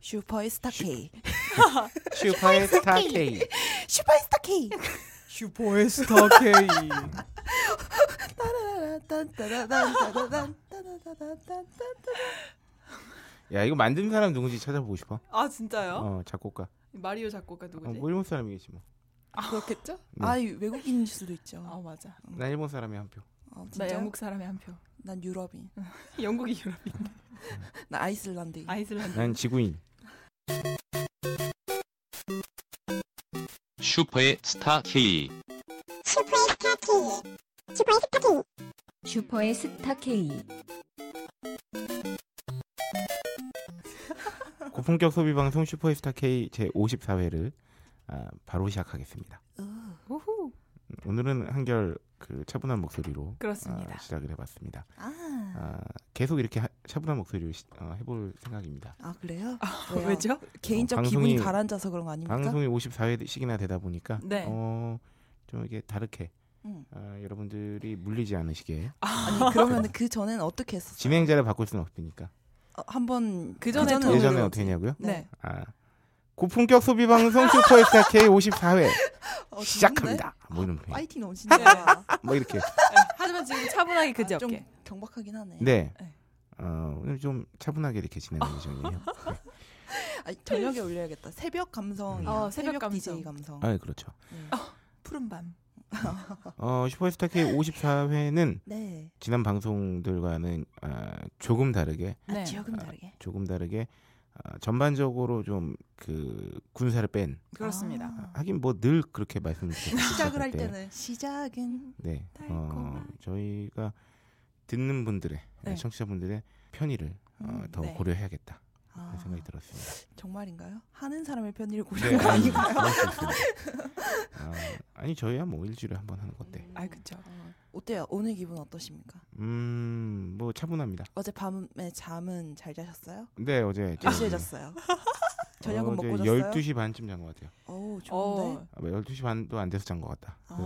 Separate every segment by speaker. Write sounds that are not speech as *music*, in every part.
Speaker 1: 슈퍼스타 K.
Speaker 2: 슈퍼스타 K.
Speaker 1: 슈퍼스타 K.
Speaker 2: 슈퍼스타 K. *laughs* 야 이거 만든 사람 누군지 찾아보고 싶어.
Speaker 3: 아 진짜요?
Speaker 2: 어 작곡가.
Speaker 3: 마리오 작곡가
Speaker 2: 어,
Speaker 3: 누구지?
Speaker 2: 뭐 일본 사람이겠지 뭐.
Speaker 3: 그렇겠죠?
Speaker 2: 네.
Speaker 1: 아 외국인일 수도
Speaker 3: 아
Speaker 1: 있죠.
Speaker 3: 맞아.
Speaker 2: 난 일본 사람이 한 표.
Speaker 1: 어,
Speaker 3: 나
Speaker 1: 진짜?
Speaker 3: 영국 사람의 한 표. *laughs*
Speaker 1: 난 유럽인.
Speaker 3: 영국이 유럽인.
Speaker 1: 나 아이슬란드인.
Speaker 3: 아이슬란드.
Speaker 2: 난 지구인.
Speaker 4: 슈퍼의 스타 K.
Speaker 5: 슈퍼의 스타 K.
Speaker 2: 고품격 소비 방송 슈퍼스타 K 제 54회를 아, 바로 시작하겠습니다. 음,
Speaker 1: 으,
Speaker 3: 우후.
Speaker 2: 오늘은 한결 그 차분한 목소리로
Speaker 3: 그렇습니다.
Speaker 2: 아, 시작을 해봤습니다.
Speaker 1: 아,
Speaker 2: 아, 계속 이렇게 하- 차분한 목소리로 시- 어, 해볼 생각입니다.
Speaker 1: 아 그래요?
Speaker 3: 어,
Speaker 1: 왜요?
Speaker 3: 왜죠?
Speaker 1: 개인적
Speaker 2: 어,
Speaker 1: 기분이
Speaker 2: 방송이-
Speaker 1: 가라앉아서 그런 거 아닙니까?
Speaker 2: 방송이 54회씩이나 되다 보니까
Speaker 3: 네.
Speaker 2: 어, 좀 이게 다르게
Speaker 1: 응.
Speaker 2: 아, 여러분들이 물리지 않으시게
Speaker 1: 아니 그러면 그 전에는 어떻게 했었어요?
Speaker 2: 진행자를 바꿀 수는 없으니까
Speaker 1: 어, 한번
Speaker 3: 그 전에
Speaker 1: 그전에
Speaker 3: 또-
Speaker 2: 예전에
Speaker 1: 그러지.
Speaker 2: 어떻게 했냐고요?
Speaker 1: 네.
Speaker 3: 네.
Speaker 2: 아, 고품격 소비 방송 슈퍼스타 K 54회
Speaker 1: *laughs* 어, 좋은데?
Speaker 2: 시작합니다. 뭐 이런 거.
Speaker 1: 파이팅
Speaker 3: *laughs*
Speaker 1: 아, 넘친다.
Speaker 2: 뭐 이렇게.
Speaker 3: 네. 하지만 지금 차분하게 그지
Speaker 1: 아, 좀
Speaker 3: 없게.
Speaker 1: 경박하긴 하네.
Speaker 2: 네.
Speaker 3: 네.
Speaker 2: 어, 오늘 좀 차분하게 이렇게 진행할 예정이에요. 네.
Speaker 1: 아, 저녁에 올려야겠다. 새벽 감성이야.
Speaker 3: 어,
Speaker 1: 새벽,
Speaker 3: 새벽 감성.
Speaker 1: DJ 감성.
Speaker 2: 아, 그렇죠.
Speaker 1: 네.
Speaker 3: 푸른 밤.
Speaker 2: 어, 슈퍼스타 K 54회는
Speaker 1: 네.
Speaker 2: 지난 방송들과는 아, 조금 다르게
Speaker 1: 아,
Speaker 3: 네.
Speaker 1: 지역은
Speaker 2: 아,
Speaker 1: 다르게.
Speaker 2: 조금 다르게 아, 전반적으로 좀 그 군사를 뺀
Speaker 3: 그렇습니다. 아,
Speaker 1: 아,
Speaker 2: 하긴 뭐 늘 그렇게 말씀드렸죠.
Speaker 1: 시작을 할 때는 시작은
Speaker 2: 네. 어,
Speaker 3: 달콤하게.
Speaker 2: 저희가 듣는 분들의
Speaker 3: 네.
Speaker 2: 청취자분들의 편의를 어,
Speaker 3: 음,
Speaker 2: 더
Speaker 3: 네.
Speaker 2: 고려해야겠다
Speaker 1: 아,
Speaker 2: 그런 생각이 들었습니다.
Speaker 1: 정말인가요? 하는 사람의 편의를
Speaker 2: 네,
Speaker 1: 고려한 거
Speaker 2: 아니,
Speaker 1: 아닌가요?
Speaker 2: 그럴 수 있습니다. 아, 아니 저희야 뭐 일주일에 한 번 하는 건데.
Speaker 3: 아 그죠.
Speaker 1: 어, 어때요? 오늘 기분 어떠십니까?
Speaker 2: 음, 뭐 차분합니다.
Speaker 1: 어제 밤에 잠은 잘 자셨어요?
Speaker 2: 네, 어제
Speaker 1: 몇 시에
Speaker 2: *laughs*
Speaker 1: 잤어요? 저녁은 먹고 잤어요?
Speaker 2: 12시 반쯤 잔 것 같아요.
Speaker 1: 어우 좋은데.
Speaker 3: 어.
Speaker 2: 아, 12시 반도 안 돼서 잔 것 같다. 그,
Speaker 1: 아.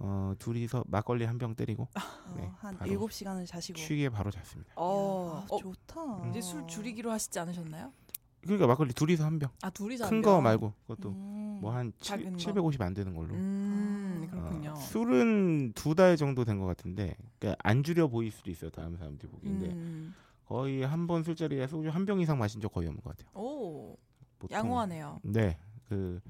Speaker 2: 어, 둘이서 막걸리 한 병 때리고
Speaker 1: 어,
Speaker 2: 네,
Speaker 1: 한
Speaker 2: 바로.
Speaker 1: 7시간을 자시고.
Speaker 2: 취기에 바로 잤습니다.
Speaker 3: 어.
Speaker 1: 야,
Speaker 3: 어.
Speaker 1: 좋다.
Speaker 3: 이제 술 줄이기로 하시지 않으셨나요?
Speaker 2: 그러니까 막걸리 둘이서 한 병.
Speaker 3: 아 둘이서
Speaker 2: 큰
Speaker 3: 안
Speaker 2: 거
Speaker 3: 돼요?
Speaker 2: 말고 그것도
Speaker 1: 음.
Speaker 2: 뭐 한
Speaker 3: 작은 거.
Speaker 2: 750 안 되는 걸로.
Speaker 3: 음
Speaker 1: 아.
Speaker 3: 그렇군요.
Speaker 2: 어, 술은 두 달 정도 된 것 같은데 그러니까 안 줄여 보일 수도 있어요 다른 사람들 보기인데
Speaker 3: 음.
Speaker 2: 거의 한 번 술자리에 소주 한 병 이상 마신 적 거의 없는 것 같아요.
Speaker 3: 오
Speaker 2: 보통.
Speaker 3: 양호하네요.
Speaker 2: 네, 그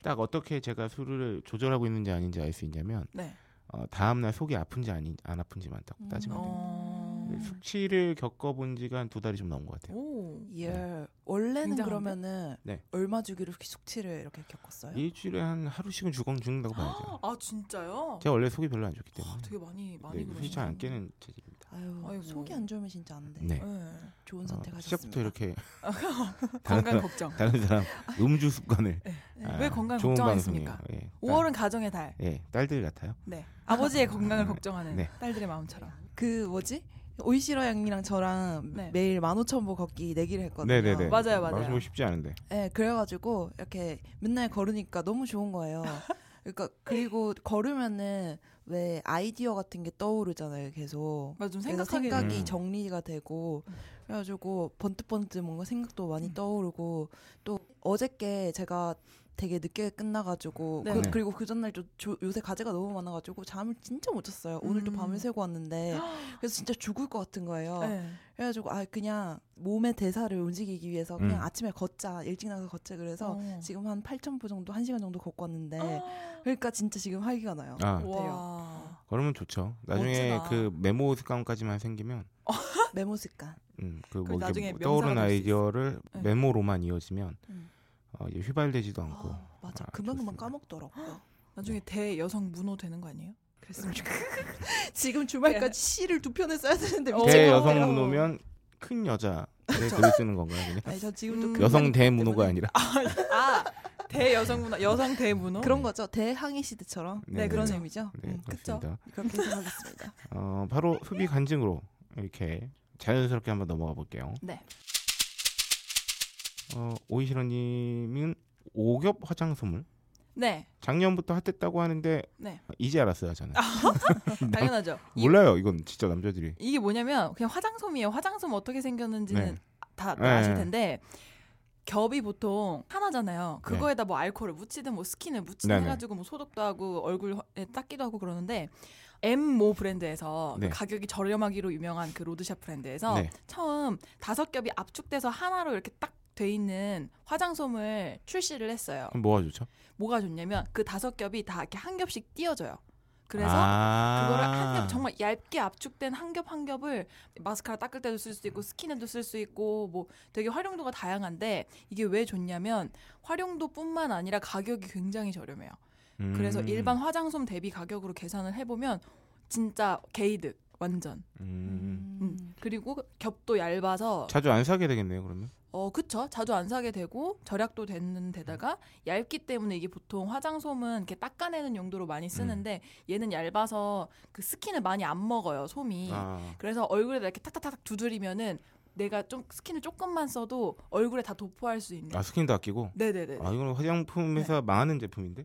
Speaker 2: 딱 어떻게 제가 술을 조절하고 있는지 아닌지 알 수 있냐면
Speaker 3: 네.
Speaker 2: 어, 다음 날 속이 아픈지 아닌 안 네, 아픈지만 딱
Speaker 1: 음.
Speaker 2: 따지면 돼요.
Speaker 3: 어.
Speaker 1: 음.
Speaker 2: 숙취를 겪어본 지가 한 두 달이 좀 넘은 것 같아요.
Speaker 3: 오.
Speaker 1: 예.
Speaker 2: 네.
Speaker 1: 원래는
Speaker 3: 굉장한데?
Speaker 1: 그러면은
Speaker 2: 네.
Speaker 1: 얼마 주기로 숙- 숙취를 이렇게 겪었어요?
Speaker 3: 네.
Speaker 2: 일주일에 한 하루씩은 주걱 죽는다고 봐야죠.
Speaker 3: 아 진짜요?
Speaker 2: 제가 원래 속이 별로 안 좋기 때문에
Speaker 3: 아, 되게 많이 많이
Speaker 2: 네, 술이 잘 안
Speaker 3: 그러시네요.
Speaker 2: 깨는 체질입니다.
Speaker 1: 아유,
Speaker 3: 아이고.
Speaker 1: 속이 안 좋으면 진짜 안 돼.
Speaker 2: 네.
Speaker 3: 네.
Speaker 1: 좋은
Speaker 2: 어,
Speaker 1: 선택하셨습니다.
Speaker 2: 시작부터 이렇게 *laughs*
Speaker 3: 건강 걱정.
Speaker 2: 다른 사람 음주 습관을 아,
Speaker 3: 네, 왜 건강
Speaker 2: 좋은
Speaker 3: 걱정하겠습니까?
Speaker 2: 방송이에요. 예, 딸-
Speaker 3: 5월은 가정의 달.
Speaker 2: 예, 딸들 같아요.
Speaker 3: 네.
Speaker 2: *laughs*
Speaker 3: 아버지의 건강을
Speaker 2: 네.
Speaker 3: 걱정하는
Speaker 2: 네.
Speaker 3: 딸들의 마음처럼.
Speaker 1: 그 뭐지? 오이시러 양이랑 저랑
Speaker 3: 네.
Speaker 1: 매일 15,000보 걷기 내기를 했거든요.
Speaker 2: 네네네.
Speaker 3: 맞아요, 맞아요.
Speaker 2: 말씀이 쉽지 않은데.
Speaker 1: 네, 그래가지고 이렇게 맨날 걸으니까 너무 좋은 거예요. 그러니까 그리고 걸으면은 왜 아이디어 같은 게 떠오르잖아요, 계속.
Speaker 3: 맞아 좀
Speaker 1: 그래서
Speaker 3: 생각하게
Speaker 1: 생각이
Speaker 2: 돼요. 음.
Speaker 1: 정리가 되고 그래가지고 번뜩번뜩 뭔가 생각도 많이
Speaker 3: 음.
Speaker 1: 떠오르고 또 어저께 제가 되게 늦게 끝나가지고
Speaker 3: 네.
Speaker 1: 그,
Speaker 2: 네.
Speaker 1: 그리고 그 전날 또 조- 요새 과제가 너무 많아가지고 잠을 진짜 못 잤어요. 오늘도
Speaker 3: 음.
Speaker 1: 밤을 새고
Speaker 3: *gasps*
Speaker 1: 왔는데 그래서 진짜 죽을 것 같은 거예요.
Speaker 3: 네.
Speaker 1: 그래가지고 아 그냥 몸의 대사를 움직이기 위해서 그냥
Speaker 2: 음.
Speaker 1: 아침에 걷자 일찍 나가서 걷자 그래서
Speaker 3: 어.
Speaker 1: 지금 한 8,000보 정도 1시간 정도 걷고 왔는데
Speaker 3: *gasps*
Speaker 1: 그러니까 진짜 지금 활기가 나요.
Speaker 2: 아,
Speaker 3: 와.
Speaker 2: 그러면 좋죠. 나중에
Speaker 3: 멋지다.
Speaker 2: 그 메모 습관까지만 생기면, 아.
Speaker 1: 메모 습관.
Speaker 2: 음, 그뭐
Speaker 3: 그리고
Speaker 2: 이렇게
Speaker 3: 나중에
Speaker 2: 뭐
Speaker 3: 명사가
Speaker 2: 떠오른
Speaker 3: 될수
Speaker 2: 아이디어를
Speaker 3: 네.
Speaker 2: 메모로만 이어지면
Speaker 1: 음.
Speaker 2: 어, 이제 휘발되지도 않고.
Speaker 1: 아, 맞아.
Speaker 2: 아,
Speaker 1: 금방금방
Speaker 2: 좋습니다.
Speaker 1: 까먹더라고요.
Speaker 3: 나중에 대여성 문호 되는 거 아니에요? 그랬으면 좋겠어요.
Speaker 1: 지금 주말까지 시를 두 편을 써야 되는데
Speaker 3: 네.
Speaker 2: 대
Speaker 3: 어.
Speaker 1: 미칠 것
Speaker 2: 여성
Speaker 1: 같아요.
Speaker 2: 문호면 큰
Speaker 3: *laughs*
Speaker 2: 여자 를 글을 쓰는 건가요? 그냥?
Speaker 1: 아니 저 지금도
Speaker 3: 음.
Speaker 1: 큰
Speaker 2: 여성
Speaker 1: 날이기
Speaker 2: 대문호가
Speaker 1: 때문에.
Speaker 2: 아니라.
Speaker 3: 아, 대여성 문호, 여성 대문호?
Speaker 1: 그런 거죠. 대항해 시대처럼.
Speaker 2: 네,
Speaker 1: 네, 그런
Speaker 3: 그렇죠.
Speaker 1: 의미죠.
Speaker 2: 네,
Speaker 1: 음,
Speaker 3: 그쵸.
Speaker 2: 그렇습니다.
Speaker 1: 그렇게 생각하겠습니다.
Speaker 2: 어, 바로 소비 간증으로 이렇게 자연스럽게 한번 넘어가 볼게요.
Speaker 3: 네.
Speaker 2: 어, 오이시러님은 오겹 화장 소물
Speaker 3: 네.
Speaker 2: 작년부터 핫했다고 하는데
Speaker 3: 네. 아, 예.
Speaker 2: 이제 알았어요 저는 네.
Speaker 3: 당연하죠. 이,
Speaker 2: 몰라요 이건 진짜 남자들이
Speaker 3: 이게 뭐냐면 그냥 화장솜이에요. 화장솜 어떻게 생겼는지는
Speaker 2: 네.
Speaker 3: 다, 다
Speaker 2: 네.
Speaker 3: 아실 텐데 겹이 보통 하나잖아요. 그거에다 뭐 알코올을 묻히든 뭐 스킨을 묻히든
Speaker 2: 네네.
Speaker 3: 해가지고 뭐 소독도 하고 얼굴에 닦기도 하고 그러는데 M 모 브랜드에서 그
Speaker 2: 네.
Speaker 3: 가격이 저렴하기로 유명한 그 로드샵 브랜드에서
Speaker 2: 네.
Speaker 3: 처음 다섯 겹이 압축돼서 하나로 이렇게 딱 돼 있는 화장솜을 출시를 했어요.
Speaker 2: 그럼 뭐가 좋죠?
Speaker 3: 뭐가 좋냐면 그 다섯 겹이 다 이렇게 한 겹씩 띄어져요. 그래서
Speaker 2: 아~
Speaker 3: 그거를 한 겹 정말 얇게 압축된 한 겹 한 겹을 마스카라 닦을 때도 쓸 수 있고 스킨에도 쓸 수 있고 뭐 되게 활용도가 다양한데 이게 왜 좋냐면 활용도뿐만 아니라 가격이 굉장히 저렴해요.
Speaker 2: 음.
Speaker 3: 그래서 일반 화장솜 대비 가격으로 계산을 해보면 진짜 게이득 완전.
Speaker 2: 음.
Speaker 3: *laughs* 음. 그리고 겹도 얇아서
Speaker 2: 자주 안 사게 되겠네요 그러면.
Speaker 3: 어 그쵸 자주 안 사게 되고 절약도 되는 데다가 얇기 때문에 이게 보통 화장솜은 이렇게 닦아내는 용도로 많이 쓰는데
Speaker 2: 음.
Speaker 3: 얘는 얇아서 그 스킨을 많이 안 먹어요 솜이.
Speaker 2: 아.
Speaker 3: 그래서 얼굴에다 이렇게 탁탁탁탁 두드리면은 내가 좀 스킨을 조금만 써도 얼굴에 다 도포할 수 있는.
Speaker 2: 아 스킨도 아끼고.
Speaker 3: 네네네.
Speaker 2: 아 이거는 화장품 회사
Speaker 3: 네.
Speaker 2: 망하는 제품인데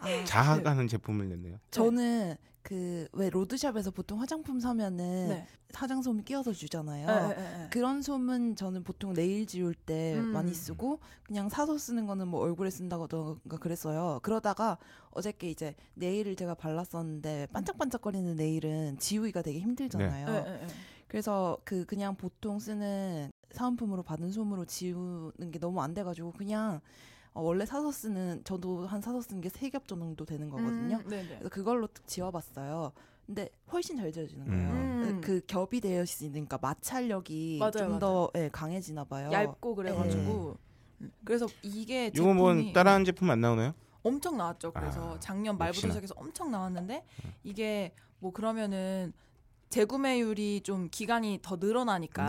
Speaker 1: 아,
Speaker 2: 자학하는 제품을 냈네요.
Speaker 1: 저는 그 왜 로드샵에서 보통 화장품 사면은
Speaker 3: 네.
Speaker 1: 화장솜 끼워서 주잖아요.
Speaker 3: 네, 네, 네.
Speaker 1: 어, 그런 솜은 저는 보통 네일 지울 때
Speaker 3: 음.
Speaker 1: 많이 쓰고 그냥 사서 쓰는 거는 뭐 얼굴에 쓴다던가 그랬어요. 그러다가 어저께 이제 네일을 제가 발랐었는데 반짝반짝거리는 네일은 지우기가 되게 힘들잖아요.
Speaker 3: 네, 네, 네.
Speaker 1: 그래서 그 그냥 보통 쓰는 사은품으로 받은 솜으로 지우는 게 너무 안 돼가지고 그냥 어, 원래 사서 쓰는 저도 한 사서 쓰는 게 세 겹 정도 되는 거거든요.
Speaker 3: 음, 네네.
Speaker 1: 그래서 그걸로 지워봤어요. 근데 훨씬 잘 지워지는 거예요.
Speaker 3: 음.
Speaker 1: 그 겹이 되어 있으니까 마찰력이
Speaker 3: 맞아요, 맞아요.
Speaker 1: 좀 더 예, 강해지나 봐요.
Speaker 3: 얇고
Speaker 1: 네.
Speaker 3: 그래가지고. 음. 그래서 이게
Speaker 2: 이거 뭐
Speaker 3: 제품이
Speaker 2: 따라하는 제품 안 나오나요?
Speaker 3: 엄청 나왔죠. 그래서
Speaker 2: 아,
Speaker 3: 작년 말부터
Speaker 2: 역시나. 음.
Speaker 3: 시작해서 엄청 나왔는데 이게 뭐 그러면은 재구매율이 좀 기간이 더 늘어나니까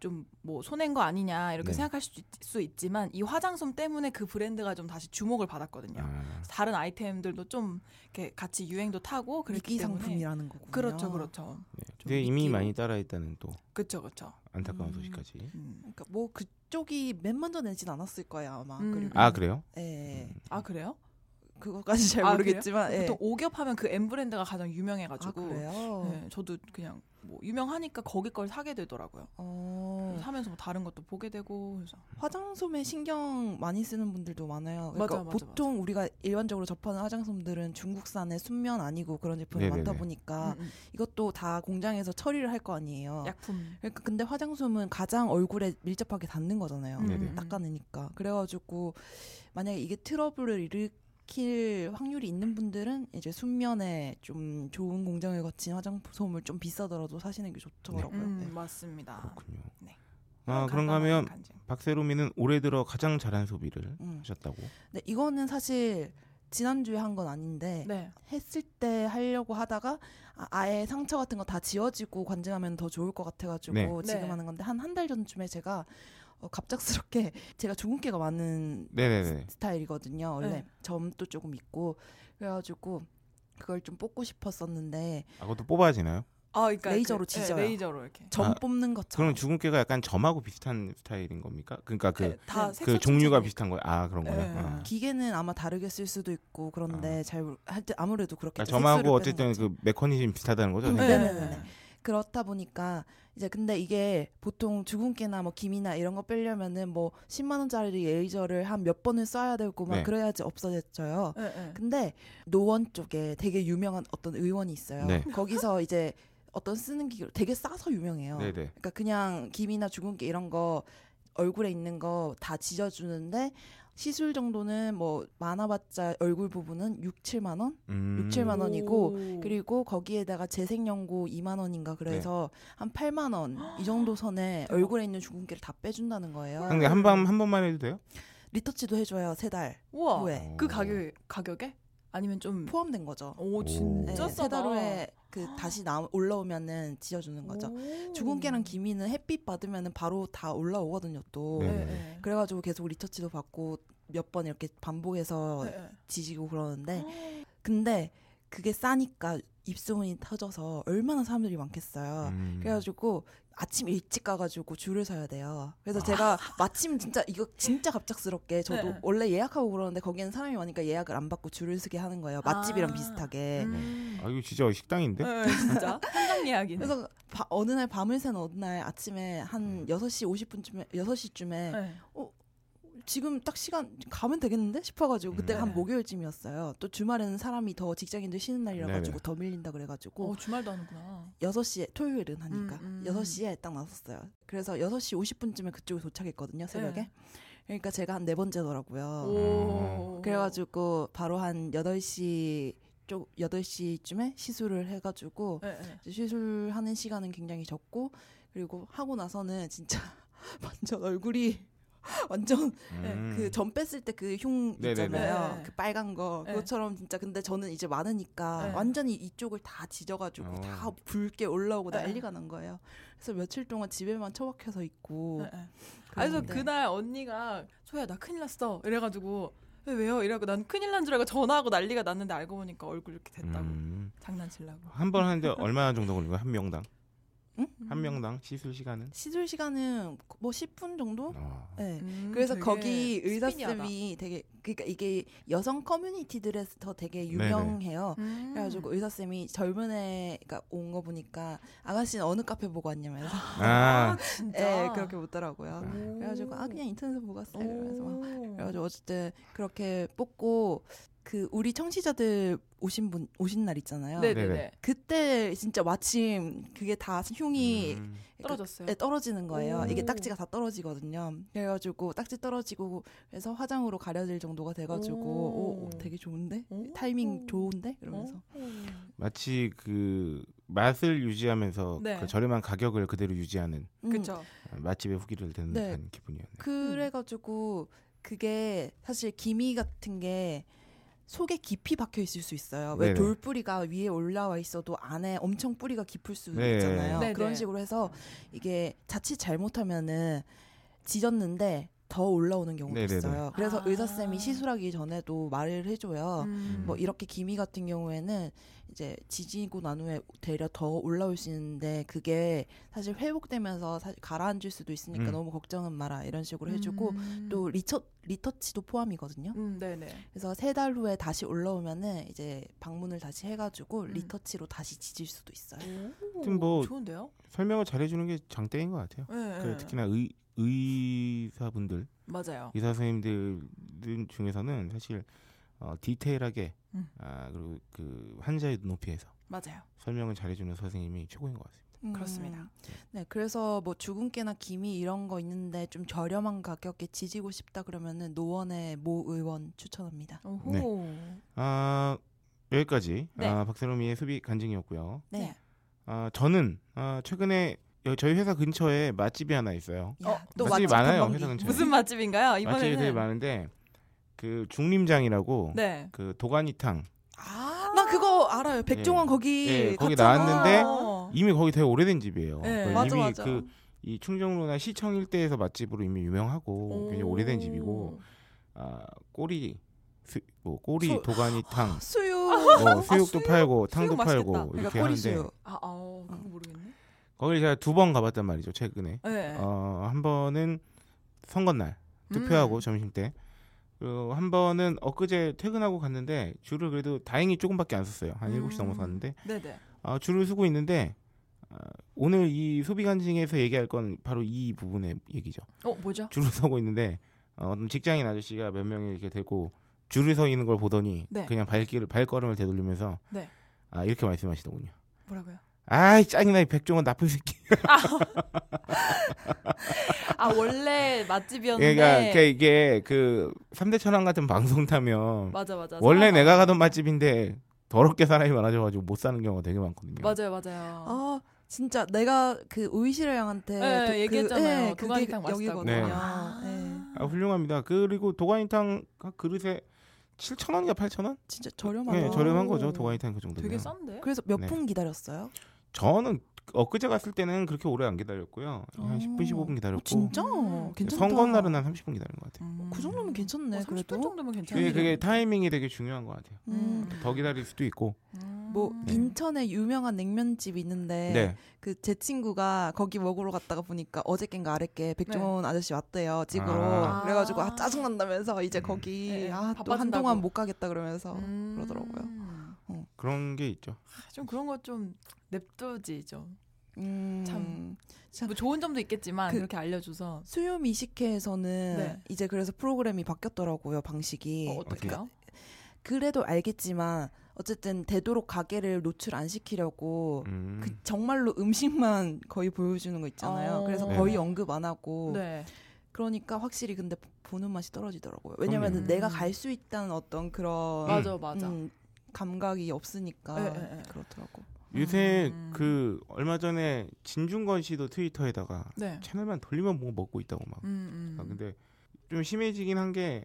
Speaker 3: 좀 뭐 손해인 거 아니냐 이렇게
Speaker 2: 네.
Speaker 3: 생각할 수, 있, 수 있지만 이 화장솜 때문에 그 브랜드가 좀 다시 주목을 받았거든요.
Speaker 2: 아.
Speaker 3: 다른 아이템들도 좀 이렇게 같이 유행도 타고 그렇기
Speaker 1: 이기
Speaker 3: 때문에
Speaker 1: 상품이라는 거군요.
Speaker 3: 그렇죠, 그렇죠,
Speaker 2: 네.
Speaker 3: 좀
Speaker 2: 근데 이미
Speaker 3: 믿기로.
Speaker 2: 많이 따라했다는 또
Speaker 3: 그렇죠, 그렇죠.
Speaker 2: 안타까운
Speaker 1: 음.
Speaker 2: 소식까지.
Speaker 3: 음.
Speaker 1: 그러니까 뭐 그쪽이 맨 먼저 내진 않았을 거예요 아마.
Speaker 3: 음.
Speaker 1: 그리고
Speaker 2: 아 그래요?
Speaker 1: 예, 예.
Speaker 3: 아 그래요?
Speaker 1: 그거까지 잘
Speaker 3: 아,
Speaker 1: 모르겠지만 예.
Speaker 3: 보통 오겹하면 그 M 브랜드가 가장
Speaker 1: 아
Speaker 3: 유명해가지고
Speaker 1: 그래요.
Speaker 3: 네, 저도 그냥 뭐 유명하니까 거기 걸 사게 되더라고요.
Speaker 1: 어,
Speaker 3: 사면서 뭐 다른 것도 보게 되고 그래서
Speaker 1: 화장솜에 신경 많이 쓰는 분들도 많아요. 그러니까
Speaker 3: 맞아, 맞아, 맞아.
Speaker 1: 보통 우리가 일반적으로 접하는 화장솜들은 중국산의 순면 아니고 그런 제품이
Speaker 2: 네네네.
Speaker 1: 많다 보니까
Speaker 3: 음, 음.
Speaker 1: 이것도 다 공장에서 처리를 할 거 아니에요.
Speaker 3: 약품
Speaker 1: 그러니까 근데 화장솜은 가장 얼굴에 밀접하게 닿는 거잖아요.
Speaker 3: 음,
Speaker 2: 네네.
Speaker 3: 음.
Speaker 1: 닦아내니까 그래가지고 만약에 이게 트러블을 일으킬 확률이 있는 분들은 이제 순면에 좀 좋은 공장을 거친 화장솜을 좀 비싸더라도 사시는 게 좋더라고요.
Speaker 3: 음,
Speaker 1: 네.
Speaker 3: 맞습니다.
Speaker 2: 그렇군요.
Speaker 3: 네.
Speaker 2: 아 그런가
Speaker 3: 간단한
Speaker 2: 하면
Speaker 3: 간증.
Speaker 2: 박세롬이는 올해 들어 가장 잘한 소비를
Speaker 1: 음.
Speaker 2: 하셨다고.
Speaker 1: 근데 이거는 사실 지난주에 한 건 아닌데
Speaker 3: 네.
Speaker 1: 했을 때 하려고 하다가 아, 아예 상처 같은 거 다 지워지고 관증하면 더 좋을 것 같아가지고
Speaker 2: 네.
Speaker 1: 지금
Speaker 3: 네.
Speaker 1: 하는 건데 한 한 달 전쯤에 제가 어, 갑작스럽게 *laughs* 제가 주근깨가 많은
Speaker 2: 네네네.
Speaker 1: 스타일이거든요. 원래
Speaker 3: 네.
Speaker 1: 점도 조금 있고 그래가지고 그걸 좀 뽑고 싶었었는데
Speaker 2: 아 그것도 뽑아지나요?
Speaker 3: 아, 그러니까
Speaker 1: 레이저로
Speaker 3: 이렇게,
Speaker 1: 찢어요.
Speaker 3: 네, 레이저로 이렇게.
Speaker 1: 점
Speaker 2: 아,
Speaker 1: 뽑는 것처럼
Speaker 2: 그럼 주근깨가 약간 점하고 비슷한 스타일인 겁니까? 그러니까 그 그
Speaker 3: 네, 다
Speaker 1: 그
Speaker 3: 색소
Speaker 2: 종류가
Speaker 3: 칠칠이-
Speaker 2: 비슷한 거예요. 아 그런 거요.
Speaker 3: 네.
Speaker 2: 아.
Speaker 1: 기계는 아마 다르게 쓸 수도 있고 그런데 잘 모르- 하여튼 아무래도 그렇게
Speaker 2: 그러니까
Speaker 1: 좀 색소를
Speaker 2: 아. 점하고
Speaker 1: 빼는
Speaker 2: 어쨌든
Speaker 1: 거죠.
Speaker 2: 그 메커니즘 비슷하다는 거죠.
Speaker 1: 음,
Speaker 2: 생각이?
Speaker 1: 네. 그렇다 보니까 이제 근데 이게 보통 주근깨나 뭐 김이나 이런 거 빼려면은 뭐 10만 원짜리 레이저를 한 몇 번을 쏴야 되고 막
Speaker 2: 네.
Speaker 1: 그래야지 없어졌어요.
Speaker 3: 네, 네.
Speaker 1: 근데 노원 쪽에 되게 유명한 어떤 의원이 있어요.
Speaker 2: 네.
Speaker 1: 거기서 이제 어떤 쓰는 기계 되게 싸서 유명해요.
Speaker 2: 네네.
Speaker 1: 그러니까 그냥 김이나 주근깨 이런 거 얼굴에 있는 거 다 지져주는데 시술 정도는 뭐 많아봤자 얼굴 부분은 6, 7만 원?
Speaker 2: 음.
Speaker 1: 6, 7만 어, 원이고
Speaker 3: 오.
Speaker 1: 그리고 거기에다가 재생연고 2만 원인가 그래서 한 8만 원 이 정도 선에
Speaker 3: 네. *gasps* 대박.
Speaker 1: 얼굴에 있는 주근깨를 다 빼준다는 거예요.
Speaker 2: 근데 한번 한 번만 해도 돼요? 어.
Speaker 1: 리터치도 해줘요. 세 달
Speaker 3: 우와.
Speaker 1: 후에
Speaker 3: 그 가격 가격에 아니면 좀
Speaker 1: 포함된 거죠.
Speaker 3: 오
Speaker 1: 네,
Speaker 3: 진짜 싸다.
Speaker 1: 세달 후에 그 다시 나 올라오면은 지어주는 거죠.
Speaker 3: 오.
Speaker 1: 주근깨랑 기미는 햇빛 받으면은 바로 다 올라오거든요. 또
Speaker 2: 네.
Speaker 1: 그래가지고 계속 리터치도 받고 몇 번 이렇게 반복해서
Speaker 3: 네, 네.
Speaker 1: 지지고 그러는데 근데 그게 싸니까 입소문이 터져서 얼마나 사람들이 많겠어요.
Speaker 2: 음.
Speaker 1: 그래가지고 아침 일찍 가가지고 줄을 서야 돼요. 그래서 제가 마침 진짜 이거 진짜 갑작스럽게 저도
Speaker 3: 아. 네.
Speaker 1: 원래 예약하고 그러는데 거기는 사람이 많으니까 예약을 안 받고 줄을 서게 하는 거예요. 맛집이랑
Speaker 3: 아.
Speaker 1: 비슷하게.
Speaker 3: 음.
Speaker 2: 아 이거 진짜 식당인데?
Speaker 3: 네, 진짜 현장 예약이네.
Speaker 1: 그래서 바- 어느 날 밤을 새는 어느 날 아침에
Speaker 2: 음.
Speaker 1: 한 6시 50분쯤에 6시쯤에
Speaker 3: 네.
Speaker 1: 지금 딱 시간 가면 되겠는데 싶어가지고 그때 가
Speaker 2: 네.
Speaker 3: 음.
Speaker 1: 한 목요일쯤이었어요. 또 주말에는 사람이 더 직장인들 쉬는 날이라 가지고
Speaker 2: 네네.
Speaker 1: 더 밀린다 그래가지고
Speaker 3: 어, 주말도 하는구나.
Speaker 1: 6시에 토요일은 하니까
Speaker 3: 음, 음.
Speaker 1: 6시에 딱 나섰어요. 그래서 6시 50분쯤에 그쪽에 도착했거든요 새벽에.
Speaker 3: 네.
Speaker 1: 그러니까 제가 한 네 번째더라고요.
Speaker 3: 오.
Speaker 1: 음. 그래가지고 바로 한 8시 쪽 8시쯤에 시술을 해가지고
Speaker 3: 네, 네.
Speaker 1: 이제 시술하는 시간은 굉장히 적고 그리고 하고 나서는 진짜 *laughs* 완전 얼굴이 *laughs* 완전
Speaker 2: 음.
Speaker 1: 그 전 뺐을 때 그 흉
Speaker 2: 네네네.
Speaker 1: 있잖아요.
Speaker 3: 네.
Speaker 1: 그 빨간 거.
Speaker 3: 네.
Speaker 1: 그것처럼 진짜 근데 저는 이제 많으니까
Speaker 3: 네.
Speaker 1: 완전히 이쪽을 다 지져가지고
Speaker 2: 어.
Speaker 1: 다 붉게 올라오고
Speaker 3: 네.
Speaker 1: 난리가 난 거예요. 그래서 며칠 동안 집에만 처박혀서 있고.
Speaker 3: 네, 네. 아, 그래서
Speaker 1: 그랬는데
Speaker 3: 그날 언니가 소야 나 큰일 났어 이래가지고 왜, 왜요? 이래고 난 큰일 난 줄 알고 전화하고 난리가 났는데 알고 보니까 얼굴 이렇게 됐다고
Speaker 2: 음.
Speaker 3: 장난치려고.
Speaker 2: 한번 하는데 얼마나 정도 걸린 거야? 한 명당? 한
Speaker 3: 음.
Speaker 2: 명당 시술 시간은?
Speaker 1: 시술 시간은 뭐 10분 정도?
Speaker 2: 어.
Speaker 1: 네.
Speaker 3: 음,
Speaker 1: 그래서
Speaker 3: 되게
Speaker 1: 거기 의사
Speaker 3: 스피디하다.
Speaker 1: 쌤이 되게 그러니까 이게 여성 커뮤니티들에서 되게
Speaker 2: 네네.
Speaker 1: 유명해요.
Speaker 3: 음.
Speaker 1: 그래가지고 의사 쌤이 젊은 애가 온 거 보니까 아가씨는 어느 카페 보고 왔냐면서
Speaker 2: 아,
Speaker 3: 진짜.
Speaker 1: 예 그렇게 묻더라고요.
Speaker 3: 오.
Speaker 1: 그래가지고 아 그냥 인터넷에서 보고 왔어요. 그러면서 막
Speaker 3: 음. 오.
Speaker 1: 그래가지고 어쨌든 그렇게 뽑고 그 우리 청취자들 오신 분 오신 날 있잖아요.
Speaker 3: 네네네
Speaker 2: 네네.
Speaker 1: 그때 진짜 마침 그게 다 흉이
Speaker 2: 음.
Speaker 3: 떨어졌어요.
Speaker 1: 네, 떨어지는 거예요.
Speaker 3: 오.
Speaker 1: 이게 딱지가 다 떨어지거든요. 그래가지고 딱지 떨어지고 그래서 화장으로 가려질 정도가 돼가지고
Speaker 3: 오.
Speaker 1: 오, 오, 되게 좋은데
Speaker 3: 오.
Speaker 1: 타이밍 좋은데 이러면서 음,
Speaker 3: 어?
Speaker 2: 마치 그 맛을 유지하면서
Speaker 3: 네.
Speaker 2: 그 저렴한 가격을 그대로 유지하는
Speaker 1: 음,
Speaker 3: 그쵸.
Speaker 2: 맛집의 후기를 듣는
Speaker 1: 네.
Speaker 2: 듯한 기분이었네요.
Speaker 1: 그래가지고 그게 사실 기미 같은 게 속에 깊이 박혀 있을 수 있어요. 왜
Speaker 2: 네네.
Speaker 1: 돌뿌리가 위에 올라와 있어도 안에 엄청 뿌리가 깊을 수
Speaker 2: 네.
Speaker 1: 있잖아요.
Speaker 3: 네네.
Speaker 1: 그런 식으로 해서 이게 자칫 잘못하면은 지졌는데 더 올라오는 경우도
Speaker 2: 네네네.
Speaker 1: 있어요. 그래서
Speaker 3: 아.
Speaker 1: 의사 쌤이 시술하기 전에도 말을 해줘요.
Speaker 3: 음.
Speaker 1: 뭐 이렇게 기미 같은 경우에는 이제 지지고 난 후에 되려 더 올라올 수 있는데 그게 사실 회복되면서 사실 가라앉을 수도 있으니까
Speaker 2: 음.
Speaker 1: 너무 걱정은 마라 이런 식으로 해주고
Speaker 3: 음.
Speaker 1: 또 리처, 리터치도 포함이거든요.
Speaker 3: 음, 네네.
Speaker 1: 그래서 세 달 후에 다시 올라오면은 이제 방문을 다시 해가지고
Speaker 3: 음.
Speaker 1: 리터치로 다시 지질 수도 있어요.
Speaker 2: 하여튼 뭐-
Speaker 3: 좋은데요?
Speaker 2: 설명을 잘해주는 게 장땡인 것 같아요.
Speaker 1: 예,
Speaker 3: 네,
Speaker 2: 그
Speaker 3: 네.
Speaker 2: 특히나 의, 의사분들,
Speaker 3: 맞아요.
Speaker 2: 의사 선생님들 중에서는 사실 어, 디테일하게
Speaker 3: 음.
Speaker 2: 아, 그리고 그 환자의 높이에서
Speaker 3: 맞아요.
Speaker 2: 설명을 잘해주는 선생님이 최고인 것 같습니다.
Speaker 3: 음. 그렇습니다.
Speaker 1: 네, 그래서 뭐 주근깨나 기미 이런 거 있는데 좀 저렴한 가격에 지지고 싶다 그러면은 노원의 모 의원 추천합니다.
Speaker 3: 오호.
Speaker 2: 아, 여기까지
Speaker 3: 네.
Speaker 2: 아, 박세롬이의 소비 간증이었고요.
Speaker 1: 네.
Speaker 2: 아, 저는 아, 최근에 여- 저희 회사 근처에 맛집이 하나 있어요.
Speaker 1: 야,
Speaker 3: 어, 또
Speaker 2: 맛집이
Speaker 1: 맛집
Speaker 2: 많아요,
Speaker 1: 탐방기.
Speaker 2: 회사 근처에.
Speaker 3: 무슨 맛집인가요?
Speaker 2: 맛집이 되게
Speaker 3: 아, 이번에는
Speaker 2: 많은데 그 중림장이라고
Speaker 3: 네.
Speaker 2: 그 도가니탕
Speaker 3: 아,
Speaker 1: 나 그거 알아요. 백종원
Speaker 2: 예.
Speaker 1: 거기
Speaker 2: 예, 거기
Speaker 1: 갔잖아.
Speaker 2: 나왔는데
Speaker 3: 어.
Speaker 2: 이미 거기 되게 오래된 집이에요.
Speaker 3: 네.
Speaker 2: 거의
Speaker 1: 맞아
Speaker 2: 이미
Speaker 1: 맞아.
Speaker 2: 그 이 충정로나 시청 일대에서 맛집으로 이미 유명하고 굉장히 오래된 집이고 아 꼬리 수, 뭐 꼬리
Speaker 1: 소-
Speaker 2: 도가니탕
Speaker 1: 수유.
Speaker 2: 뭐
Speaker 3: 아,
Speaker 2: 수육도
Speaker 3: 수육?
Speaker 2: 팔고 탕도
Speaker 3: 수육 맛있겠다.
Speaker 2: 팔고
Speaker 1: 어. 그러니까
Speaker 2: 이렇게
Speaker 1: 꼬리
Speaker 2: 하는데
Speaker 1: 수유.
Speaker 3: 아, 어, 그거 모르겠네.
Speaker 2: 거길 제가 두 번 가봤단 말이죠 최근에
Speaker 1: 예.
Speaker 3: 네.
Speaker 2: 어, 한 번은 선거날 투표하고
Speaker 3: 음.
Speaker 2: 점심 때 그리고 한 번은 엊그제 퇴근하고 갔는데 줄을 그래도 다행히 조금밖에 안 섰어요 한 일곱 시
Speaker 3: 음.
Speaker 2: 넘어서 갔는데
Speaker 3: 네네.
Speaker 2: 아, 줄을 서고 있는데 아, 오늘 이 소비 간증에서 얘기할 건 바로 이 부분의 얘기죠
Speaker 3: 어, 뭐죠?
Speaker 2: 줄을 *laughs* 서고 있는데 어, 어떤 직장인 아저씨가 몇 명이 이렇게 되고 줄을 서 있는 걸 보더니
Speaker 3: 네.
Speaker 2: 그냥 발길을 발걸음을 되돌리면서
Speaker 3: 네.
Speaker 2: 아 이렇게 말씀하시더군요.
Speaker 3: 뭐라고요?
Speaker 2: 아이 짜증나 이 백종원 나쁜 새끼.
Speaker 3: 아, 원래 맛집이었는데.
Speaker 2: 그러니까 이게- 이게 그 삼대 천왕 같은 방송 타면
Speaker 3: 맞아 맞아.
Speaker 2: 원래
Speaker 3: 사람
Speaker 2: 내가 가던 맛집인데 더럽게 사람이 많아져가지고 못 사는 경우가 되게 많거든요.
Speaker 3: 맞아요 맞아요.
Speaker 1: 아 진짜 내가 그 오이시라 양한테
Speaker 3: 네,
Speaker 1: 도- 그-
Speaker 3: 얘기했잖아요.
Speaker 1: 예, 그게
Speaker 3: 도가니탕 맛있다고.
Speaker 1: 여기거든요.
Speaker 2: 네.
Speaker 1: 예.
Speaker 2: 아, 훌륭합니다. 그리고 도가니탕 한 그릇에 7천 원인가 8천 원?
Speaker 1: 진짜 저렴하다.
Speaker 2: 네, 저렴한 거죠
Speaker 3: 오.
Speaker 2: 도가니탕 그 정도면.
Speaker 3: 되게 싼데.
Speaker 1: 그래서 몇
Speaker 2: 네.
Speaker 1: 분 기다렸어요?
Speaker 2: 저는 엊그제 갔을 때는 그렇게 오래 안 기다렸고요. 한
Speaker 1: 어.
Speaker 2: 10분 15분
Speaker 1: 어,
Speaker 2: 기다렸고
Speaker 1: 진짜
Speaker 3: 음.
Speaker 1: 괜찮다.
Speaker 2: 선거 날은 한 30분 기다린 것 같아요.
Speaker 3: 음.
Speaker 1: 그 정도면 괜찮네,
Speaker 3: 어, 30분
Speaker 1: 그래도.
Speaker 3: 정도면 괜찮네.
Speaker 2: 그게, 그게 타이밍이 되게 중요한 것 같아요.
Speaker 1: 음.
Speaker 2: 더 기다릴 수도 있고
Speaker 3: 음.
Speaker 1: 뭐
Speaker 3: 음.
Speaker 1: 인천에 유명한 냉면집 있는데
Speaker 2: 네.
Speaker 1: 그 제 친구가 거기 먹으러 갔다가 보니까 어제께인가 아랫께
Speaker 3: 네.
Speaker 1: 백종원 아저씨 왔대요 집으로
Speaker 2: 아.
Speaker 1: 그래가지고 아 짜증 난다면서 이제
Speaker 2: 음.
Speaker 1: 거기
Speaker 3: 네,
Speaker 1: 아 또
Speaker 3: 바빠진다고.
Speaker 1: 한동안 못 가겠다 그러면서
Speaker 3: 음.
Speaker 1: 그러더라고요.
Speaker 2: 그런 게 있죠.
Speaker 3: 아, 좀 그런 거 좀 냅두지 좀.
Speaker 1: 음,
Speaker 3: 참.
Speaker 1: 참.
Speaker 3: 뭐 좋은 점도 있겠지만
Speaker 1: 그-
Speaker 3: 그, 렇게 알려줘서
Speaker 1: 수요 미식회에서는
Speaker 3: 네.
Speaker 1: 이제 그래서 프로그램이 바뀌었더라고요 방식이
Speaker 3: 어, 어떡해요?
Speaker 1: 그래도 알겠지만 어쨌든 되도록 가게를 노출 안 시키려고
Speaker 2: 음.
Speaker 1: 그 정말로 음식만 거의 보여주는 거 있잖아요.
Speaker 3: 어.
Speaker 1: 그래서
Speaker 2: 네.
Speaker 1: 거의 언급 안 하고
Speaker 3: 네.
Speaker 1: 그러니까 확실히 근데 보는 맛이 떨어지더라고요. 왜냐면
Speaker 2: 그럼요.
Speaker 1: 내가
Speaker 3: 음.
Speaker 1: 갈 수 있다는 어떤 그런
Speaker 3: 맞아 맞아.
Speaker 1: 음, 감각이 없으니까
Speaker 3: 예, 예, 예.
Speaker 1: 그렇더라고.
Speaker 2: 요새
Speaker 3: 음.
Speaker 2: 그 얼마 전에 진중건 씨도 트위터에다가
Speaker 3: 네.
Speaker 2: 채널만 돌리면 뭐 먹고 있다고 막.
Speaker 3: 음, 음.
Speaker 2: 아, 근데 좀 심해지긴 한 게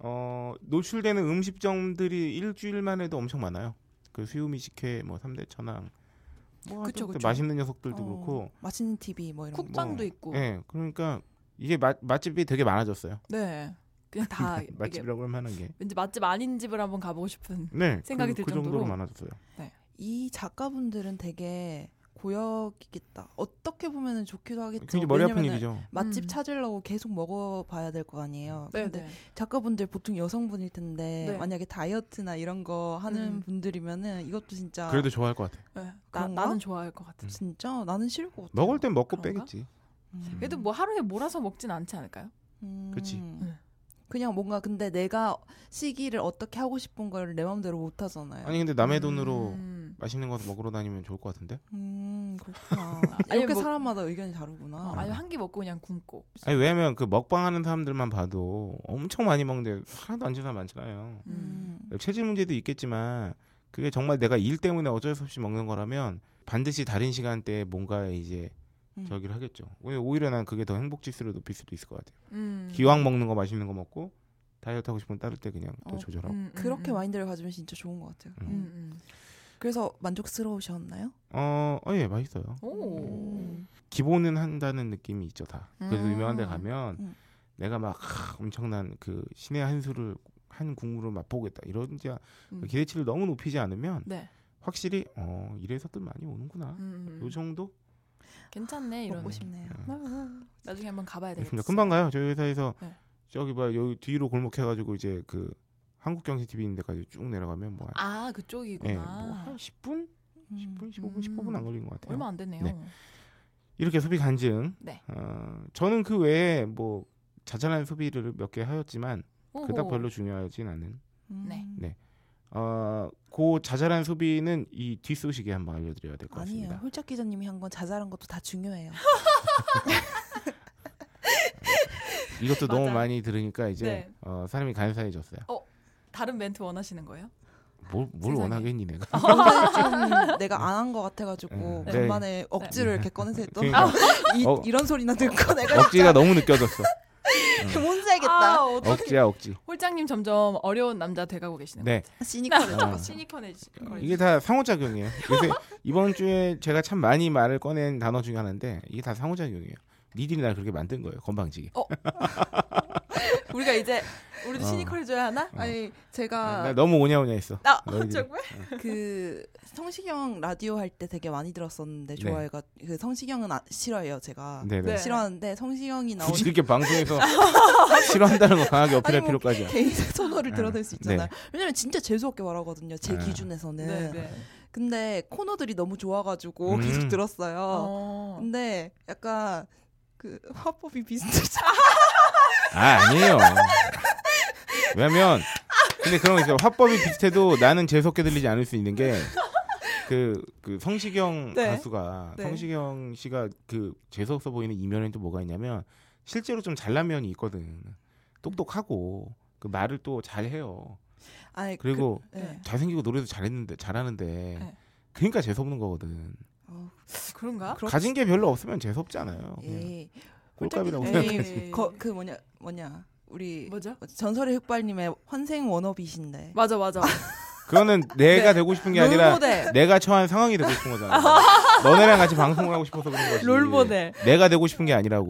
Speaker 2: 어, 노출되는 음식점들이 일주일만 해도 엄청 많아요. 그 수요미 식회 뭐 3대 천왕 뭐
Speaker 3: 그쵸,
Speaker 2: 하여튼
Speaker 3: 그쵸.
Speaker 2: 맛있는 녀석들도
Speaker 1: 어,
Speaker 2: 그렇고.
Speaker 1: 맛있는 TV 뭐 이런 거.
Speaker 3: 쿡방도
Speaker 2: 뭐,
Speaker 3: 있고.
Speaker 2: 예.
Speaker 3: 네.
Speaker 2: 그러니까 이게 맛 맛집이 되게 많아졌어요.
Speaker 3: 네. 그냥
Speaker 2: *laughs*
Speaker 3: 다 아, 이게
Speaker 2: 맛집이라고 할 만한 게.
Speaker 3: 왠지 맛집 아닌 집을 한번 가보고 싶은.
Speaker 2: 네.
Speaker 3: 생각이
Speaker 2: 그,
Speaker 3: 들
Speaker 2: 그 정도로
Speaker 3: 정도로.
Speaker 2: 많아졌어요.
Speaker 1: 이 작가분들은 되게 고역이겠다. 어떻게 보면은 좋기도 하겠죠.
Speaker 2: 굉장히 머리 아픈
Speaker 1: 왜냐면은
Speaker 2: 일이죠.
Speaker 1: 맛집
Speaker 3: 음.
Speaker 1: 찾으려고 계속 먹어봐야 될 거 아니에요.
Speaker 3: 네.
Speaker 1: 근데
Speaker 3: 네.
Speaker 1: 작가분들 보통 여성분일 텐데
Speaker 3: 네.
Speaker 1: 만약에 다이어트나 이런 거 하는
Speaker 3: 음.
Speaker 1: 분들이면은 이것도 진짜
Speaker 2: 그래도 좋아할 것 같아.
Speaker 3: 네. 나,
Speaker 1: 그런가?
Speaker 3: 나는 좋아할 것 같아.
Speaker 1: 진짜 나는 싫을 것 같아.
Speaker 2: 먹을 땐 먹고
Speaker 3: 그런가?
Speaker 2: 빼겠지.
Speaker 1: 음.
Speaker 3: 그래도 뭐 하루에 몰아서 먹진 않지 않을까요?
Speaker 1: 음.
Speaker 2: 그치.
Speaker 3: 네.
Speaker 1: 그냥 뭔가 근데 내가 시기를 어떻게 하고 싶은 걸 내 마음대로 못 하잖아요.
Speaker 2: 아니 근데 남의 돈으로
Speaker 3: 네. 음.
Speaker 2: 맛있는 거 먹으러 다니면 좋을 것 같은데.
Speaker 1: 음 그렇구나.
Speaker 3: *laughs* 아니,
Speaker 1: 이렇게
Speaker 3: 뭐-
Speaker 1: 사람마다 의견이 다르구나.
Speaker 3: 어, 아니면 한 끼 먹고 그냥 굶고.
Speaker 2: 아니 왜냐면 그 먹방 하는 사람들만 봐도 엄청 많이 먹는데 하나도 안 지는 사람 많잖아요.
Speaker 1: 음.
Speaker 2: 체질 문제도 있겠지만 그게 정말 내가 일 때문에 어쩔 수 없이 먹는 거라면 반드시 다른 시간대에 뭔가 이제
Speaker 1: 음.
Speaker 2: 저기를 하겠죠. 왜 오히려 난 그게 더 행복 지수를 높일 수도 있을 것 같아요.
Speaker 3: 음.
Speaker 2: 기왕 먹는 거 맛있는 거 먹고 다이어트 하고 싶으면 따를 때 그냥 또
Speaker 1: 어,
Speaker 2: 조절하고.
Speaker 3: 음, 음,
Speaker 1: 그렇게
Speaker 3: 음.
Speaker 1: 마인드를 가지면 진짜 좋은 것 같아요.
Speaker 3: 음,
Speaker 2: 음.
Speaker 3: 음.
Speaker 1: 그래서 만족스러우셨나요? 음.
Speaker 2: 어, 어, 예, 맛있어요.
Speaker 3: 오.
Speaker 2: 음. 기본은 한다는 느낌이 있죠 다. 그래서
Speaker 3: 음.
Speaker 2: 유명한 데 가면
Speaker 1: 음.
Speaker 2: 내가 막 하, 엄청난 그 신의 한 수를 한 국물을 맛보겠다 이런 이제
Speaker 3: 음.
Speaker 2: 기대치를 너무 높이지 않으면
Speaker 3: 네.
Speaker 2: 확실히 어 이래서들 많이 오는구나.
Speaker 3: 음,
Speaker 2: 요
Speaker 3: 음.
Speaker 2: 정도?
Speaker 3: 괜찮네 이런.
Speaker 1: 먹고 싶네요.
Speaker 2: 아,
Speaker 3: 나중에 한번 가봐야 되겠어.
Speaker 2: 알겠습니다. 금방 가요. 저희 회사에서
Speaker 3: 네.
Speaker 2: 저기 뭐야 여기 뒤로 골목 해가지고 이제 그 한국경제 TV 있는 데까지 쭉 내려가면 뭐 한-
Speaker 3: 아
Speaker 2: 예,
Speaker 3: 그쪽이구나.
Speaker 2: 뭐한 10분,
Speaker 1: 음.
Speaker 2: 10분, 15분, 15분
Speaker 3: 음.
Speaker 2: 안 걸린 것 같아요.
Speaker 3: 얼마 안 되네요.
Speaker 2: 네. 이렇게 소비 간증.
Speaker 3: 네.
Speaker 2: 어, 저는 그 외에 뭐 자잘한 소비를 몇 개 하였지만 그닥
Speaker 3: 오호.
Speaker 2: 별로 중요하진 않은.
Speaker 1: 음.
Speaker 3: 네.
Speaker 2: 네. 어, 그 자잘한 소비는 이 뒷소식에 한번 알려드려야 될 것
Speaker 1: 아니에요.
Speaker 3: *laughs*
Speaker 2: 같습니다.
Speaker 1: 홀짝 기자님이 한 건 자잘한 것도 다 중요해요.
Speaker 2: 이것도 너무
Speaker 3: 맞아요.
Speaker 2: 많이 들으니까 이제
Speaker 3: 네.
Speaker 2: 어, 사람이 간사해졌어요.
Speaker 3: 다른 멘트 원하시는 거예요?
Speaker 2: 뭘, 뭘
Speaker 3: 세상에. 아,
Speaker 2: 원하겠니 내가?
Speaker 1: 뭔가 좀 내가 안 한 것 같아가지고
Speaker 2: 음. 네.
Speaker 1: 간만에 억지로 이렇게 꺼내서 했던
Speaker 2: 그러니까
Speaker 1: *laughs* 이,
Speaker 2: 어.
Speaker 1: 이런 소리나 듣고 내가
Speaker 2: *laughs* 억지가 너무 느껴졌어. 음.
Speaker 1: 그 혼자겠다.
Speaker 3: 아, 어떡해.
Speaker 2: 억지야 억지.
Speaker 3: 홀장님 점점 어려운 남자 돼가고 계시는
Speaker 2: 네.
Speaker 1: 시니컬해.
Speaker 2: 아.
Speaker 3: 거예요. *laughs* 시니컬해지. 어,
Speaker 2: 이게 다 상호작용이에요. 요새 이번 주에 제가 참 많이 말을 꺼낸 단어 중에 하나인데 이게 다 상호작용이에요. 니들이 날 그렇게 만든 거예요. 건방지게.
Speaker 3: 우리가 이제 우리도
Speaker 2: 어.
Speaker 3: 시니컬해줘야 하나?
Speaker 1: 아니
Speaker 2: 나
Speaker 1: 제가
Speaker 2: 너무 오냐오냐 했어.
Speaker 3: 아
Speaker 2: 너희들이.
Speaker 3: 정말?
Speaker 2: 네.
Speaker 1: 그 성시경 라디오 할 때 되게 많이 들었었는데
Speaker 2: 네.
Speaker 1: 좋아해가 그 성시경은 아, 싫어해요 제가
Speaker 2: 네네.
Speaker 3: 네.
Speaker 1: 싫어하는데 성시경이 나온 *laughs*
Speaker 2: 굳이 이렇게 방송에서 싫어한다는 거 강하게
Speaker 1: 아니,
Speaker 2: 어필할
Speaker 1: 뭐
Speaker 2: 필요까지. 야
Speaker 1: 개인 선호를
Speaker 2: 네.
Speaker 1: 드러낼 수 있잖아요.
Speaker 2: 네.
Speaker 1: 왜냐면 진짜 재수 없게 말하거든요. 제
Speaker 2: 네.
Speaker 1: 기준에서는.
Speaker 3: 네. 네.
Speaker 1: 근데 코너들이 너무 좋아가지고
Speaker 2: 음.
Speaker 1: 계속 들었어요.
Speaker 3: 어.
Speaker 1: 근데 약간 그 화법이 비슷하지.
Speaker 2: 아 아니에요. 왜냐면 근데 그런 거 있어요. 화법이 비슷해도 나는 재수없게 들리지 않을 수 있는 게. 그, 그 성시경
Speaker 1: 네.
Speaker 2: 가수가
Speaker 1: 네.
Speaker 2: 성시경 씨가 그 재수없어 보이는 이면에 또 뭐가 있냐면 실제로 좀 잘난 면이 있거든 똑똑하고 그 말을 또 잘해요
Speaker 1: *laughs* 아니
Speaker 2: 그리고
Speaker 1: 그, 네.
Speaker 2: 잘생기고 노래도 잘했는데 잘하는데
Speaker 3: 네.
Speaker 2: 그러니까 재수없는 거거든
Speaker 1: 어,
Speaker 3: 그런가?
Speaker 1: 그렇-
Speaker 2: 가진 게 별로 없으면 재수없지 않아요 그냥
Speaker 1: 예.
Speaker 2: 꼴값이라고
Speaker 1: 홀짝이-
Speaker 2: 생각해
Speaker 1: 에이,
Speaker 3: 생각하지.
Speaker 1: 거, 그 뭐냐 뭐냐 우리
Speaker 3: 뭐죠?
Speaker 1: 전설의 흑발님의 환생 워너비신데.
Speaker 3: 맞아 맞아.
Speaker 2: 그거는 내가 되고 싶은 게 아니라
Speaker 3: 롤모델.
Speaker 2: 내가 처한 상황이 되고 싶은 거잖아 너네랑 같이 방송을 하고 싶어서 그런 거지
Speaker 3: 롤모델.
Speaker 2: 내가 되고 싶은 게 아니라고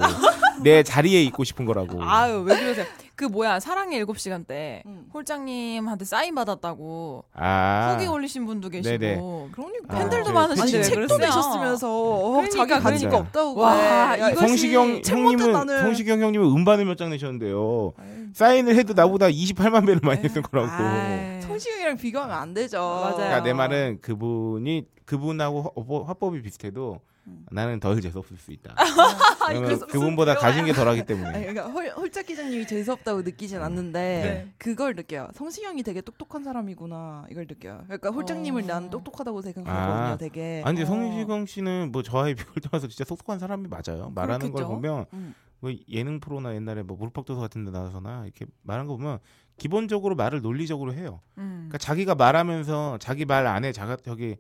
Speaker 2: 내 자리에 있고 싶은 거라고.
Speaker 3: 아유 왜 그러세요? 그 뭐야 사랑의 7시간 때
Speaker 1: 음.
Speaker 3: 홀장님한테 사인 받았다고
Speaker 2: 아.
Speaker 3: 후기 올리신 분도 계시고
Speaker 2: 네네.
Speaker 1: 그러니까
Speaker 3: 팬들도
Speaker 2: 아,
Speaker 1: 아니
Speaker 3: 많으신데
Speaker 2: 그치.
Speaker 3: 왜
Speaker 1: 책도
Speaker 3: 그러세요?
Speaker 1: 내셨으면서 어,
Speaker 3: 그러니까,
Speaker 1: 자기가 가진 게
Speaker 2: 그러니까.
Speaker 1: 없다고
Speaker 3: 와,
Speaker 1: 그래. 아, 야,
Speaker 3: 이것이
Speaker 2: 성시경
Speaker 1: 책 못한
Speaker 2: 형님은
Speaker 1: 나는.
Speaker 2: 성시경 형님은 음반을 몇 장 내셨는데요. 사인을 해도 나보다 28만 배를 많이 냈을 거라고.
Speaker 3: 아이.
Speaker 1: 성시경이랑 비교하면 안 되죠.
Speaker 3: 네. 맞아요.
Speaker 2: 그러니까 내 말은 그분이 그분하고 허- 허- 화법이 비슷해도
Speaker 1: 음.
Speaker 2: 나는 덜 재수 없을 수 있다.
Speaker 1: 아니,
Speaker 2: 왜냐면
Speaker 1: 그래서 무슨
Speaker 2: 그분보다
Speaker 1: 비교야.
Speaker 2: 가진 게 덜하기
Speaker 1: 아니,
Speaker 2: 때문에.
Speaker 1: 그러니까 홀, 홀짝 기자님이 재수 없다고 느끼진 않는데
Speaker 2: 음. 네.
Speaker 1: 그걸 느껴요. 성시경이 되게 똑똑한 사람이구나 이걸 느껴요. 그러니까 홀짝님을
Speaker 3: 어.
Speaker 1: 난 똑똑하다고 생각하거든요.
Speaker 2: 아.
Speaker 1: 되게
Speaker 2: 아니 근데
Speaker 3: 어.
Speaker 2: 성시경 씨는 뭐 저와의 비교를 떠나서 진짜 똑똑한 사람이 맞아요. 말하는 걸
Speaker 3: 그렇겠죠.
Speaker 2: 보면
Speaker 1: 음.
Speaker 2: 뭐 예능 프로나 옛날에 뭐 물박도서 같은 데 나와서나 이렇게 말한 거 보면 기본적으로 말을 논리적으로 해요.
Speaker 3: 음.
Speaker 2: 그러니까 자기가 말하면서 자기 말 안에 자가 저기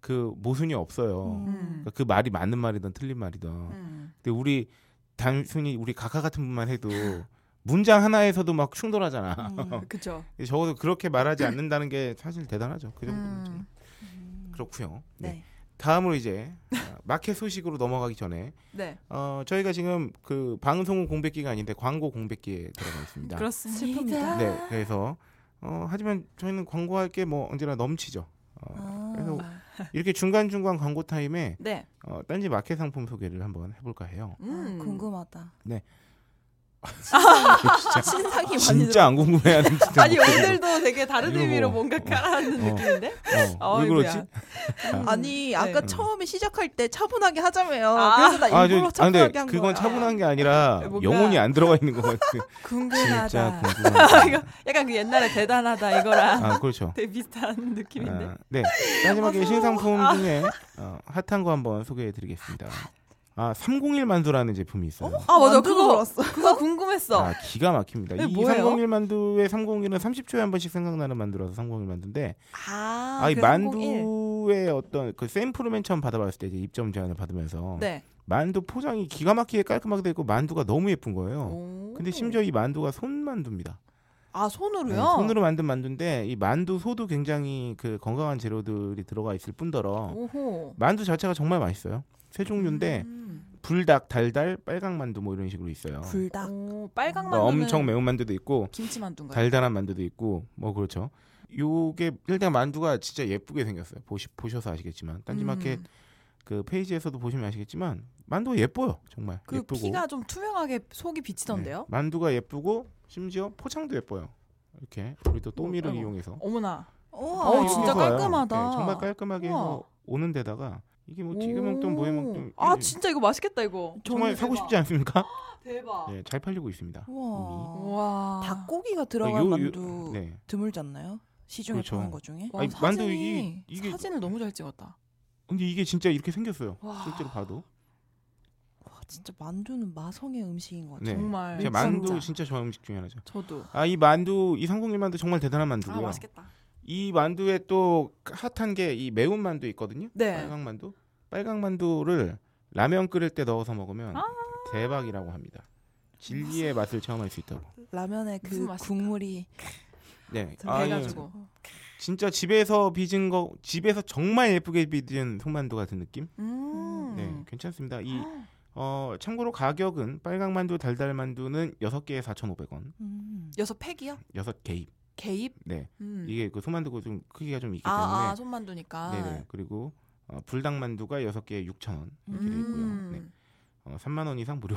Speaker 2: 그 모순이 없어요.
Speaker 1: 음.
Speaker 3: 음.
Speaker 2: 그러니까 그 말이 맞는 말이든 틀린 말이든.
Speaker 3: 음.
Speaker 2: 근데 우리 단순히 우리 각하 같은 분만 해도 문장 하나에서도 막 충돌하잖아.
Speaker 1: 음.
Speaker 3: 그쵸.
Speaker 2: 적어도 그렇게 말하지 않는다는 게 사실 대단하죠. 그 정도는 좀.
Speaker 3: 음.
Speaker 1: 음.
Speaker 2: 그렇고요. 네.
Speaker 1: 네.
Speaker 2: 다음으로 이제 어, 마켓 소식으로 넘어가기 전에
Speaker 3: 네.
Speaker 2: 어, 저희가 지금 그 방송 공백기가 아닌데 광고 공백기에 들어가 있습니다.
Speaker 3: 그렇습니다.
Speaker 2: 네, 그래서 어, 하지만 저희는 광고할 게 뭐 언제나 넘치죠. 어,
Speaker 1: 아.
Speaker 2: 그래서 이렇게 중간 중간 광고 타임에
Speaker 3: 네.
Speaker 2: 어, 딴지 마켓 상품 소개를 한번 해볼까 해요.
Speaker 1: 음.
Speaker 3: 음.
Speaker 1: 궁금하다.
Speaker 2: 네.
Speaker 1: 신상이 많이
Speaker 2: 아, 진짜 안 궁금해하는 진짜
Speaker 3: 아니
Speaker 2: 목소리로.
Speaker 3: 오늘도 되게 다른
Speaker 2: 이거
Speaker 3: 의미로
Speaker 2: 뭐,
Speaker 3: 뭔가
Speaker 2: 어.
Speaker 3: 깔아하는
Speaker 2: 어.
Speaker 3: 느낌인데.
Speaker 2: 어, 왜
Speaker 3: *laughs* 어이구야.
Speaker 2: 그렇지?
Speaker 1: 들어. 아니 아까
Speaker 2: 네.
Speaker 1: 처음에 시작할 때 차분하게 하자며요.
Speaker 3: 아.
Speaker 1: 그래서 나
Speaker 2: 아, 저,
Speaker 1: 일부러
Speaker 2: 아, 근데
Speaker 1: 차분하게 한 거야.
Speaker 2: 그건 차분한 게 아니라
Speaker 3: 뭔가-
Speaker 2: 영혼이 안 들어가 있는 것 같아.
Speaker 3: 궁금하다.
Speaker 2: 진짜 궁금하다.
Speaker 3: 약간 그 옛날에 대단하다 이거랑 *laughs*
Speaker 2: 아, 그렇죠.
Speaker 3: 되게 비슷한 느낌인데. 아.
Speaker 2: 아, 네. 마지막에 신상품 중에 어, 핫한 거 한번 소개해 드리겠습니다. 아, 301 만두라는 제품이 있어요.
Speaker 3: 아 맞아
Speaker 1: 만두도
Speaker 3: 그거
Speaker 1: 그랬어.
Speaker 3: 그거 궁금했어.
Speaker 2: 아, 기가 막힙니다.
Speaker 3: 이게
Speaker 2: 이
Speaker 3: 뭐예요?
Speaker 2: 301 만두의 301은 30초에 한 번씩 생각나는 만두라서 301 만두인데
Speaker 3: 아,
Speaker 2: 아, 이
Speaker 3: 그래서 001.
Speaker 2: 만두의 어떤 그 샘플을 맨 처음 받아봤을 때 이제 입점 제안을 받으면서
Speaker 3: 네.
Speaker 2: 만두 포장이 기가 막히게 깔끔하게 돼 있고 만두가 너무 예쁜 거예요.
Speaker 3: 오.
Speaker 2: 어. 근데 심지어 이 만두가 손만두입니다.
Speaker 3: 아 손으로요?
Speaker 2: 네, 손으로 만든 만두인데 이 만두 소도 굉장히 그 건강한 재료들이 들어가 있을 뿐더러
Speaker 3: 오호.
Speaker 2: 만두 자체가 정말 맛있어요. 세 종류인데
Speaker 3: 음.
Speaker 2: 불닭, 달달, 빨강 만두 뭐 이런 식으로 있어요.
Speaker 1: 불닭.
Speaker 3: 오, 빨강
Speaker 2: 그러니까
Speaker 3: 만두는
Speaker 2: 엄청 매운 만두도 있고
Speaker 3: 김치 만두인가요?
Speaker 2: 달달한 만두도 있고 뭐 그렇죠. 요게 일단 만두가 진짜 예쁘게 생겼어요. 보시, 보셔서 아시겠지만 딴지마켓
Speaker 3: 음.
Speaker 2: 그 페이지에서도 보시면 아시겠지만 만두가 예뻐요. 정말
Speaker 3: 그
Speaker 2: 예쁘고
Speaker 3: 피가 좀 투명하게 속이 비치던데요?
Speaker 2: 네, 만두가 예쁘고 심지어 포장도 예뻐요. 이렇게 우리 또 또미를
Speaker 3: 아이고.
Speaker 2: 이용해서
Speaker 3: 어머나.
Speaker 1: 우와.
Speaker 3: 어,
Speaker 2: 이렇게
Speaker 3: 진짜
Speaker 2: 해서 와요.
Speaker 3: 깔끔하다.
Speaker 2: 네, 정말 깔끔하게 해서
Speaker 3: 우와.
Speaker 2: 오는 데다가 이게 뭐
Speaker 3: 오.
Speaker 2: 튀김멍뚱 보해멍뚱
Speaker 3: 아 진짜 이거 맛있겠다 이거.
Speaker 2: 정말 사고 싶지
Speaker 3: *gasps*
Speaker 2: 않습니까?
Speaker 3: 대박.
Speaker 2: 네, 잘 팔리고 있습니다. 이미.
Speaker 1: 우와.
Speaker 3: 와.
Speaker 1: 닭고기가
Speaker 2: 어,
Speaker 1: 들어간
Speaker 2: 요- 요-
Speaker 1: 만두
Speaker 2: 네.
Speaker 1: 드물지 않나요? 시중에
Speaker 2: 그렇죠.
Speaker 1: 파는 것 중에?
Speaker 3: 와,
Speaker 2: 아니,
Speaker 3: 사진이
Speaker 2: 만두 이게- 이게-
Speaker 3: 사진을 너무 잘 찍었다.
Speaker 2: 근데 이게 진짜 이렇게 생겼어요.
Speaker 3: 와.
Speaker 2: 실제로 봐도.
Speaker 1: 와 아, 진짜 만두는 마성의 음식인 것 같아요.
Speaker 2: 네.
Speaker 3: 정말.
Speaker 2: 제가 만두
Speaker 3: 진짜.
Speaker 2: 진짜 좋아하는 음식 중에 하나죠.
Speaker 3: 저도.
Speaker 2: 아 이 만두 이301 만두 정말 대단한
Speaker 3: 아
Speaker 2: 만두고요.
Speaker 3: 맛있겠다.
Speaker 2: 이 만두에 또 핫한 게 이 매운 만두 있거든요.
Speaker 3: 네.
Speaker 2: 빨강 만두. 빨강 만두를 라면 끓일 때 넣어서 먹으면
Speaker 3: 아.
Speaker 2: 대박이라고 합니다. 진리의 맛을 체험할 수 있다고.
Speaker 1: 라면에
Speaker 3: 무슨
Speaker 1: 그
Speaker 3: 맛일까?
Speaker 1: 국물이
Speaker 2: 네.
Speaker 1: 좀
Speaker 2: 아, 예.
Speaker 3: 배가지고.
Speaker 2: 진짜 집에서 빚은 거 집에서 정말 예쁘게 빚은 손만두 같은 느낌?
Speaker 3: 음. 아.
Speaker 2: 네, 괜찮습니다. 이 어, 참고로 가격은 빨강만두, 달달만두는 6개에 4,500원.
Speaker 1: 음.
Speaker 3: 여섯 팩이요?
Speaker 2: 6개입.
Speaker 3: 개입?
Speaker 2: 네.
Speaker 3: 음.
Speaker 2: 이게 그 소만두고 좀 크기가 좀 있기 때문에.
Speaker 3: 아, 아 손만두니까.
Speaker 2: 네네. 그리고 어, 불닭만두가 6개에 6,000원 이렇게 돼 있고요.
Speaker 3: 음.
Speaker 2: 네. 어, 3만 원 이상 *laughs* 무료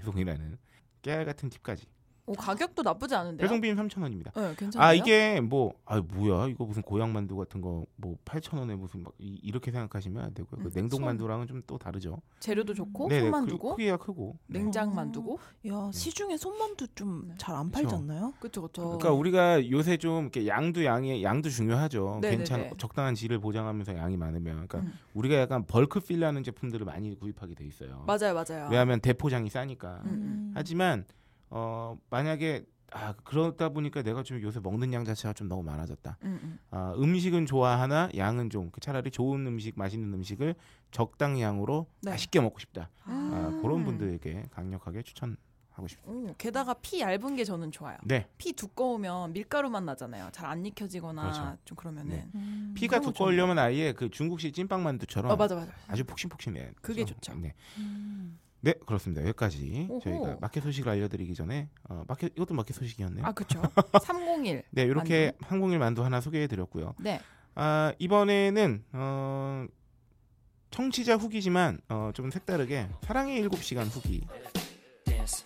Speaker 2: 배송이라는 깨알 같은 팁까지.
Speaker 3: 오, 가격도 나쁘지 않은데요?
Speaker 2: 배송비는 3,000원입니다.
Speaker 3: 네, 괜찮아요.
Speaker 2: 아 이게 뭐아 뭐야 이거 무슨 고향만두 같은 거 뭐 8,000원에 무슨 막 이, 이렇게 생각하시면 안 되고요. 그
Speaker 3: 음,
Speaker 2: 냉동만두랑은 좀 또 다르죠.
Speaker 3: 재료도 좋고
Speaker 2: 네네,
Speaker 3: 손만두고
Speaker 2: 그, 크기가 크고. 네.
Speaker 3: 냉장 만두고.
Speaker 1: 야 시중에 손만두 좀
Speaker 3: 네.
Speaker 1: 잘 안
Speaker 2: 그쵸.
Speaker 1: 팔지 않나요?
Speaker 3: 그쵸 그쵸.
Speaker 2: 그러니까 우리가 요새 좀 이렇게 양도 양이 양도 중요하죠.
Speaker 3: 네네네.
Speaker 2: 괜찮 적당한 질을 보장하면서 양이 많으면 그러니까
Speaker 3: 음.
Speaker 2: 우리가 약간 벌크 필라는 제품들을 많이 구입하게 돼 있어요.
Speaker 3: 맞아요 맞아요.
Speaker 2: 왜냐하면 대포장이 싸니까.
Speaker 3: 음.
Speaker 2: 하지만 어 만약에 아 그러다 보니까 내가 좀 요새 먹는 양 자체가 좀 너무 많아졌다.
Speaker 3: 음, 음.
Speaker 2: 아 음식은 좋아하나 양은 좀그 차라리 좋은 음식 맛있는 음식을 적당 양으로
Speaker 3: 네.
Speaker 2: 맛있게 먹고 싶다. 아
Speaker 3: 음.
Speaker 2: 그런 분들에게 강력하게 추천하고 싶다.
Speaker 3: 오, 음, 게다가 피 얇은 게 저는 좋아요.
Speaker 2: 네
Speaker 3: 피 두꺼우면 밀가루 맛 나잖아요. 잘 안 익혀지거나
Speaker 2: 그렇죠.
Speaker 3: 좀 그러면은.
Speaker 1: 음.
Speaker 2: 피가
Speaker 3: 그런 거
Speaker 2: 두꺼우려면 아예 그 중국식 찐빵 만두처럼
Speaker 3: 어 맞아 맞아.
Speaker 2: 아주 폭신폭신해.
Speaker 3: 그게 좋죠.
Speaker 2: 네.
Speaker 1: 음.
Speaker 2: 네 그렇습니다. 여기까지
Speaker 3: 오호.
Speaker 2: 저희가 마켓 소식을 알려드리기 전에 어, 마켓 이것도 마켓 소식이었네요.
Speaker 3: 아
Speaker 2: *laughs*
Speaker 3: 그렇죠. 301.
Speaker 2: 네 이렇게 항공일 만두 하나 소개해드렸고요.
Speaker 3: 네.
Speaker 2: 아, 이번에는 어, 청취자 후기지만 어, 좀 색다르게 사랑의 7시간 후기
Speaker 5: dance.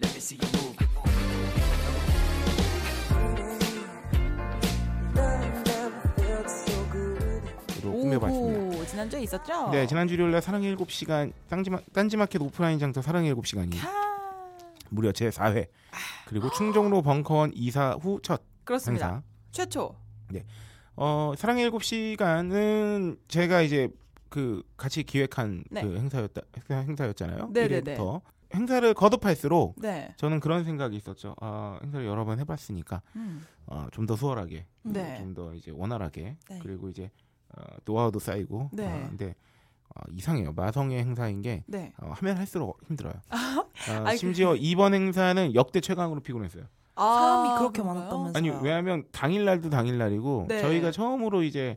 Speaker 5: Let me see you move.
Speaker 2: 로 꾸며봤습니다.
Speaker 3: 오호, 지난주에 있었죠?
Speaker 2: 네 지난 주 일요일날 사랑의 7시간 쌍지마, 딴지마켓 오프라인 장터 사랑의 7시간이
Speaker 3: 캬.
Speaker 2: 무려 제 4회 그리고 충정로 벙커원 이사 후 첫
Speaker 3: 그렇습니다.
Speaker 2: 행사
Speaker 3: 최초.
Speaker 2: 어, 사랑의 7시간은 제가 이제 그 같이 기획한
Speaker 3: 네.
Speaker 2: 그 행사였다 행사였잖아요.
Speaker 3: 네네네.
Speaker 2: 일요일부터 행사를 거듭할수록
Speaker 3: 네.
Speaker 2: 저는 그런 생각이 있었죠. 아, 행사를 여러 번 해봤으니까
Speaker 3: 음.
Speaker 2: 어, 좀 더 수월하게,
Speaker 3: 네.
Speaker 2: 좀 더 이제 원활하게,
Speaker 1: 네.
Speaker 2: 그리고 이제 어, 노하우도 쌓이고.
Speaker 3: 네.
Speaker 2: 어, 근데 어, 이상해요. 마성의 행사인 게
Speaker 3: 네.
Speaker 2: 어, 하면 할수록 힘들어요. 어,
Speaker 3: 아이, 그
Speaker 2: 심지어 이번 행사는 역대 최강으로 피곤했어요.
Speaker 1: 사람이 그렇게
Speaker 3: 아, 그런가요?
Speaker 1: 많았다면서요?
Speaker 2: 아니 왜냐하면 당일날도 당일날이고
Speaker 3: 네.
Speaker 2: 저희가 처음으로 이제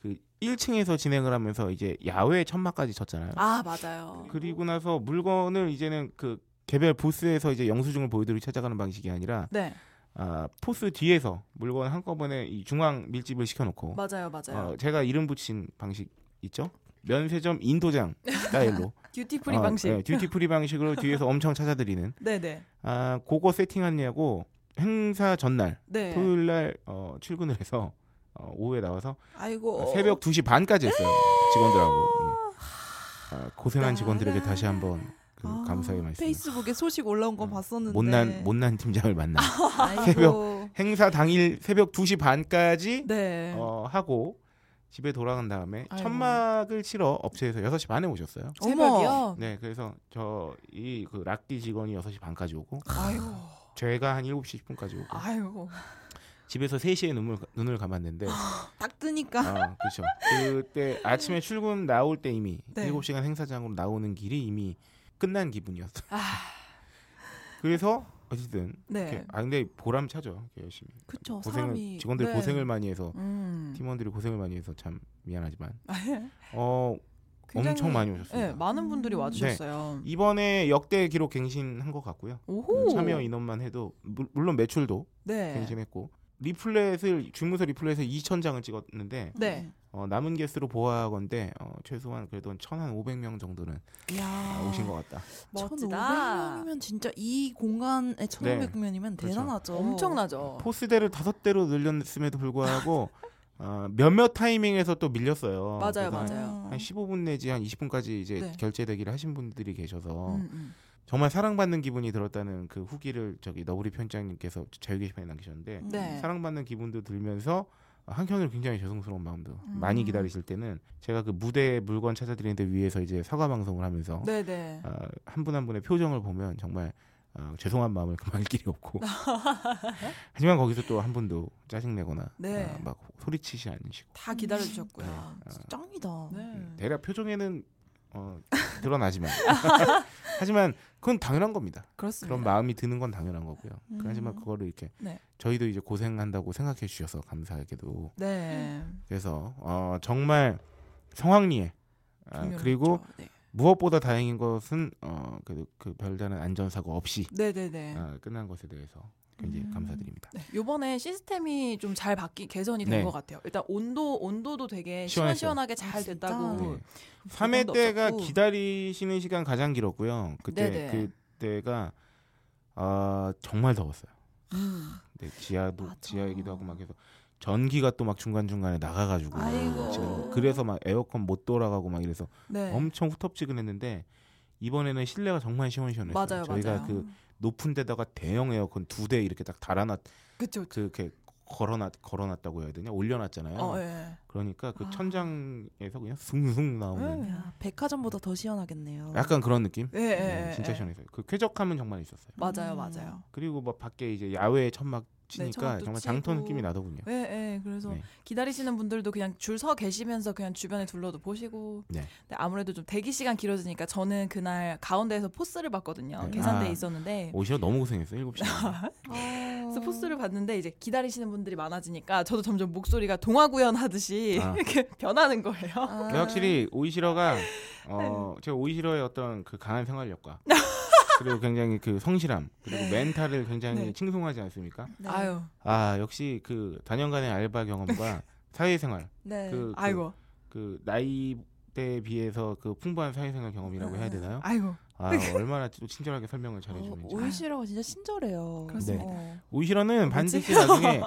Speaker 2: 그 1층에서 진행을 하면서 이제 야외 천막까지 쳤잖아요.
Speaker 3: 아 맞아요.
Speaker 2: 그리고 나서 물건을 이제는 그 개별 부스에서 이제 영수증을 보여드리고 찾아가는 방식이 아니라
Speaker 3: 네.
Speaker 2: 아, 포스 뒤에서 물건 한꺼번에 이 중앙 밀집을 시켜놓고
Speaker 3: 맞아요, 맞아요.
Speaker 2: 어, 제가 이름 붙인 방식 있죠? 면세점 인도장
Speaker 3: *laughs*
Speaker 2: 스타일로
Speaker 3: 듀티프리
Speaker 2: 어,
Speaker 3: 방식.
Speaker 2: 네, 듀티프리 방식으로 뒤에서 엄청 찾아드리는
Speaker 3: 네, 네.
Speaker 2: 아 그거 세팅하냐고 행사 전날
Speaker 3: 네.
Speaker 2: 토요일 날 어, 출근을 해서 어, 오후에 나와서
Speaker 1: 아이고
Speaker 2: 새벽 2시 반까지 했어요 직원들하고 네. 아, 고생한 직원들에게 다시 한번 그
Speaker 1: 아,
Speaker 2: 감사의 말씀
Speaker 1: 페이스북에 소식 올라온 건
Speaker 2: 어,
Speaker 1: 봤었는데
Speaker 2: 못난 못난 팀장을 만나
Speaker 1: 아이고.
Speaker 2: 새벽. 행사 당일 새벽 2시 반까지
Speaker 3: 네.
Speaker 2: 어, 하고 집에 돌아간 다음에
Speaker 3: 아이고.
Speaker 2: 천막을 치러 업체에서 6시 반에 오셨어요.
Speaker 3: 새벽이요.
Speaker 2: 네, 그래서 저 이 그 락기 직원이 6시 반까지 오고
Speaker 3: 아이고.
Speaker 2: 제가 한 7시 10분까지 오고
Speaker 3: 아이고.
Speaker 2: 집에서 3시에 눈물, 눈을 감았는데
Speaker 1: 딱 뜨니까
Speaker 2: 아, 그렇죠. 그때 아침에 출근 나올 때 이미
Speaker 3: 네.
Speaker 2: 7시간 행사장으로 나오는 길이 이미 끝난 기분이었어요.
Speaker 3: 아,
Speaker 2: 그래서 어쨌든 이렇게,
Speaker 3: 네. 어,
Speaker 2: 아 근데 보람 차죠. 이렇게 열심히
Speaker 1: 그쵸
Speaker 2: 고생을
Speaker 1: 사람이
Speaker 2: 직원들
Speaker 3: 네.
Speaker 2: 고생을 많이 해서
Speaker 3: 음.
Speaker 2: 팀원들이 고생을 많이 해서 참 미안하지만
Speaker 3: 아, 예.
Speaker 2: 어
Speaker 3: 굉장히-
Speaker 2: 엄청 많이 오셨습니다.
Speaker 3: 네, 많은 분들이
Speaker 1: 음.
Speaker 3: 와주셨어요.
Speaker 2: 이번에 역대 기록 갱신한 것 같고요. 음,
Speaker 3: 오호.
Speaker 2: 참여 인원만 해도 물- 물론 매출도
Speaker 3: 네.
Speaker 2: 갱신했고 리플렛을 주문서 리플렛을 2천 장을 찍었는데
Speaker 3: 네.
Speaker 2: 어, 남은 개수로 보아하건데 어, 최소한 그래도 한1,500명 500명 정도는
Speaker 1: 야
Speaker 2: 아, 오신 것 같다.
Speaker 3: 멋지다.
Speaker 1: 1,500명이면 진짜 이 공간에 1,500명이면
Speaker 2: 그렇죠.
Speaker 1: 대단하죠.
Speaker 3: 어. 엄청나죠.
Speaker 2: 어, 포스대를 다섯 대로 늘렸음에도 불구하고 어, 몇몇 타이밍에서 또 밀렸어요.
Speaker 3: 맞아요,
Speaker 2: 그래서 한-
Speaker 3: 맞아요.
Speaker 2: 네. 한 15분 내지 한 20분까지 이제
Speaker 3: 네.
Speaker 2: 결제 대기를 하신 분들이 계셔서
Speaker 3: 음, 음.
Speaker 2: 정말 사랑받는 기분이 들었다는 그 후기를 저기 너구리 편장님께서 자유 게시판에 남기셨는데
Speaker 3: 네.
Speaker 2: 음, 사랑받는 기분도 들면서 한켠으로 굉장히 죄송스러운 마음도
Speaker 3: 음.
Speaker 2: 많이 기다리실 때는 제가 그 무대에 물건 찾아드리는데 위에서 이제 사과 방송을 하면서
Speaker 3: 네, 네.
Speaker 2: 아, 한 분 한 분의 표정을 보면 정말 어, 죄송한 마음을 금할 길이
Speaker 3: *laughs*
Speaker 2: 없고 하지만 거기서 또 한 분도 짜증내거나
Speaker 3: 네.
Speaker 2: 어, 막 소리치지 않으시고
Speaker 3: 다 기다려 주셨고요.
Speaker 1: 짱이다.
Speaker 3: 네.
Speaker 2: 음, 대략 표정에는 어,
Speaker 3: *laughs*
Speaker 2: 드러나지만 *laughs* 하지만 그건 당연한 겁니다.
Speaker 3: 그렇습니다.
Speaker 2: 그런 마음이 드는 건 당연한 거고요.
Speaker 1: 음.
Speaker 2: 하지만 그거를 이렇게
Speaker 3: 네.
Speaker 2: 저희도 이제 고생한다고 생각해 주셔서 감사하게도
Speaker 3: 네.
Speaker 2: 그래서 어, 정말 성황리에 아,
Speaker 3: 분명히
Speaker 2: 그리고
Speaker 3: 있죠. 네.
Speaker 2: 무엇보다 다행인 것은 어, 그, 그 별다른 안전 사고 없이
Speaker 3: 네, 네, 네.
Speaker 2: 아, 끝난 것에 대해서 굉장히
Speaker 1: 음.
Speaker 2: 그 감사드립니다.
Speaker 3: 네, 요번에 시스템이 좀 잘 바뀌 개선이 된
Speaker 2: 네.
Speaker 3: 것 같아요. 일단 온도 온도도 되게
Speaker 2: 시원했어요.
Speaker 3: 시원시원하게 잘
Speaker 1: 아, 진짜?
Speaker 3: 됐다고.
Speaker 2: 네.
Speaker 1: 음.
Speaker 2: 3회
Speaker 3: 불편도
Speaker 2: 때가
Speaker 3: 뭐 없었고.
Speaker 2: 기다리시는 시간 가장 길었고요. 그때
Speaker 3: 네네.
Speaker 2: 그때가 아, 정말 더웠어요.
Speaker 3: 음.
Speaker 2: 네, 지하도
Speaker 1: 맞아.
Speaker 2: 지하이기도 하고 막 해서 전기가 또 막 중간 중간에 나가가지고
Speaker 3: 아이고.
Speaker 2: 지금 뭐 그래서 막 에어컨 못 돌아가고 막 이래서
Speaker 3: 네.
Speaker 2: 엄청 후텁지근했는데 이번에는 실내가 정말 시원시원했어요.
Speaker 3: 맞아요,
Speaker 2: 저희가
Speaker 3: 맞아요.
Speaker 2: 그 높은 데다가 대형 에어컨 두 대 이렇게 딱 달아놨
Speaker 3: 그쵸. 그쵸.
Speaker 2: 그렇게 걸어놨 걸어놨다고 해야 되냐 올려놨잖아요.
Speaker 3: 어, 예.
Speaker 2: 그러니까 그
Speaker 1: 아.
Speaker 2: 천장에서 그냥 숭숭 나오는
Speaker 3: 네.
Speaker 1: 야, 백화점보다 더 시원하겠네요.
Speaker 2: 약간 그런 느낌.
Speaker 3: 예, 예,
Speaker 2: 네,
Speaker 3: 예,
Speaker 2: 진짜
Speaker 3: 예.
Speaker 2: 시원했어요. 그 쾌적함은 정말 있었어요.
Speaker 3: 맞아요,
Speaker 1: 음.
Speaker 3: 맞아요.
Speaker 2: 그리고 뭐 밖에 이제 야외 천막 치니까
Speaker 3: 네, 천막도
Speaker 2: 정말 장터
Speaker 3: 치고.
Speaker 2: 느낌이 나더군요.
Speaker 3: 예, 예. 그래서
Speaker 2: 네.
Speaker 3: 기다리시는 분들도 그냥 줄 서 계시면서 그냥 주변에 둘러도 보시고.
Speaker 2: 네.
Speaker 3: 근데 아무래도 좀 대기 시간 길어지니까 저는 그날 가운데에서 포스를 봤거든요.
Speaker 2: 네.
Speaker 3: 계산대에
Speaker 2: 아.
Speaker 3: 있었는데. *laughs*
Speaker 2: 오시러 너무 고생했어요. 7시.
Speaker 1: 아,
Speaker 3: 그래서 포스를 봤는데 이제 기다리시는 분들이 많아지니까 저도 점점 목소리가 동화구연 하듯이
Speaker 2: 아.
Speaker 3: 이렇게 *laughs* 변하는 거예요.
Speaker 1: 아,
Speaker 2: 근데 확실히 오이시러가 어
Speaker 3: 네.
Speaker 2: 제가 오이시러의 어떤 그 강한
Speaker 3: *laughs*
Speaker 2: 생활력과 그리고 굉장히 그 성실함 그리고
Speaker 1: 네.
Speaker 2: 멘탈을 굉장히
Speaker 3: 네.
Speaker 2: 칭송하지 않습니까?
Speaker 1: 네.
Speaker 3: *laughs* 아유,
Speaker 2: 아 역시 그 단연간의 알바
Speaker 3: *laughs*
Speaker 2: 경험과 사회생활
Speaker 1: 네.
Speaker 2: 그, 그,
Speaker 3: 아이고,
Speaker 2: 그 나이 대에 비해서 그 풍부한 사회생활 경험이라고 해야 되나요?
Speaker 3: 아이고.
Speaker 2: 아
Speaker 3: 네.
Speaker 2: 얼마나 또 친절하게 설명을
Speaker 3: 어,
Speaker 2: 잘해주는지
Speaker 1: 어, 오이시라가 진짜 친절해요.
Speaker 3: 그렇습니다.
Speaker 1: 어.
Speaker 2: 네. 오이시러는 반드시
Speaker 3: *laughs*
Speaker 2: 나중에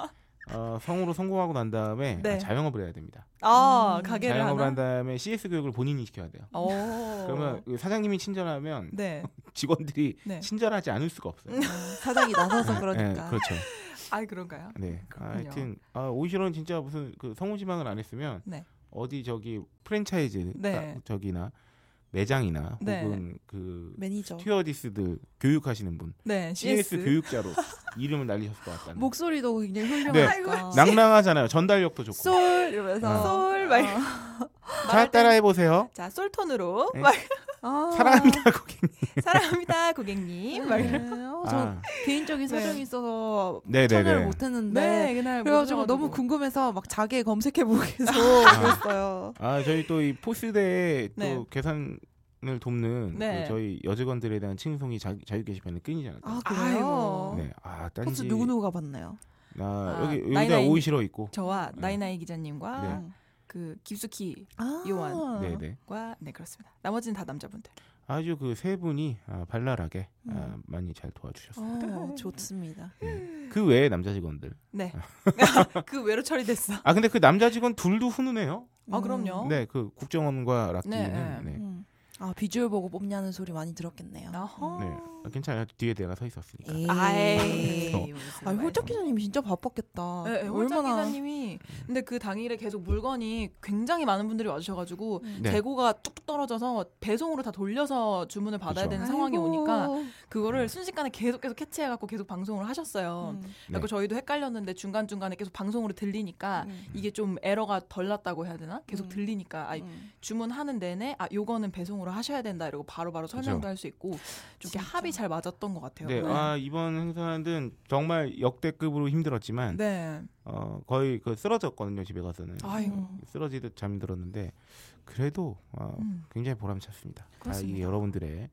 Speaker 2: 어, 성우로 성공하고 난 다음에
Speaker 3: 네.
Speaker 2: 자영업을 해야 됩니다.
Speaker 3: 아
Speaker 1: 음.
Speaker 3: 가게를
Speaker 2: 자영업을 한
Speaker 3: 하나. 어.
Speaker 2: 다음에 CS 교육을 본인이 시켜야 돼요.
Speaker 3: 오.
Speaker 2: 그러면 그 사장님이 친절하면 *laughs*
Speaker 3: 네.
Speaker 2: 직원들이
Speaker 3: 네. 음,
Speaker 2: 친절하지 않을 수가 없어요.
Speaker 1: 어, 사장이 나서서
Speaker 2: 예,
Speaker 1: 그러니까.
Speaker 2: 그렇죠.
Speaker 3: 아 그런가요?
Speaker 2: 네.
Speaker 3: 그렇군요.
Speaker 2: 하여튼 아, 오이시로는 진짜 무슨 그 성우 지망을 안 했으면
Speaker 3: 네.
Speaker 2: 어디 저기 프랜차이즈
Speaker 3: 네.
Speaker 2: 아, 저기나 매장이나
Speaker 3: 네.
Speaker 2: 혹은 그
Speaker 1: 매니저.
Speaker 2: 스튜어디스들 교육하시는 분
Speaker 3: 네.
Speaker 2: CS,
Speaker 3: CS. 뭐
Speaker 2: 교육자로 이름을 날리셨을 것 같다는.
Speaker 1: 목소리도 굉장히
Speaker 2: 네.
Speaker 1: 훌륭하니까.
Speaker 2: 낭낭하잖아요. 전달력도 좋고.
Speaker 1: 솔 이러면서
Speaker 2: 아.
Speaker 3: 솔 말.
Speaker 1: 어.
Speaker 2: 잘 따라해 보세요.
Speaker 3: 자 솔톤으로
Speaker 2: 네.
Speaker 3: 말
Speaker 1: 아.
Speaker 2: 사랑합니다, 고객님.
Speaker 3: 사랑합니다 고객님. 말.
Speaker 1: 네. 어, 저
Speaker 2: 아,
Speaker 1: 개인적인
Speaker 3: 네.
Speaker 1: 사정이 있어서
Speaker 2: 네, 네,
Speaker 1: 참여를
Speaker 2: 네.
Speaker 1: 못했는데
Speaker 3: 네 그날
Speaker 1: 뭐 그래가지고
Speaker 3: 못
Speaker 1: 너무
Speaker 3: 와가지고.
Speaker 1: 궁금해서 막 자기 검색해보고 계속 그랬어요.
Speaker 2: 아 저희 또 이 포스대에
Speaker 3: 네.
Speaker 2: 또 계산을 돕는
Speaker 3: 네.
Speaker 2: 그 저희 여직원들에 대한 칭송이 자, 자유 게시판에 끊이지 않을까.
Speaker 1: 아 그래요?
Speaker 3: 아이고.
Speaker 2: 네. 아,
Speaker 1: 포스
Speaker 2: 딴지
Speaker 1: 누구누구 가봤나요?
Speaker 2: 나
Speaker 3: 아,
Speaker 2: 여기 여기다
Speaker 3: 나이나이.
Speaker 2: 오이시러 있고.
Speaker 3: 저와
Speaker 2: 네.
Speaker 3: 나이나이 기자님과
Speaker 1: 어.
Speaker 2: 네.
Speaker 3: 그 깊숙이
Speaker 1: 아.
Speaker 3: 요한.
Speaker 2: 네, 네.
Speaker 3: 과, 네 그렇습니다. 나머지는 다 남자분들.
Speaker 2: 아주 그 세 분이 아, 발랄하게 아,
Speaker 1: 음.
Speaker 2: 많이 잘 도와주셨어요.
Speaker 1: 어, 좋습니다.
Speaker 2: 그 외에 남자 직원들.
Speaker 3: 네. *laughs* 그 외로 처리됐어.
Speaker 2: 아, 근데 그 남자 직원 둘도 훈훈해요.
Speaker 3: 아
Speaker 1: 어?
Speaker 3: 그럼요.
Speaker 2: 네, 그 국정원과
Speaker 3: 네,
Speaker 2: 락기는
Speaker 1: 음.
Speaker 2: 네.
Speaker 1: 음. 아 비주얼 보고 뽑냐는 소리 많이 들었겠네요.
Speaker 3: 어허.
Speaker 2: 네. 아, 괜찮아요. 뒤에 내가 서 있었으니까.
Speaker 1: 에이.
Speaker 2: 네.
Speaker 3: 아이. 무슨
Speaker 1: 아
Speaker 3: 말이야.
Speaker 1: 홀짝 기자님이 진짜 바빴겠다.
Speaker 3: 네, 네, 홀짝 네, 기자님이 근데 그 당일에 계속 물건이 굉장히 많은 분들이 와주셔가지고
Speaker 2: 네.
Speaker 3: 재고가 뚝뚝 떨어져서 배송으로 다 돌려서 주문을 받아야
Speaker 2: 그쵸.
Speaker 3: 되는 상황이 오니까
Speaker 1: 아이고.
Speaker 3: 그거를 순식간에 계속 계속 캐치해갖고 계속 방송을 하셨어요.
Speaker 1: 음.
Speaker 2: 네.
Speaker 3: 그리고 저희도 헷갈렸는데 중간 중간에 계속 방송으로 들리니까
Speaker 1: 음.
Speaker 3: 이게 좀 에러가 덜 났다고 해야 되나? 계속
Speaker 1: 음.
Speaker 3: 들리니까 아,
Speaker 1: 음.
Speaker 3: 주문하는 내내 아 요거는 배송으로 하셔야 된다 이러고 바로바로 설명도
Speaker 2: 그죠.
Speaker 3: 할 수 있고 좀 이렇게
Speaker 1: 진짜.
Speaker 3: 합이 잘 맞았던 것 같아요. 음.
Speaker 2: 네, 아 이번 행사는 정말 역대급으로 힘들었지만
Speaker 3: 네.
Speaker 2: 어, 거의 그 쓰러졌거든요 집에 가서는
Speaker 3: 아이고.
Speaker 2: 쓰러지듯 잠이 들었는데 그래도 어,
Speaker 3: 음.
Speaker 2: 굉장히 보람찼습니다. 아,
Speaker 3: 그렇습니다.
Speaker 2: 이게 여러분들의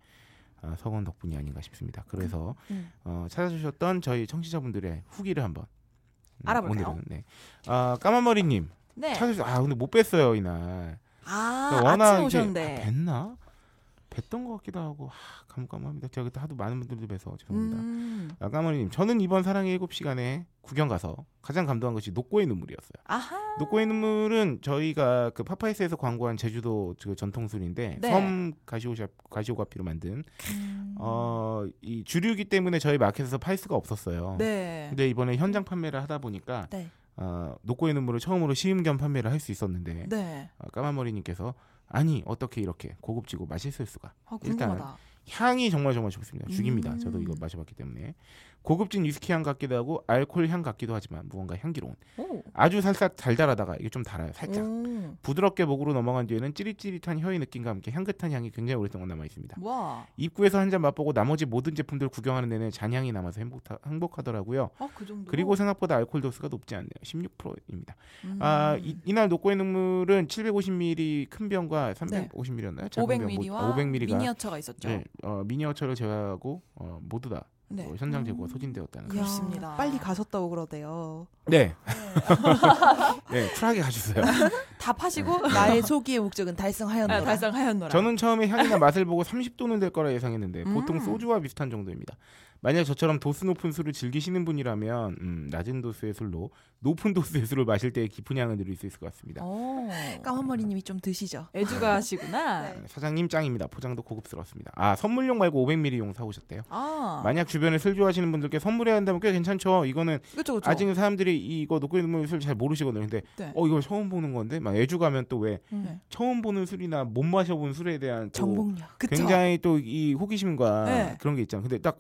Speaker 2: 아, 성원 덕분이 아닌가 싶습니다. 그래서
Speaker 3: 네.
Speaker 1: 음.
Speaker 2: 어, 찾아주셨던 저희 청취자분들의 후기를 한번 음,
Speaker 3: 알아볼까요?
Speaker 2: 오늘은 네. 아 까만머리님
Speaker 3: 네.
Speaker 2: 찾아주 아 근데 못 뵀어요 이날.
Speaker 3: 아,
Speaker 2: 그러니까 워낙
Speaker 3: 아침에
Speaker 2: 이제
Speaker 3: 오셨는데.
Speaker 2: 아, 뵀나? 뵀던 것 같기도 하고 아, 감감합니다. 제가 그때 하도 많은 분들도 뵈서 죄송합니다.
Speaker 3: 음.
Speaker 2: 아, 까머리님, 저는 이번 사랑의 일곱 시간에 구경 가서 가장 감동한 것이 녹고의 눈물이었어요.
Speaker 3: 아하.
Speaker 2: 녹고의 눈물은 저희가 그 파파이스에서 광고한 제주도 그 전통 술인데
Speaker 3: 네.
Speaker 2: 섬 가시오샵 가시오가피로 만든
Speaker 3: 음.
Speaker 2: 어, 이 주류기 때문에 저희 마켓에서 팔 수가 없었어요.
Speaker 3: 네.
Speaker 2: 근데 이번에 현장 판매를 하다 보니까
Speaker 1: 네.
Speaker 2: 어, 녹고의 눈물을 처음으로 시음 겸 판매를 할 수 있었는데
Speaker 3: 네.
Speaker 2: 어, 까만머리님께서 아니 어떻게 이렇게 고급지고 맛있을 수가
Speaker 3: 아, 궁금하다.
Speaker 2: 향이 정말 정말 좋습니다. 죽입니다.
Speaker 3: 음.
Speaker 2: 저도 이거 마셔봤기 때문에 고급진 위스키 향 같기도 하고 알코올 향 같기도 하지만 무언가 향기로운
Speaker 3: 오.
Speaker 2: 아주 살짝 달달하다가 이게 좀 달아요.
Speaker 3: 음.
Speaker 2: 살짝
Speaker 3: 오.
Speaker 2: 부드럽게 목으로 넘어간 뒤에는 찌릿찌릿한 혀의 느낌과 함께 향긋한 향이 굉장히 오랫동안 남아 있습니다.
Speaker 3: 와.
Speaker 2: 입구에서 한 잔 맛보고 나머지 모든 제품들 구경하는 내내 잔향이 남아서 행복하, 행복하더라고요.
Speaker 3: 아, 그 정도.
Speaker 2: 그리고 생각보다 알코올 도수가 높지 않네요. 16%입니다.
Speaker 3: 음.
Speaker 2: 아 이, 이날 녹고의 눈물은 750ml 큰 병과 350ml였나요?
Speaker 3: 500ml와
Speaker 2: 500ml가
Speaker 3: 미니어처가 있었죠.
Speaker 2: 뭐 네,
Speaker 3: 네.
Speaker 2: 어, 미니어처를 제외하고 어, 모두 다 어, 현장 재고가
Speaker 1: 음. 이야,
Speaker 2: 소진되었다는. 거.
Speaker 3: 그렇습니다.
Speaker 1: 빨리 가셨다고 그러대요.
Speaker 2: 네. *laughs* 네, 쿨하게 가주세요.
Speaker 3: 다 파시고
Speaker 1: 나의 소기의 목적은 달성하였노라.
Speaker 3: *laughs* 아, 달성하였노라.
Speaker 2: 네. 저는 처음에 향이나 맛을 보고 30도는 될 거라 예상했는데 보통
Speaker 3: 음.
Speaker 2: 소주와 비슷한 정도입니다. 만약 저처럼 도수 높은 술을 즐기시는 분이라면 음, 낮은 도수의 술로 높은 도수의 술을 마실 때의 깊은 향을 느낄 수 있을 것 같습니다.
Speaker 3: 오.
Speaker 1: 까만머리님이 좀 드시죠.
Speaker 3: 애주가시구나.
Speaker 2: 네, 사장님 짱입니다. 포장도 고급스럽습니다. 아 선물용 말고 500ml용 사오셨대요.
Speaker 3: 아.
Speaker 2: 만약 주변에 술 좋아하시는 분들께 선물해야 한다면 꽤 괜찮죠. 이거는
Speaker 3: 그렇죠. 그렇죠.
Speaker 2: 아직은 사람들이 이거 녹고 눈물 술잘 모르시거든요. 근데
Speaker 3: 네.
Speaker 2: 어 이거 처음 보는 건데 막 애주 가면 또 왜
Speaker 1: 음.
Speaker 2: 처음 보는 술이나 못 마셔본 술에 대한 또
Speaker 1: 정복력.
Speaker 3: 그쵸.
Speaker 2: 굉장히 또 이 호기심과
Speaker 3: 네.
Speaker 2: 그런 게 있잖아요. 근데 딱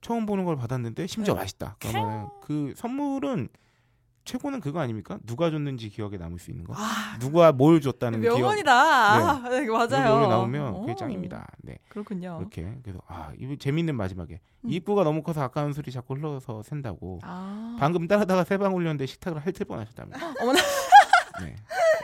Speaker 2: 처음 보는 걸 받았는데 심지어
Speaker 3: 네.
Speaker 2: 맛있다. 그러면 그 선물은 최고는 그거 아닙니까? 누가 줬는지 기억에 남을 수 있는 거.
Speaker 3: 아,
Speaker 2: 누가 뭘 줬다는 기억.
Speaker 3: 명언이다. 네, 맞아요.
Speaker 2: 노래 나오면 그게
Speaker 3: 오,
Speaker 2: 짱입니다. 네.
Speaker 3: 그렇군요.
Speaker 2: 이렇게 그래서 아 이거 재밌는 마지막에
Speaker 3: 음.
Speaker 2: 입구가 너무 커서 아까운 술이 자꾸 흘러서 샌다고
Speaker 3: 아,
Speaker 2: 방금 따라다가 세 방울 렸는데 식탁을 핥을 뻔하셨다며.
Speaker 3: *laughs* 어머나.
Speaker 2: 네.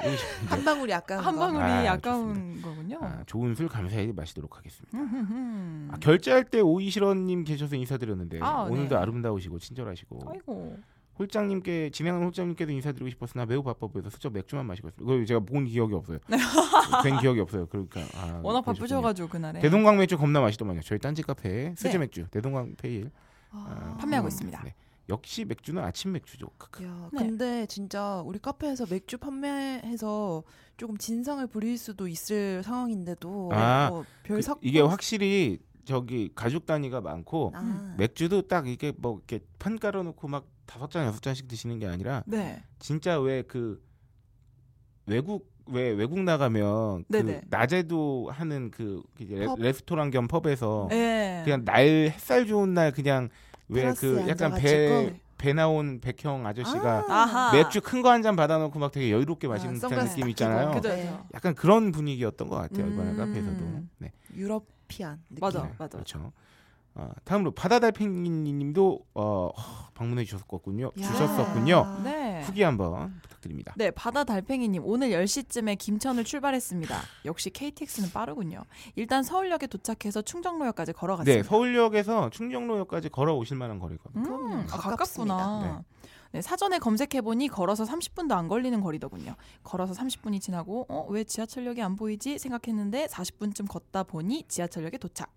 Speaker 2: 이거 쉽-
Speaker 1: 한 방울이 아까운
Speaker 3: 한
Speaker 1: 거.
Speaker 3: 방울이
Speaker 2: 아,
Speaker 3: 아, 까운 거군요.
Speaker 2: 아, 좋은 술 감사히 마시도록 하겠습니다.
Speaker 3: 음, 음, 음.
Speaker 2: 아, 결제할 때 오이시러님 계셔서 인사드렸는데
Speaker 3: 아,
Speaker 2: 오늘도
Speaker 3: 네.
Speaker 2: 아름다우시고 친절하시고
Speaker 3: 아이고.
Speaker 2: 홀장님께 진행하는 홀장님께도 인사드리고 싶었으나 매우 바빠 보여서 슬쩍 맥주만 마시고 있습니다. 그걸 제가 본 기억이 없어요. *laughs* 된 기억이 없어요. 그러니까 아,
Speaker 3: 네. *laughs*
Speaker 2: 그러셨군요.
Speaker 3: 워낙 바쁘셔가지고 그날에
Speaker 2: 대동강 맥주 겁나 맛있더만요. 저희 딴지 카페에 수제
Speaker 3: 네.
Speaker 2: 맥주 대동강 페일
Speaker 1: 아,
Speaker 3: 판매하고
Speaker 2: 음,
Speaker 3: 있습니다.
Speaker 2: 네. 역시 맥주는 아침 맥주죠. 크크.
Speaker 1: 야,
Speaker 3: 네.
Speaker 1: 근데 진짜 우리 카페에서 맥주 판매해서 조금 진상을 부릴 수도 있을 상황인데도 어,
Speaker 2: 아,
Speaker 1: 뭐별 사
Speaker 2: 이게 확실히 저기 가족 단위가 많고
Speaker 1: 아,
Speaker 2: 맥주도 딱 이게 뭐 이렇게 판 깔아놓고 막 다섯 잔 여섯 잔씩 드시는 게 아니라
Speaker 3: 네.
Speaker 2: 진짜 왜 그 외국 왜 외국 나가면 그
Speaker 3: 네네.
Speaker 2: 낮에도 하는 그 이제
Speaker 1: 펍.
Speaker 2: 레, 스토랑겸 펍에서
Speaker 3: 네.
Speaker 2: 어, 그냥 날 햇살 좋은 날 그냥 왜 그
Speaker 1: 테라스에
Speaker 2: 약간 배 배
Speaker 1: 앉아가지고.
Speaker 2: 나온 백형 아저씨가
Speaker 3: 아하.
Speaker 2: 맥주 큰 거 한 잔 받아놓고 막 되게 여유롭게 마시는
Speaker 1: 아,
Speaker 2: 듯한
Speaker 1: 선글라스
Speaker 2: 느낌
Speaker 1: 딱
Speaker 2: 있잖아요.
Speaker 1: 끼고.
Speaker 3: 그죠,
Speaker 1: 네.
Speaker 3: 그죠.
Speaker 2: 약간 그런 분위기였던 것 같아요 이번에
Speaker 3: 음.
Speaker 2: 카페에서도. 네,
Speaker 1: 유러피안 느낌.
Speaker 3: 맞아.
Speaker 2: 네, 그렇죠. 어, 다음으로 바다달팽이님도 어, 허, 방문해 주셨었군요.
Speaker 1: 야.
Speaker 2: 주셨었군요.
Speaker 3: 네.
Speaker 2: 후기 한번 부탁드립니다.
Speaker 3: 네, 바다 달팽이님 오늘 10시쯤에 김천을 출발했습니다. 역시 KTX는 빠르군요. 일단 서울역에 도착해서 충정로역까지 걸어갔습니다.
Speaker 2: 네, 서울역에서 충정로역까지 걸어오실 만한 거리거든요.
Speaker 3: 음, 아,
Speaker 1: 가깝습니다.
Speaker 3: 가깝구나. 네, 사전에 검색해보니 걸어서 30분도 안 걸리는 거리더군요. 걸어서 30분이 지나고 어, 왜 지하철역이 안 보이지 생각했는데 40분쯤 걷다 보니 지하철역에 도착.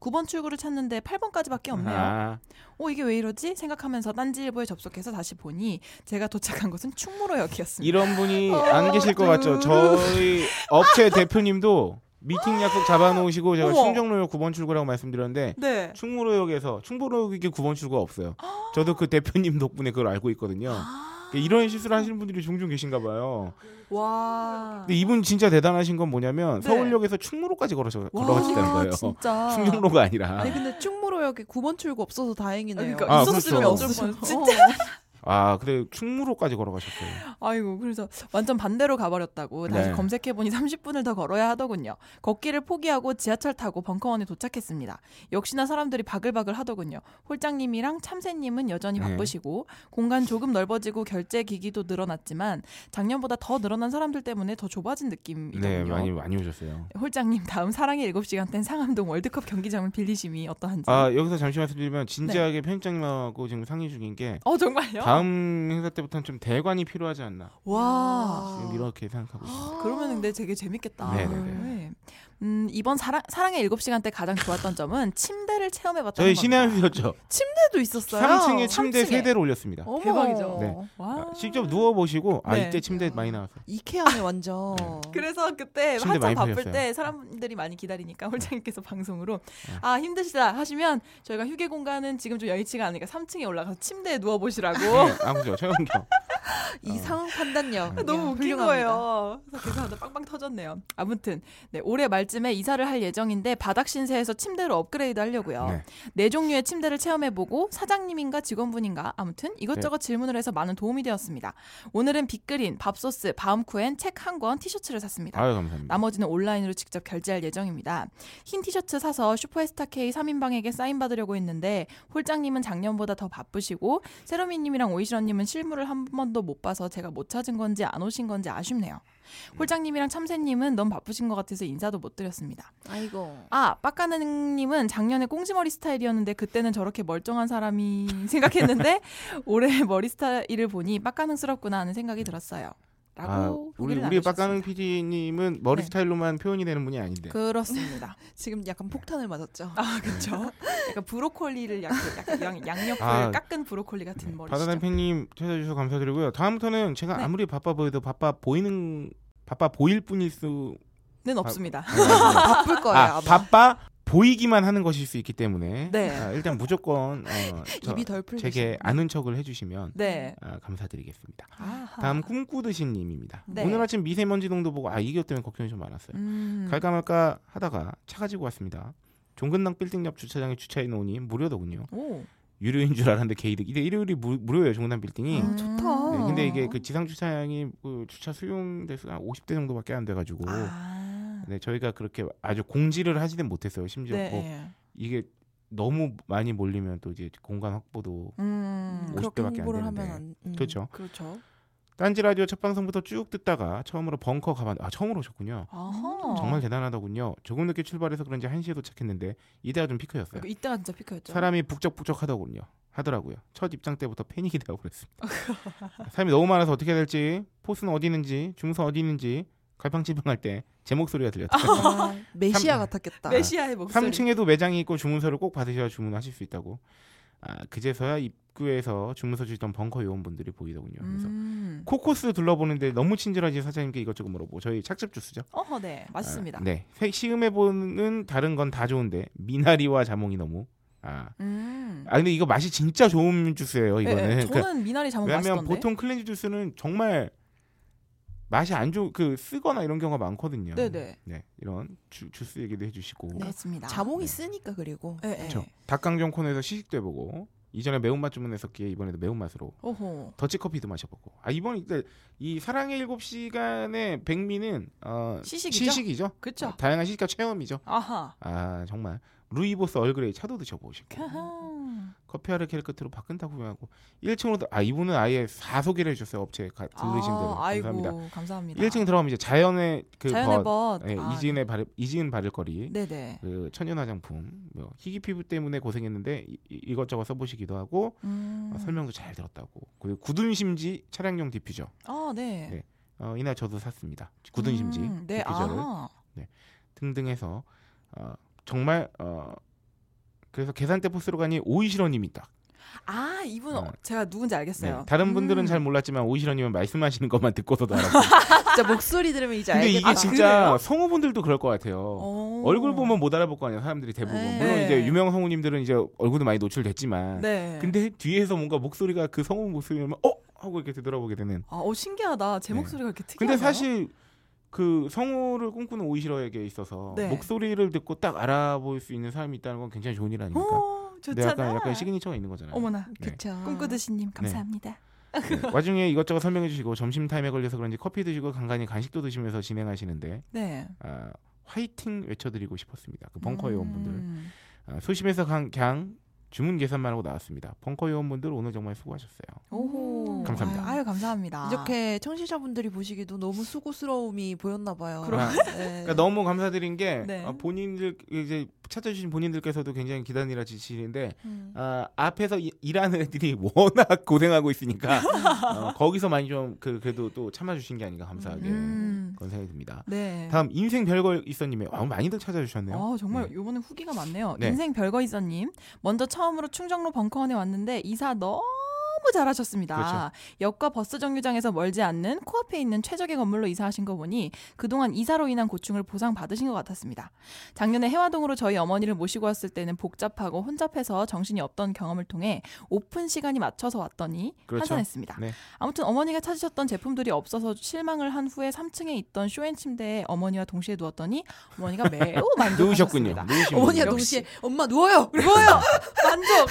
Speaker 3: 9번 출구를 찾는데 8번까지밖에 없네요.
Speaker 2: 아,
Speaker 3: 어, 이게 왜 이러지 생각하면서 딴지일보에 접속해서 다시 보니 제가 도착한 곳은 충무로역이었습니다.
Speaker 2: 이런 분이
Speaker 3: 어,
Speaker 2: 안 계실 것 같죠? 저희 업체 대표님도 미팅 약속 잡아놓으시고 제가
Speaker 3: 어머.
Speaker 2: 충정로역 9번 출구라고 말씀드렸는데
Speaker 3: 네.
Speaker 2: 충무로역에서 충무로역이 9번 출구가 없어요. 저도 그 대표님 덕분에 그걸 알고
Speaker 3: *gasps*
Speaker 2: 있거든요. 그러니까 이런 실수를 하시는 분들이 종종 계신가 봐요.
Speaker 3: 와.
Speaker 2: 근데 이분 진짜 대단하신 건 뭐냐면
Speaker 3: 아. 네.
Speaker 2: 서울역에서 충무로까지 걸어서
Speaker 3: 와,
Speaker 2: 걸어가시다는 거예요.
Speaker 3: 진짜. 아.
Speaker 2: 충정로가 아니라.
Speaker 1: 아니 근데 충무로역에 9번 출구 없어서 다행이네요.
Speaker 3: 그러니까
Speaker 2: 아,
Speaker 3: 있었으면
Speaker 2: 그렇죠.
Speaker 3: 어쩔 뻔. 진짜.
Speaker 2: 아, 그래 충무로까지 걸어가셨어요.
Speaker 3: 아이고 그래서 완전 반대로 가버렸다고 다시
Speaker 2: 네.
Speaker 3: 검색해보니 30분을 더 걸어야 하더군요. 걷기를 포기하고 지하철 타고 벙커원에 도착했습니다. 역시나 사람들이 바글바글 하더군요. 홀장님이랑 참새님은 여전히
Speaker 2: 네.
Speaker 3: 바쁘시고 공간 조금 넓어지고 결제 기기도 늘어났지만 작년보다 더 늘어난 사람들 때문에 더 좁아진 느낌이거든요.
Speaker 2: 네, 많이 많이 오셨어요.
Speaker 3: 홀장님 다음 사랑의 7시간 땐 상암동 월드컵 경기장을 빌리심이 어떠한지.
Speaker 2: 아 여기서 잠시 말씀드리면
Speaker 3: 네.
Speaker 2: 진지하게 편집장님하고 지금 상의 중인 게
Speaker 3: 어 정말요?
Speaker 2: 다음 행사 때부터는 좀 대관이 필요하지 않나
Speaker 3: 와.
Speaker 2: 지금 이렇게 생각하고 있어요.
Speaker 3: 그러면
Speaker 1: 아.
Speaker 3: 근데 되게 재밌겠다.
Speaker 2: 네네네.
Speaker 3: 네. 음, 이번 사랑, 사랑의 7시간 때 가장 좋았던 점은 아, 침대를 체험해봤다는
Speaker 2: 저희 신의 한 수였죠.
Speaker 1: 침대도 있었어요.
Speaker 2: 3층에 침대
Speaker 3: 3층에.
Speaker 2: 세대를 올렸습니다.
Speaker 3: 어머.
Speaker 1: 대박이죠.
Speaker 2: 네.
Speaker 3: 와.
Speaker 2: 아, 직접 누워 보시고 아
Speaker 3: 네.
Speaker 2: 이때 침대 많이 나왔어요.
Speaker 1: 이케아네 완전.
Speaker 3: 그래서 그때
Speaker 2: 침대
Speaker 3: 한참
Speaker 2: 많이
Speaker 3: 바쁠
Speaker 2: 팔렸어요. 아. 음.
Speaker 3: 때 사람들이 많이 기다리니까 홀장님께서 방송으로 아 힘드시다 하시면 저희가 휴게 공간은 지금 좀 여의치가 않으니까 3층에 올라가서 침대에 누워보시라고
Speaker 2: 네, 아 그죠 최영경. 어.
Speaker 1: 이 상황 판단력
Speaker 3: *laughs* 아, 너무
Speaker 1: 야,
Speaker 3: 웃긴
Speaker 1: 훌륭합니다.
Speaker 3: 거예요. 그래서 계산하다 빵빵 터졌네요. 아무튼 네, 올해 말쯤에 이사를 할 예정인데 바닥 신세에서 침대로 업그레이드 하려고요.
Speaker 2: 네.
Speaker 3: 네 종류의 침대를 체험해보고 사장님인가 직원분인가 아무튼 이것저것
Speaker 2: 네.
Speaker 3: 질문을 해서 많은 도움이 되었습니다. 오늘은 빅그린, 밥소스, 바움쿠엔 책 한 권, 티셔츠를 샀습니다.
Speaker 2: 아유 감사합니다.
Speaker 3: 나머지는 온라인으로 직접 결제할 예정입니다. 흰 티셔츠 사서 슈퍼에스타 K 3인방에게 사인 받으려고 했는데 홀장님은 작년보다 더 바쁘시고 세로미님이랑 오이시런님은 실물을 한 번도 못 봐서 제가 못 찾은 건지 안 오신 건지 아쉽네요.
Speaker 2: 음.
Speaker 3: 홀장님이랑 참새님은 너무 바쁘신 것 같아서 인사도 못 드렸습니다.
Speaker 1: 아이고.
Speaker 3: 아, 빡가는님은 작년에 꽁지머리 스타일이었는데 그때는 저렇게 멀쩡한 사람이 *laughs* 생각했는데 올해 머리 스타일을 보니 빡가능스럽구나 하는 생각이 들었어요. 라고
Speaker 2: 아, 우리
Speaker 3: 후기를
Speaker 2: 우리
Speaker 3: 남겨주셨습니다.
Speaker 2: 빡가는 PD님은 머리
Speaker 3: 네.
Speaker 2: 스타일로만 표현이 되는 분이 아닌데.
Speaker 3: 그렇습니다.
Speaker 1: 지금 약간 폭탄을 맞았죠.
Speaker 3: 아 그렇죠. 약간 브로콜리를 약간, 약간 양, 양옆을
Speaker 2: 아,
Speaker 3: 깎은 브로콜리 같은 머리.
Speaker 2: 바다단 팬님 찾아주셔서 감사드리고요. 다음부터는 제가
Speaker 3: 네.
Speaker 2: 아무리 바빠 보여도 바빠 보이는 바빠 보일 뿐일
Speaker 3: *laughs*
Speaker 2: 수.
Speaker 3: 는 없습니다.
Speaker 1: 바쁠 거예요.
Speaker 2: 아,
Speaker 1: 아, 마
Speaker 2: 바빠 보이기만 하는 것일 수 있기 때문에
Speaker 3: 네.
Speaker 2: 아, 일단 무조건
Speaker 3: *laughs*
Speaker 2: 어, 저,
Speaker 1: 입이 덜 풀리죠.
Speaker 2: 제게 아는 척을 해주시면
Speaker 3: 네.
Speaker 2: 아, 감사드리겠습니다.
Speaker 3: 아하.
Speaker 2: 다음 꿈꾸듯이님입니다.
Speaker 3: 네.
Speaker 2: 오늘 아침 미세먼지 농도 보고 아 이것 때문에 걱정이 좀 많았어요.
Speaker 3: 음.
Speaker 2: 갈까 말까 하다가 차 가지고 왔습니다. 종근당 빌딩 옆 주차장에 주차해 놓으니 무료더군요.
Speaker 3: 오.
Speaker 2: 유료인 줄 알았는데 게이득. 이게 일요일이 무, 무료예요 종단 빌딩이.
Speaker 3: 음.
Speaker 1: 아, 좋다.
Speaker 2: 네,
Speaker 1: 어.
Speaker 2: 근데 이게 그 지상 주차량이 그 주차 수용 대수가 한 50대 정도밖에 안 돼가지고
Speaker 3: 아.
Speaker 2: 네, 저희가 그렇게 아주 공지를 하지는 못했어요. 심지어
Speaker 3: 네.
Speaker 2: 뭐
Speaker 3: 예.
Speaker 2: 이게 너무 많이 몰리면 또 이제 공간 확보도
Speaker 3: 음.
Speaker 2: 오십-
Speaker 1: 그렇게
Speaker 2: 50대밖에 안
Speaker 1: 홍보를 하면
Speaker 2: 되는데.
Speaker 1: 안 음.
Speaker 2: 그렇죠. *laughs*
Speaker 3: 그렇죠.
Speaker 2: 딴지 라디오 첫 방송부터 쭉 듣다가 처음으로 벙커 가봤는데 아 처음으로 오셨군요.
Speaker 3: 아하.
Speaker 2: 정말 대단하더군요. 조금 늦게 출발해서 그런지 1시에 도착했는데 이때가 좀 피크였어요.
Speaker 3: 그러니까 이때가 진짜 피크였죠.
Speaker 2: 사람이 북적북적하더군요. 하더라고요. 첫 입장 때부터 패닉이 되고 그랬습니다. 아, 사람이 너무 많아서 어떻게 해야 될지, 포스는 어디 있는지, 주무선 어디 있는지, 갈팡질팡 할때 제 목소리가
Speaker 3: *laughs*
Speaker 2: 들렸다.
Speaker 1: 아, 메시아
Speaker 2: 삼-
Speaker 1: 같았겠다.
Speaker 3: 메시아의 목소리.
Speaker 2: 3층에도 매장이 있고 주문서를 꼭 받으셔야 주문하실 수 있다고. 아, 그제서야 입구에서 주문서 주시던 벙커 요원분들이 보이더군요. 그래서
Speaker 3: 음.
Speaker 2: 코코스 둘러보는데 너무 친절하신 사장님께 이것저것 물어보고 저희 착즙 주스죠.
Speaker 3: 어허, 네. 맞습니다.
Speaker 2: 아, 네. 세- 시음해보는 다른 건 다 좋은데 미나리와 자몽이 너무 아.
Speaker 3: 음.
Speaker 2: 아 근데 이거 맛이 진짜 좋은 주스예요
Speaker 3: 예, 예.
Speaker 2: 이거는. 그러니까
Speaker 3: 저는 미나리 자몽
Speaker 2: 왜냐하면
Speaker 3: 맛있던데.
Speaker 2: 보통 클렌즈 주스는 정말 맛이 안 좋, 그 쓰거나 이런 경우가 많거든요.
Speaker 3: 네네.
Speaker 2: 네, 이런 주, 주스 얘기도 해주시고.
Speaker 3: 그렇습니다.
Speaker 1: 자몽이
Speaker 2: 네.
Speaker 1: 쓰니까 그리고
Speaker 3: 예, 예.
Speaker 2: 그렇죠. 닭강정 코너에서 시식도 해보고 이전에 매운맛 주문했었기에 이번에도 매운맛으로
Speaker 3: 오호.
Speaker 2: 더치커피도 마셔보고. 아 이번 이때 이 사랑의 일곱 시간의 백미는 어,
Speaker 3: 시식이죠?
Speaker 2: 시식이죠.
Speaker 3: 그렇죠.
Speaker 2: 다양한 시식과 체험이죠.
Speaker 3: 아하.
Speaker 2: 아 정말 루이보스 얼그레이 차도 드셔보시고
Speaker 3: 아하.
Speaker 2: 커피 하루 캐릭 끝으로 바꾼다 구매하고 1층으로 아 이분은 아예 다 소개를 해주셨어요 업체 가, 들르신 대로
Speaker 3: 아, 아이고,
Speaker 2: 감사합니다.
Speaker 3: 감사합니다.
Speaker 2: 1층 들어가면 이제 자연의 그
Speaker 3: 자연의
Speaker 2: 벗,
Speaker 3: 벗.
Speaker 2: 예,
Speaker 3: 아,
Speaker 2: 이지은의 바를 이지은 바를 거리
Speaker 3: 네네.
Speaker 2: 그 천연 화장품 뭐 희귀 피부 때문에 고생했는데 이, 이- 이것저것 써보시기도 하고
Speaker 3: 음.
Speaker 2: 어, 설명도 잘 들었다고 그리고 굳은 심지 차량용 디퓨저
Speaker 3: 아, 네.
Speaker 2: 네, 어, 이날 저도 샀습니다 굳은 심지
Speaker 3: 음, 네,
Speaker 2: 디퓨저를
Speaker 3: 아하.
Speaker 2: 등등해서 어, 정말 어, 그래서 계산대 포스로 가니 오이시러님이 딱
Speaker 3: 아, 이분 어,
Speaker 2: 네.
Speaker 3: 제가 누군지 알겠어요.
Speaker 2: 네, 다른 분들은
Speaker 3: 음.
Speaker 2: 잘 몰랐지만 오이시러님은 말씀하시는 것만 듣고서도 알았어요.
Speaker 1: 진짜 목소리 들으면 이제
Speaker 2: 근데
Speaker 1: 알겠다.
Speaker 2: 이게 진짜 성우분들도 그럴 것 같아요.
Speaker 3: 오.
Speaker 2: 얼굴 보면 뭐 못 알아볼 거 아니에요. 사람들이 대부분.
Speaker 1: 네.
Speaker 2: 물론 이제 유명 성우님들은 이제 얼굴도 많이 노출됐지만.
Speaker 3: 네.
Speaker 2: 근데 뒤에서 뭔가 목소리가 그 성우 목소리면 어 하고 이렇게 되돌아보게 되는.
Speaker 3: 아, 어 신기하다. 제
Speaker 2: 네.
Speaker 3: 목소리가 이렇게 특이하네요.
Speaker 2: 근데 사실 그 성우를 꿈꾸는 오이시러에게 있어서
Speaker 3: 네.
Speaker 2: 목소리를 듣고 딱 알아볼 수 있는 사람이 있다는 건 굉장히 좋은 일 아닙니까?
Speaker 3: 오,
Speaker 2: 근데
Speaker 3: 어, 좋잖아.
Speaker 2: 약간 약간 시그니처가 있는 거잖아요.
Speaker 3: 어머나.
Speaker 2: 네.
Speaker 1: 그쵸.
Speaker 3: 꿈꾸듯이님 감사합니다.
Speaker 2: 네, *laughs* 와중에 이것저것 설명해 주시고 점심 타임에 걸려서 그런지 커피 드시고 간간히 간식도 드시면서 진행하시는데
Speaker 3: 네.
Speaker 2: 아, 화이팅 외쳐드리고 싶었습니다. 그 벙커 요원분들
Speaker 3: 음.
Speaker 2: 아, 소심해서 간- 그냥 주문 계산만 하고 나왔습니다. 벙커 요원분들 오늘 정말 수고하셨어요.
Speaker 3: 오호.
Speaker 2: 감사합니다.
Speaker 3: 아유, 아유, 감사합니다.
Speaker 1: 이렇게 청취자분들이 보시기도 너무 수고스러움이 보였나 봐요.
Speaker 2: 그럼-
Speaker 1: 네.
Speaker 2: 아, *laughs* 그러니까 너무 감사드린 게
Speaker 3: 네.
Speaker 2: 아, 본인들 이제 찾아주신 본인들께서도 굉장히 기단이라 지시는데
Speaker 1: 음.
Speaker 2: 아, 앞에서 이- 일하는 애들이 *laughs* 워낙 고생하고 있으니까 어, 거기서 많이 좀 그, 그래도 또 참아주신 게 아닌가 감사하게
Speaker 3: 음.
Speaker 2: 그런 생각이 듭니다.
Speaker 3: 네.
Speaker 2: 다음 인생 별걸 있어님의 아, 많이들 찾아주셨네요.
Speaker 3: 아, 정말
Speaker 2: 네.
Speaker 3: 요번에 후기가 많네요.
Speaker 2: 네.
Speaker 3: 인생 별거 있어님. 먼저 처음으로 충정로 벙커원에 왔는데 이사 너무 잘하셨습니다.
Speaker 2: 그렇죠.
Speaker 3: 역과 버스 정류장에서 멀지 않는 코앞에 있는 최적의 건물로 이사하신 거 보니 그동안 이사로 인한 고충을 보상받으신 것 같았습니다. 작년에 해화동으로 저희 어머니를 모시고 왔을 때는 복잡하고 혼잡해서 정신이 없던 경험을 통해 오픈 시간이 맞춰서 왔더니
Speaker 2: 그렇죠.
Speaker 3: 한산했습니다.
Speaker 2: 네.
Speaker 3: 아무튼 어머니가 찾으셨던 제품들이 없어서 실망을 한 후에 3층에 있던 쇼앤 침대에 어머니와 동시에 누웠더니 어머니가
Speaker 2: *laughs*
Speaker 3: 매우
Speaker 2: 누우셨군요.
Speaker 3: 만족하셨습니다.
Speaker 2: 누우신
Speaker 1: 어머니가
Speaker 2: 분이요.
Speaker 1: 동시에 엄마 누워요.
Speaker 2: *laughs*
Speaker 3: 뭐요? 만족.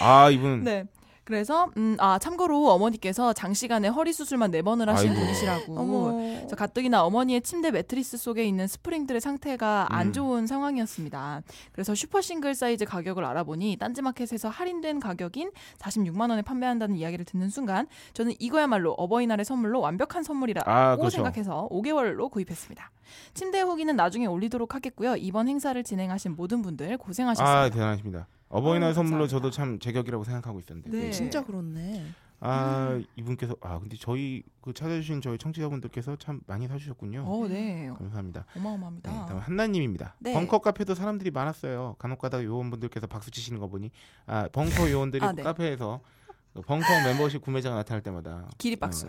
Speaker 2: 아 이분
Speaker 3: 네. 그래서 음, 아 참고로 어머니께서 장시간에 허리 수술만 네 번을 하신
Speaker 2: 아이고.
Speaker 3: 분이시라고.
Speaker 1: 어머.
Speaker 3: 저 가뜩이나 어머니의 침대 매트리스 속에 있는 스프링들의 상태가
Speaker 2: 음.
Speaker 3: 안 좋은 상황이었습니다. 그래서 슈퍼 싱글 사이즈 가격을 알아보니 딴지마켓에서 할인된 가격인 46만 원에 판매한다는 이야기를 듣는 순간 저는 이거야말로 어버이날의 선물로 완벽한 선물이라고
Speaker 2: 아 그렇죠.
Speaker 3: 생각해서 5개월로 구입했습니다. 침대 후기는 나중에 올리도록 하겠고요. 이번 행사를 진행하신 모든 분들 고생하셨습니다.
Speaker 2: 아 대단하십니다. 어버이날
Speaker 3: 아유,
Speaker 2: 선물로
Speaker 3: 감사합니다.
Speaker 2: 저도 참 제격이라고 생각하고 있었는데.
Speaker 3: 네.
Speaker 1: 진짜 그렇네.
Speaker 2: 아 이분께서 아 근데 저희 그 찾아주신 저희 청취자분들께서 참 많이 사주셨군요.
Speaker 3: 어, 네.
Speaker 2: 감사합니다.
Speaker 3: 어마어마합니다.
Speaker 2: 네, 다음 한나님입니다.
Speaker 3: 네.
Speaker 2: 벙커 카페도 사람들이 많았어요. 간혹가다 요원분들께서 박수 치시는 거 보니 아 벙커 요원들이
Speaker 3: 아, 네.
Speaker 2: 카페에서 그 벙커 멤버십 구매자가 나타날 때마다
Speaker 3: 기립박수.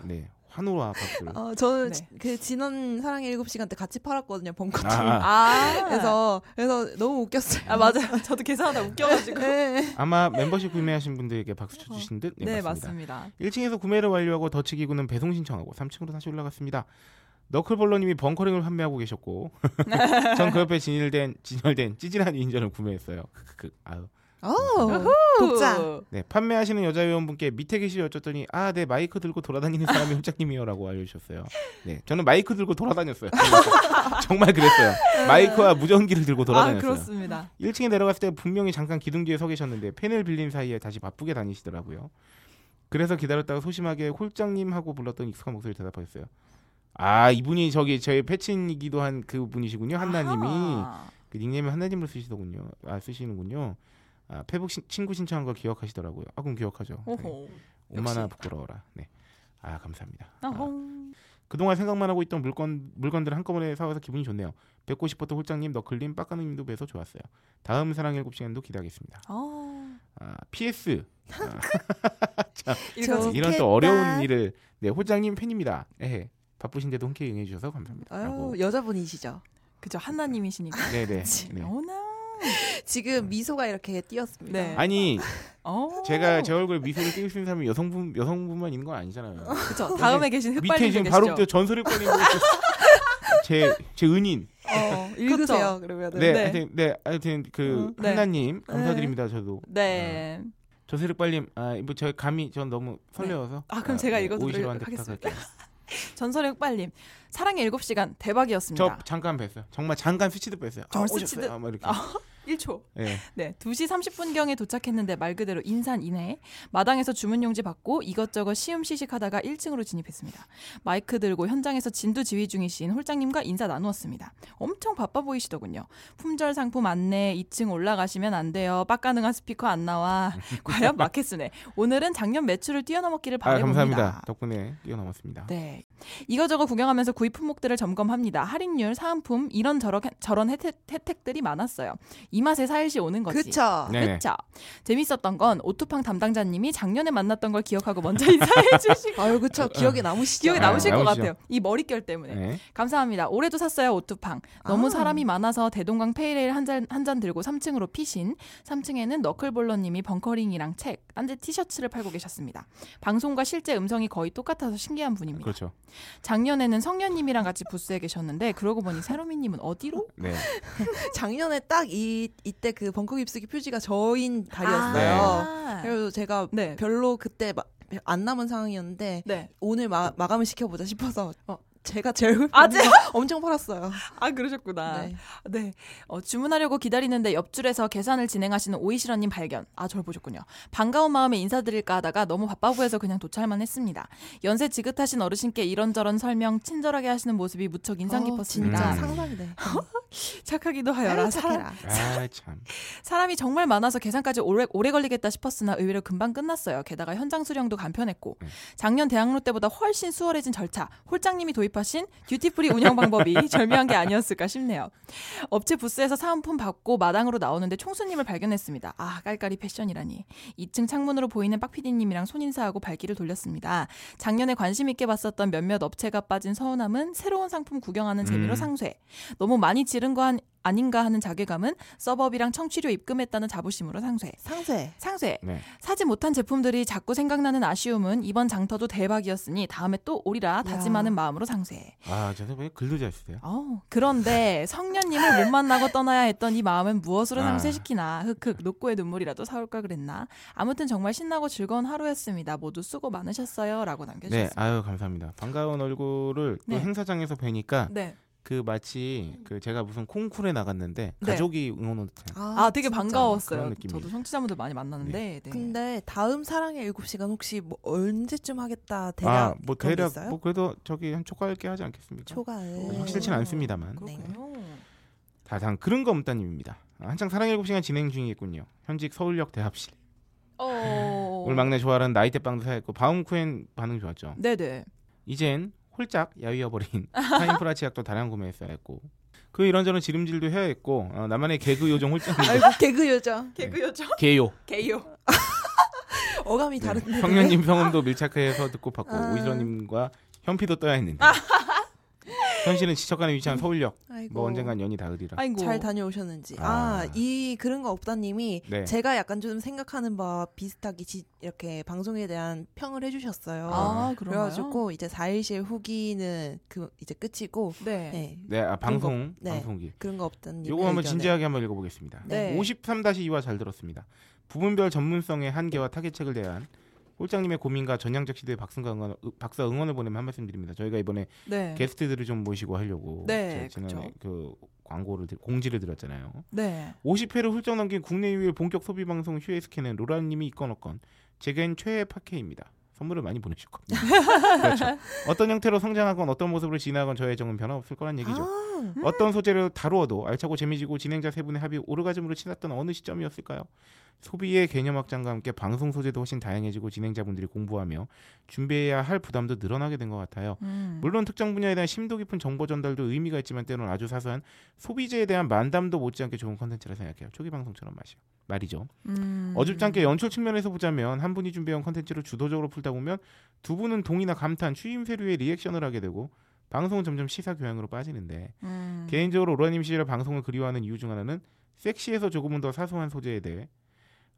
Speaker 2: 어, 네 환호와 박수를.
Speaker 1: 어, 저는
Speaker 3: 네.
Speaker 1: 지- 그 지난 사랑의 7시간 때 같이 팔았거든요. 벙커 팀.
Speaker 2: 아,
Speaker 3: 아,
Speaker 1: 그래서 그래서 너무 웃겼어요. *laughs*
Speaker 3: 아 맞아요. 저도 계산하다 웃겨가지고.
Speaker 1: 네.
Speaker 2: 아마 멤버십 구매하신 분들에게 박수 쳐주신 듯.
Speaker 3: 네, 맞습니다.
Speaker 2: 1층에서 구매를 완료하고 더치기구는 배송 신청하고 3층으로 다시 올라갔습니다. 너클볼러님이 벙커링을 판매하고 *laughs* 계셨고 전 그 옆에 진열된 진열된 찌질한 인전을 구매했어요. 크크크. 아유
Speaker 6: 오, 독자.
Speaker 2: 네, 판매하시는 여자 회원분께 밑에 계시죠 여쭤더니 아 네 마이크 들고 돌아다니는 사람이 흠짝님이요라고 알려주셨어요. 네, 저는 마이크 들고 돌아다녔어요. 정말 그랬어요. 마이크와 무전기를 들고
Speaker 3: 아
Speaker 2: 돌아다녔어요.
Speaker 3: 그렇습니다.
Speaker 2: 1층에 내려갔을 때 분명히 잠깐 기둥 뒤에 서 계셨는데 펜을 빌린 사이에 다시 바쁘게 다니시더라고요. 그래서 기다렸다가 소심하게 홀장님 하고 불렀던 익숙한 목소리 대답하셨어요. 아 이분이 저기 저의 패친이기도 한 그분이시군요 한나님이
Speaker 3: 아하.
Speaker 2: 그 닉네임이 한나님을 쓰시더군요. 아 쓰시는군요. 아 페북 신- 친구 신청한 거 기억하시더라고요. 아 그럼 기억하죠. 네.
Speaker 3: 오호.
Speaker 2: 오마나
Speaker 3: 역시.
Speaker 2: 부끄러워라. 네. 아 감사합니다. 아,
Speaker 3: 나홍.
Speaker 2: 그동안 생각만 하고 있던 물건 물건들 한꺼번에 사와서 기분이 좋네요. 뵙고 싶었던 홀장님, 너클님, 빡가능님도 뵈서 좋았어요. 다음 사랑 일곱 시간도 기대하겠습니다.
Speaker 3: 아.
Speaker 2: 아, PS
Speaker 1: 저-
Speaker 3: 이거
Speaker 2: 이런
Speaker 1: 좋겠다.
Speaker 2: 또 어려운 일을 네 홀장님 팬입니다. 에 바쁘신데도 흔쾌히 응해주셔서 감사합니다.
Speaker 1: 아유,
Speaker 2: 라고.
Speaker 1: 여자분이시죠.
Speaker 3: 그죠 하나님이시니까. *laughs*
Speaker 2: 네네. 네.
Speaker 3: 어나.
Speaker 1: 지금 미소가 이렇게 띄었습니다.
Speaker 3: 네.
Speaker 2: 아니
Speaker 3: 어.
Speaker 2: 제가 제 얼굴에 미소를 띄울 수 있는 사람이 여성분 여성분만 있는 건 아니잖아요.
Speaker 3: 그죠 다음에 계신
Speaker 2: 밑에
Speaker 3: 어, 흑발님
Speaker 2: 지금
Speaker 3: 계시죠.
Speaker 2: 바로 또 전설을 꺼내고
Speaker 3: *laughs*
Speaker 2: 제제 은인.
Speaker 1: 어, 읽으세요. 그러면
Speaker 2: 네,
Speaker 3: 네.
Speaker 2: 하여튼 네, 하여튼 그
Speaker 3: 음, 네.
Speaker 2: 한나님 감사드립니다. 저도
Speaker 3: 네.
Speaker 2: 저세력 빨림 아, 뭐 저희 감이 전 너무 설레어서 네,
Speaker 3: 아, 그럼 제가 읽어드리도록
Speaker 2: 오이시로한테
Speaker 3: 하겠습니다.
Speaker 2: 부탁할게요.
Speaker 3: 전설의 흑발님 사랑의 일곱 시간 대박이었습니다.
Speaker 2: 저 잠깐 뵀어요. 정말 잠깐 스치듯 뵀어요.
Speaker 3: 아. 정말
Speaker 2: 오셨어요?
Speaker 3: 스치듯?
Speaker 2: 아, 막 이렇게.
Speaker 3: 아. 1초.
Speaker 2: 예.
Speaker 3: 네, 2시 30분경에 도착했는데 말 그대로 인산인해. 마당에서 주문용지 받고 이것저것 시음시식 하다가 1층으로 진입했습니다. 마이크 들고 현장에서 진두 지휘 중이신 홀장님과 인사 나누었습니다. 엄청 바빠 보이시더군요. 품절 상품 안내 2층 올라가시면 안 돼요. 빡가능한 스피커 안 나와. *laughs* 과연 마켓스네. 오늘은 작년 매출을 뛰어넘었기를
Speaker 2: 아,
Speaker 3: 바라봅니다.
Speaker 2: 감사합니다. 덕분에 뛰어넘었습니다.
Speaker 3: 네. 이거저거 구경하면서 구입 품목들을 점검합니다. 할인율, 사은품 이런 저런 저런 혜택, 혜택들이 많았어요. 이 맛에 사일시 오는 거지.
Speaker 1: 그쵸.
Speaker 2: 네네.
Speaker 3: 그쵸? 재밌었던 건 오투팡 담당자님이 작년에 만났던 걸 기억하고 먼저 *laughs* 인사해 주시고
Speaker 1: 아유, 그쵸. 기억에 남으시죠.
Speaker 3: 기억에
Speaker 2: 어, 네,
Speaker 3: 남으실 것
Speaker 2: 남으시죠.
Speaker 3: 같아요. 이 머릿결 때문에.
Speaker 2: 네.
Speaker 3: 감사합니다. 올해도 샀어요, 오뚜팡. 너무
Speaker 1: 아.
Speaker 3: 사람이 많아서 대동강 페이레일 한 잔 한 잔 들고 3층으로 피신. 3층에는 너클볼러님이 벙커링이랑 책, 딴지 티셔츠를 팔고 계셨습니다. 방송과 실제 음성이 거의 똑같아서 신기한 분입니다.
Speaker 2: 그렇죠.
Speaker 3: 작년에는 성현님이랑 같이 부스에 계셨는데 그러고 보니 세로미님은 어디로?
Speaker 2: 네.
Speaker 1: 작년에 딱 이 이때 그 벙커 깁스기 표지가 저인 달이었어요.
Speaker 3: 아.
Speaker 1: 그래서 제가
Speaker 3: 네.
Speaker 1: 별로 그때 마- 안 남은 상황이었는데
Speaker 3: 네.
Speaker 1: 오늘 마, 마감을 시켜보자 싶어서 어, 제가 제 얼굴
Speaker 3: 아,
Speaker 1: 보면서 엄청 팔았어요.
Speaker 3: 아 그러셨구나.
Speaker 1: 네.
Speaker 3: 네. 어, 주문하려고 기다리는데 옆줄에서 계산을 진행하시는 오이시런님 발견. 아, 절 보셨군요. 반가운 마음에 인사드릴까 하다가 너무 바빠 보여서 그냥 도착할만 했습니다. 연세 지긋하신 어르신께 이런저런 설명 친절하게 하시는 모습이 무척
Speaker 1: 어,
Speaker 3: 인상 깊었습니다.
Speaker 1: 진짜
Speaker 2: 음.
Speaker 1: 상상이 돼. 어,
Speaker 3: 착하기도 하여라.
Speaker 1: 빼라
Speaker 3: 사람,
Speaker 1: 착해라.
Speaker 2: 아, 참.
Speaker 3: 사람이 정말 많아서 계산까지 오래, 오래 걸리겠다 싶었으나 의외로 금방 끝났어요. 게다가 현장 수령도 간편했고
Speaker 2: 음.
Speaker 3: 작년 대학로 때보다 훨씬 수월해진 절차 홀장님이 도입하신 듀티프리 운영 방법이 *laughs* 절묘한 게 아니었을까 싶네요. 업체 부스에서 사은품 받고 마당으로 나오는데 총수님을 발견했습니다. 아 깔깔이 패션이라니. 2층 창문으로 보이는 빡피디님이랑 손인사하고 발길을 돌렸습니다. 작년에 관심 있게 봤었던 몇몇 업체가 빠진 서운함은 새로운 상품 구경하는 재미로
Speaker 2: 음.
Speaker 3: 상쇄. 너무 많이 지른 거 한- 아닌가 하는 자괴감은 서버비랑 청취료 입금했다는 자부심으로 상쇄.
Speaker 1: 상쇄.
Speaker 3: 상쇄.
Speaker 2: 네.
Speaker 3: 사지 못한 제품들이 자꾸 생각나는 아쉬움은 이번 장터도 대박이었으니 다음에 또 오리라 다짐하는 마음으로 상쇄.
Speaker 2: 아, 저 선배님 글도 잘 쓰세요.
Speaker 3: 어, 그런데 성년님을 못 만나고 떠나야 했던 이 마음은 무엇으로
Speaker 2: 아.
Speaker 3: 상쇄시키나. 흑흑 노고의 눈물이라도 사올까 그랬나. 아무튼 정말 신나고 즐거운 하루였습니다. 모두 수고 많으셨어요라고
Speaker 2: 네,
Speaker 3: 남겨주셨습니다.
Speaker 2: 아유 감사합니다. 반가운 얼굴을 또
Speaker 3: 네.
Speaker 2: 행사장에서 뵈니까
Speaker 3: 네.
Speaker 2: 그 마치 그 제가 무슨 콩쿨에 나갔는데
Speaker 3: 네.
Speaker 2: 가족이 응원한 듯한.
Speaker 3: 아, 되게
Speaker 1: 진짜.
Speaker 2: 그런
Speaker 3: 반가웠어요.
Speaker 2: 느낌이에요.
Speaker 3: 저도 청취자분들 많이 만났는데. 네.
Speaker 1: 근데 다음 사랑의 일곱 시간 혹시 뭐 언제쯤 하겠다 대략 그런
Speaker 2: 아뭐
Speaker 1: 게
Speaker 2: 대략
Speaker 1: 있어요?
Speaker 2: 뭐 그래도 저기 한 초과할게 하지 않겠습니까?
Speaker 1: 초과에
Speaker 2: 뭐 확실치는 않습니다만.
Speaker 3: 그렇군요.
Speaker 1: 네.
Speaker 2: 다상 그런 거 없다님입니다. 아, 한창 사랑의 일곱 시간 진행 중이겠군요. 현직 서울역 대합실.
Speaker 3: 어.
Speaker 2: 오늘 막내 조아라는 나이대 빵도 사했고 바움쿠엔 반응 좋았죠.
Speaker 3: 네네.
Speaker 2: 이젠 홀짝
Speaker 1: *laughs*
Speaker 2: 야위어버린 타임프라 치약도 다량 구매했어야 했고 그 이런저런 지름질도 해야 했고 어, 나만의 개그 요정 홀짝
Speaker 1: 아이고 개그 요정
Speaker 2: 개그
Speaker 3: 요정
Speaker 2: 개요.
Speaker 3: 개요.
Speaker 1: *laughs* 어감이
Speaker 2: 네.
Speaker 1: 다른데
Speaker 2: 성년님 성음도 밀착해서 듣고 받고
Speaker 1: 아. *laughs*
Speaker 2: 오이시러님과 현피도 떠야 했는데 현실은 지척간에 위치한 서울역.
Speaker 1: 아이고.
Speaker 2: 뭐 언젠간 연이 닿으리라.
Speaker 3: 아이고.
Speaker 1: 잘 다녀오셨는지.
Speaker 2: 아.
Speaker 1: 아, 이 그런 거 없다님이
Speaker 2: 네.
Speaker 1: 제가 약간 좀 생각하는 바 비슷하게 지- 이렇게 방송에 대한 평을 해주셨어요.
Speaker 3: 아, 그런가요?
Speaker 1: 그래가지고 이제 4일실 후기는 그 이제 끝이고,
Speaker 3: 네.
Speaker 1: 네,
Speaker 2: 네, 아, 방송
Speaker 1: 네.
Speaker 2: 방송기.
Speaker 1: 그런 거 없다님.
Speaker 2: 요거 한번
Speaker 1: 의견을.
Speaker 2: 진지하게 한번 읽어보겠습니다.
Speaker 3: 네.
Speaker 2: 53-2와 잘 들었습니다. 부분별 전문성의 한계와 타겟책을 대한 홀장님의 고민과 전향적 시대의 박승과 응원, 으- 박사 응원을 보내면 한 말씀 드립니다. 저희가 이번에
Speaker 3: 네.
Speaker 2: 게스트들을 좀 모시고 하려고
Speaker 3: 네,
Speaker 2: 저 지난해 그 광고를 드- 공지를 드렸잖아요.
Speaker 3: 네.
Speaker 2: 50회를 훌쩍 넘긴 국내 유일 본격 소비 방송 휴에 스캔은 로라님이 있건 없건 제겐 최애 팟캐입니다. 선물을 많이 보내실
Speaker 3: *laughs*
Speaker 2: 겁니다. 그렇죠. 어떤 형태로 성장하건 어떤 모습으로 진화하건 저의 정은 변화 없을 거란 얘기죠.
Speaker 3: 음.
Speaker 1: 아,
Speaker 2: 어떤 소재를 다루어도 알차고 재미지고 진행자 세 분의 합이 오르가즘으로 치닫던 어느 시점이었을까요? 소비의 개념 확장과 함께 방송 소재도 훨씬 다양해지고 진행자분들이 공부하며 준비해야 할 부담도 늘어나게 된 것 같아요.
Speaker 3: 음.
Speaker 2: 물론 특정 분야에 대한 심도 깊은 정보 전달도 의미가 있지만 때로는 아주 사소한 소비재에 대한 만담도 못지않게 좋은 컨텐츠라 생각해요. 초기 방송처럼 마시 말이죠.
Speaker 3: 음.
Speaker 2: 어줍잖게 연출 측면에서 보자면 한 분이 준비한 컨텐츠를 주도적으로 풀다 보면 두 분은 동의나 감탄, 추임새류의 리액션을 하게 되고 방송은 점점 시사 교양으로 빠지는데
Speaker 3: 음.
Speaker 2: 개인적으로 로라님 시절 방송을 그리워하는 이유 중 하나는 섹시에서 조금은 더 사소한 소재에 대해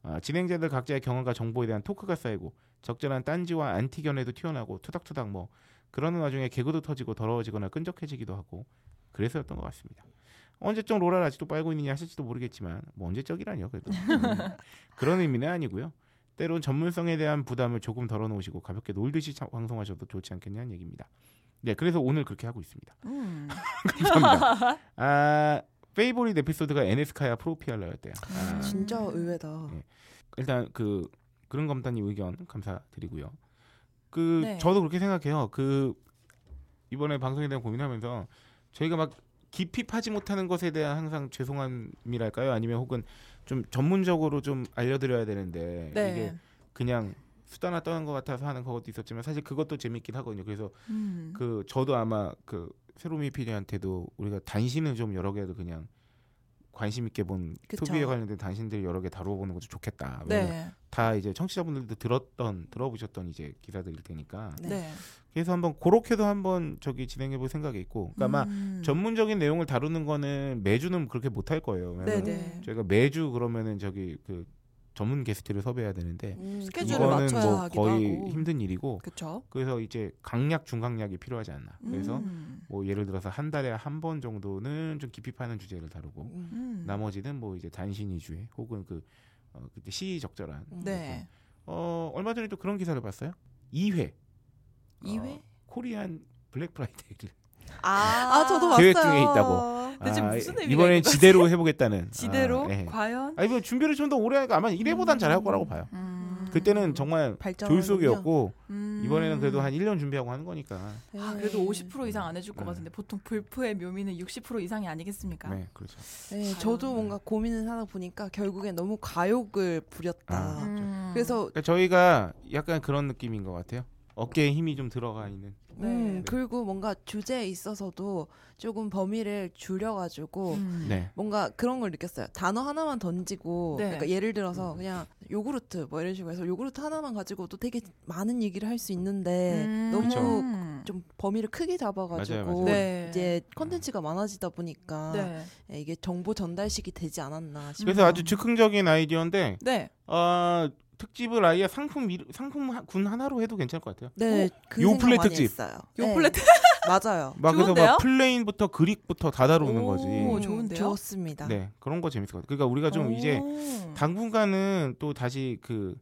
Speaker 2: 아, 진행자들 각자의 경험과 정보에 대한 토크가 쌓이고 적절한 딴지와 안티견에도 튀어나오고 투닥투닥 뭐 그러는 와중에 개그도 터지고 더러워지거나 끈적해지기도 하고 그래서였던 것 같습니다. 언제적 로라를 아직도 빨고 있느냐 하실지도 모르겠지만 뭐 언제적이라니요 그래도 음, 그런 의미는 아니고요. 때론 전문성에 대한 부담을 조금 덜어놓으시고 가볍게 놀듯이 참- 방송하셔도 좋지 않겠냐는 얘기입니다. 네, 그래서 오늘 그렇게 하고 있습니다. *laughs*
Speaker 3: 음.
Speaker 2: 감사합니다. 아 페이보릿 에피소드가 NS카야 프로피알라였대요. 아,
Speaker 1: 진짜
Speaker 3: 음.
Speaker 1: 의외다.
Speaker 2: 네. 일단 그 그런 검단님 의견 감사드리고요. 그
Speaker 3: 네.
Speaker 2: 저도 그렇게 생각해요. 그 이번에 방송에 대한 고민하면서 저희가 막 깊이 파지 못하는 것에 대한 항상 죄송함이랄까요? 아니면 혹은 좀 전문적으로 좀 알려드려야 되는데
Speaker 3: *laughs*
Speaker 2: 이게
Speaker 3: 네.
Speaker 2: 그냥 수다나 떠는 것 같아서 하는 것도 있었지만 사실 그것도 재밌긴 하거든요. 그래서
Speaker 3: 음.
Speaker 2: 그 저도 아마 그 새로미 PD한테도 우리가 단신을 좀 여러 개도 그냥 관심 있게 본
Speaker 1: 그쵸.
Speaker 2: 소비에 관련된 단신들 여러 개 다루어 보는 것도 좋겠다. 왜냐면
Speaker 3: 네.
Speaker 2: 다 이제 청취자분들도 들었던 들어보셨던 이제 기사들일 테니까.
Speaker 1: 네.
Speaker 3: 네.
Speaker 2: 그래서 한번 그렇게도 한번 저기 진행해 볼 생각이 있고. 그러니까 아마
Speaker 3: 음.
Speaker 2: 전문적인 내용을 다루는 거는 매주는 그렇게 못 할 거예요. 왜냐면
Speaker 3: 네네.
Speaker 2: 저희가 매주 그러면은 저기 그 전문 게스트를 섭외해야 되는데
Speaker 1: 음,
Speaker 3: 스케줄을
Speaker 2: 이거는
Speaker 3: 맞춰야
Speaker 2: 뭐
Speaker 3: 하기도
Speaker 2: 거의
Speaker 3: 하고.
Speaker 2: 힘든 일이고
Speaker 3: 그렇죠.
Speaker 2: 그래서 이제 강약 중강약이 필요하지 않나.
Speaker 1: 음.
Speaker 2: 그래서 뭐 예를 들어서 한 달에 한 번 정도는 좀 깊이 파는 주제를 다루고
Speaker 1: 음,
Speaker 2: 나머지는 뭐 이제 단신 위주의 혹은 그 어, 그때 시의적절한
Speaker 1: 음.
Speaker 3: 네.
Speaker 2: 어 얼마 전에 또 그런 기사를 봤어요 2회 어,
Speaker 3: 이 2회?
Speaker 2: 코리안 블랙
Speaker 3: *laughs*
Speaker 2: 프라이데이를
Speaker 3: 아,
Speaker 1: 아, 저도
Speaker 2: 계획
Speaker 1: 왔어요. 네,
Speaker 2: 중에 있다고. 아,
Speaker 3: 대체 무슨 의미가
Speaker 2: 이번엔
Speaker 3: 있는 거지?
Speaker 2: 지대로 해보겠다는
Speaker 3: *laughs* 지대로
Speaker 2: 아, 예.
Speaker 3: 과연
Speaker 2: 아, 이거 준비를 좀 더 오래 하니까 아마 1회보단 잘할 거라고 봐요
Speaker 3: 음.
Speaker 2: 그때는 정말
Speaker 1: 발전.
Speaker 2: 졸속이었고
Speaker 3: 음.
Speaker 2: 이번에는 그래도 한 1년 준비하고 하는 거니까
Speaker 1: 네.
Speaker 3: 아, 그래도 50% 이상 안 해줄 것
Speaker 2: 네.
Speaker 3: 같은데 보통 불프의 묘미는 60% 이상이 아니겠습니까?
Speaker 2: 네 그렇죠
Speaker 1: 네, 저도 뭔가 고민을 하다 보니까 결국엔 너무 과욕을 부렸다.
Speaker 2: 아.
Speaker 3: 음.
Speaker 1: 그래서
Speaker 2: 그러니까 저희가 약간 그런 느낌인 것 같아요 어깨에 힘이 좀 들어가 있는
Speaker 3: 네.
Speaker 1: 음, 그리고 뭔가 주제에 있어서도 조금 범위를 줄여가지고
Speaker 3: 음.
Speaker 2: 네
Speaker 1: 뭔가 그런 걸 느꼈어요. 단어 하나만 던지고
Speaker 3: 네.
Speaker 1: 그러니까 예를 들어서 그냥 요구르트 뭐 이런 식으로 해서 요구르트 하나만 가지고도 되게 많은 얘기를 할 수 있는데
Speaker 3: 음.
Speaker 1: 너무
Speaker 2: 그쵸.
Speaker 1: 좀 범위를 크게
Speaker 2: 맞아요,
Speaker 1: 잡아가지고
Speaker 2: 맞아요.
Speaker 3: 네.
Speaker 1: 이제 컨텐츠가 많아지다 보니까
Speaker 3: 네.
Speaker 1: 예, 이게 정보 전달식이 되지 않았나 싶어요.
Speaker 3: 음.
Speaker 2: 그래서 아주 즉흥적인 아이디어인데
Speaker 3: 네.
Speaker 2: 아 특집을 아예 상품 미, 상품 하- 군 하나로 해도 괜찮을 것 같아요.
Speaker 1: 네, 그
Speaker 2: 어? 요
Speaker 1: 생각
Speaker 2: 플랫
Speaker 1: 많이
Speaker 2: 특집.
Speaker 1: 했어요.
Speaker 3: 요
Speaker 1: 네,
Speaker 3: 플랫-
Speaker 1: 맞아요.
Speaker 2: 막 그래서
Speaker 3: 좋은데요?
Speaker 2: 막 플레인부터 그릭부터 다 다루는
Speaker 3: 오,
Speaker 2: 거지.
Speaker 3: 오, 좋은데요?
Speaker 1: 좋습니다.
Speaker 2: 네 그런 거 재밌을 것 같아요. 그러니까 우리가 좀
Speaker 3: 오.
Speaker 2: 이제 당분간은 또 다시 그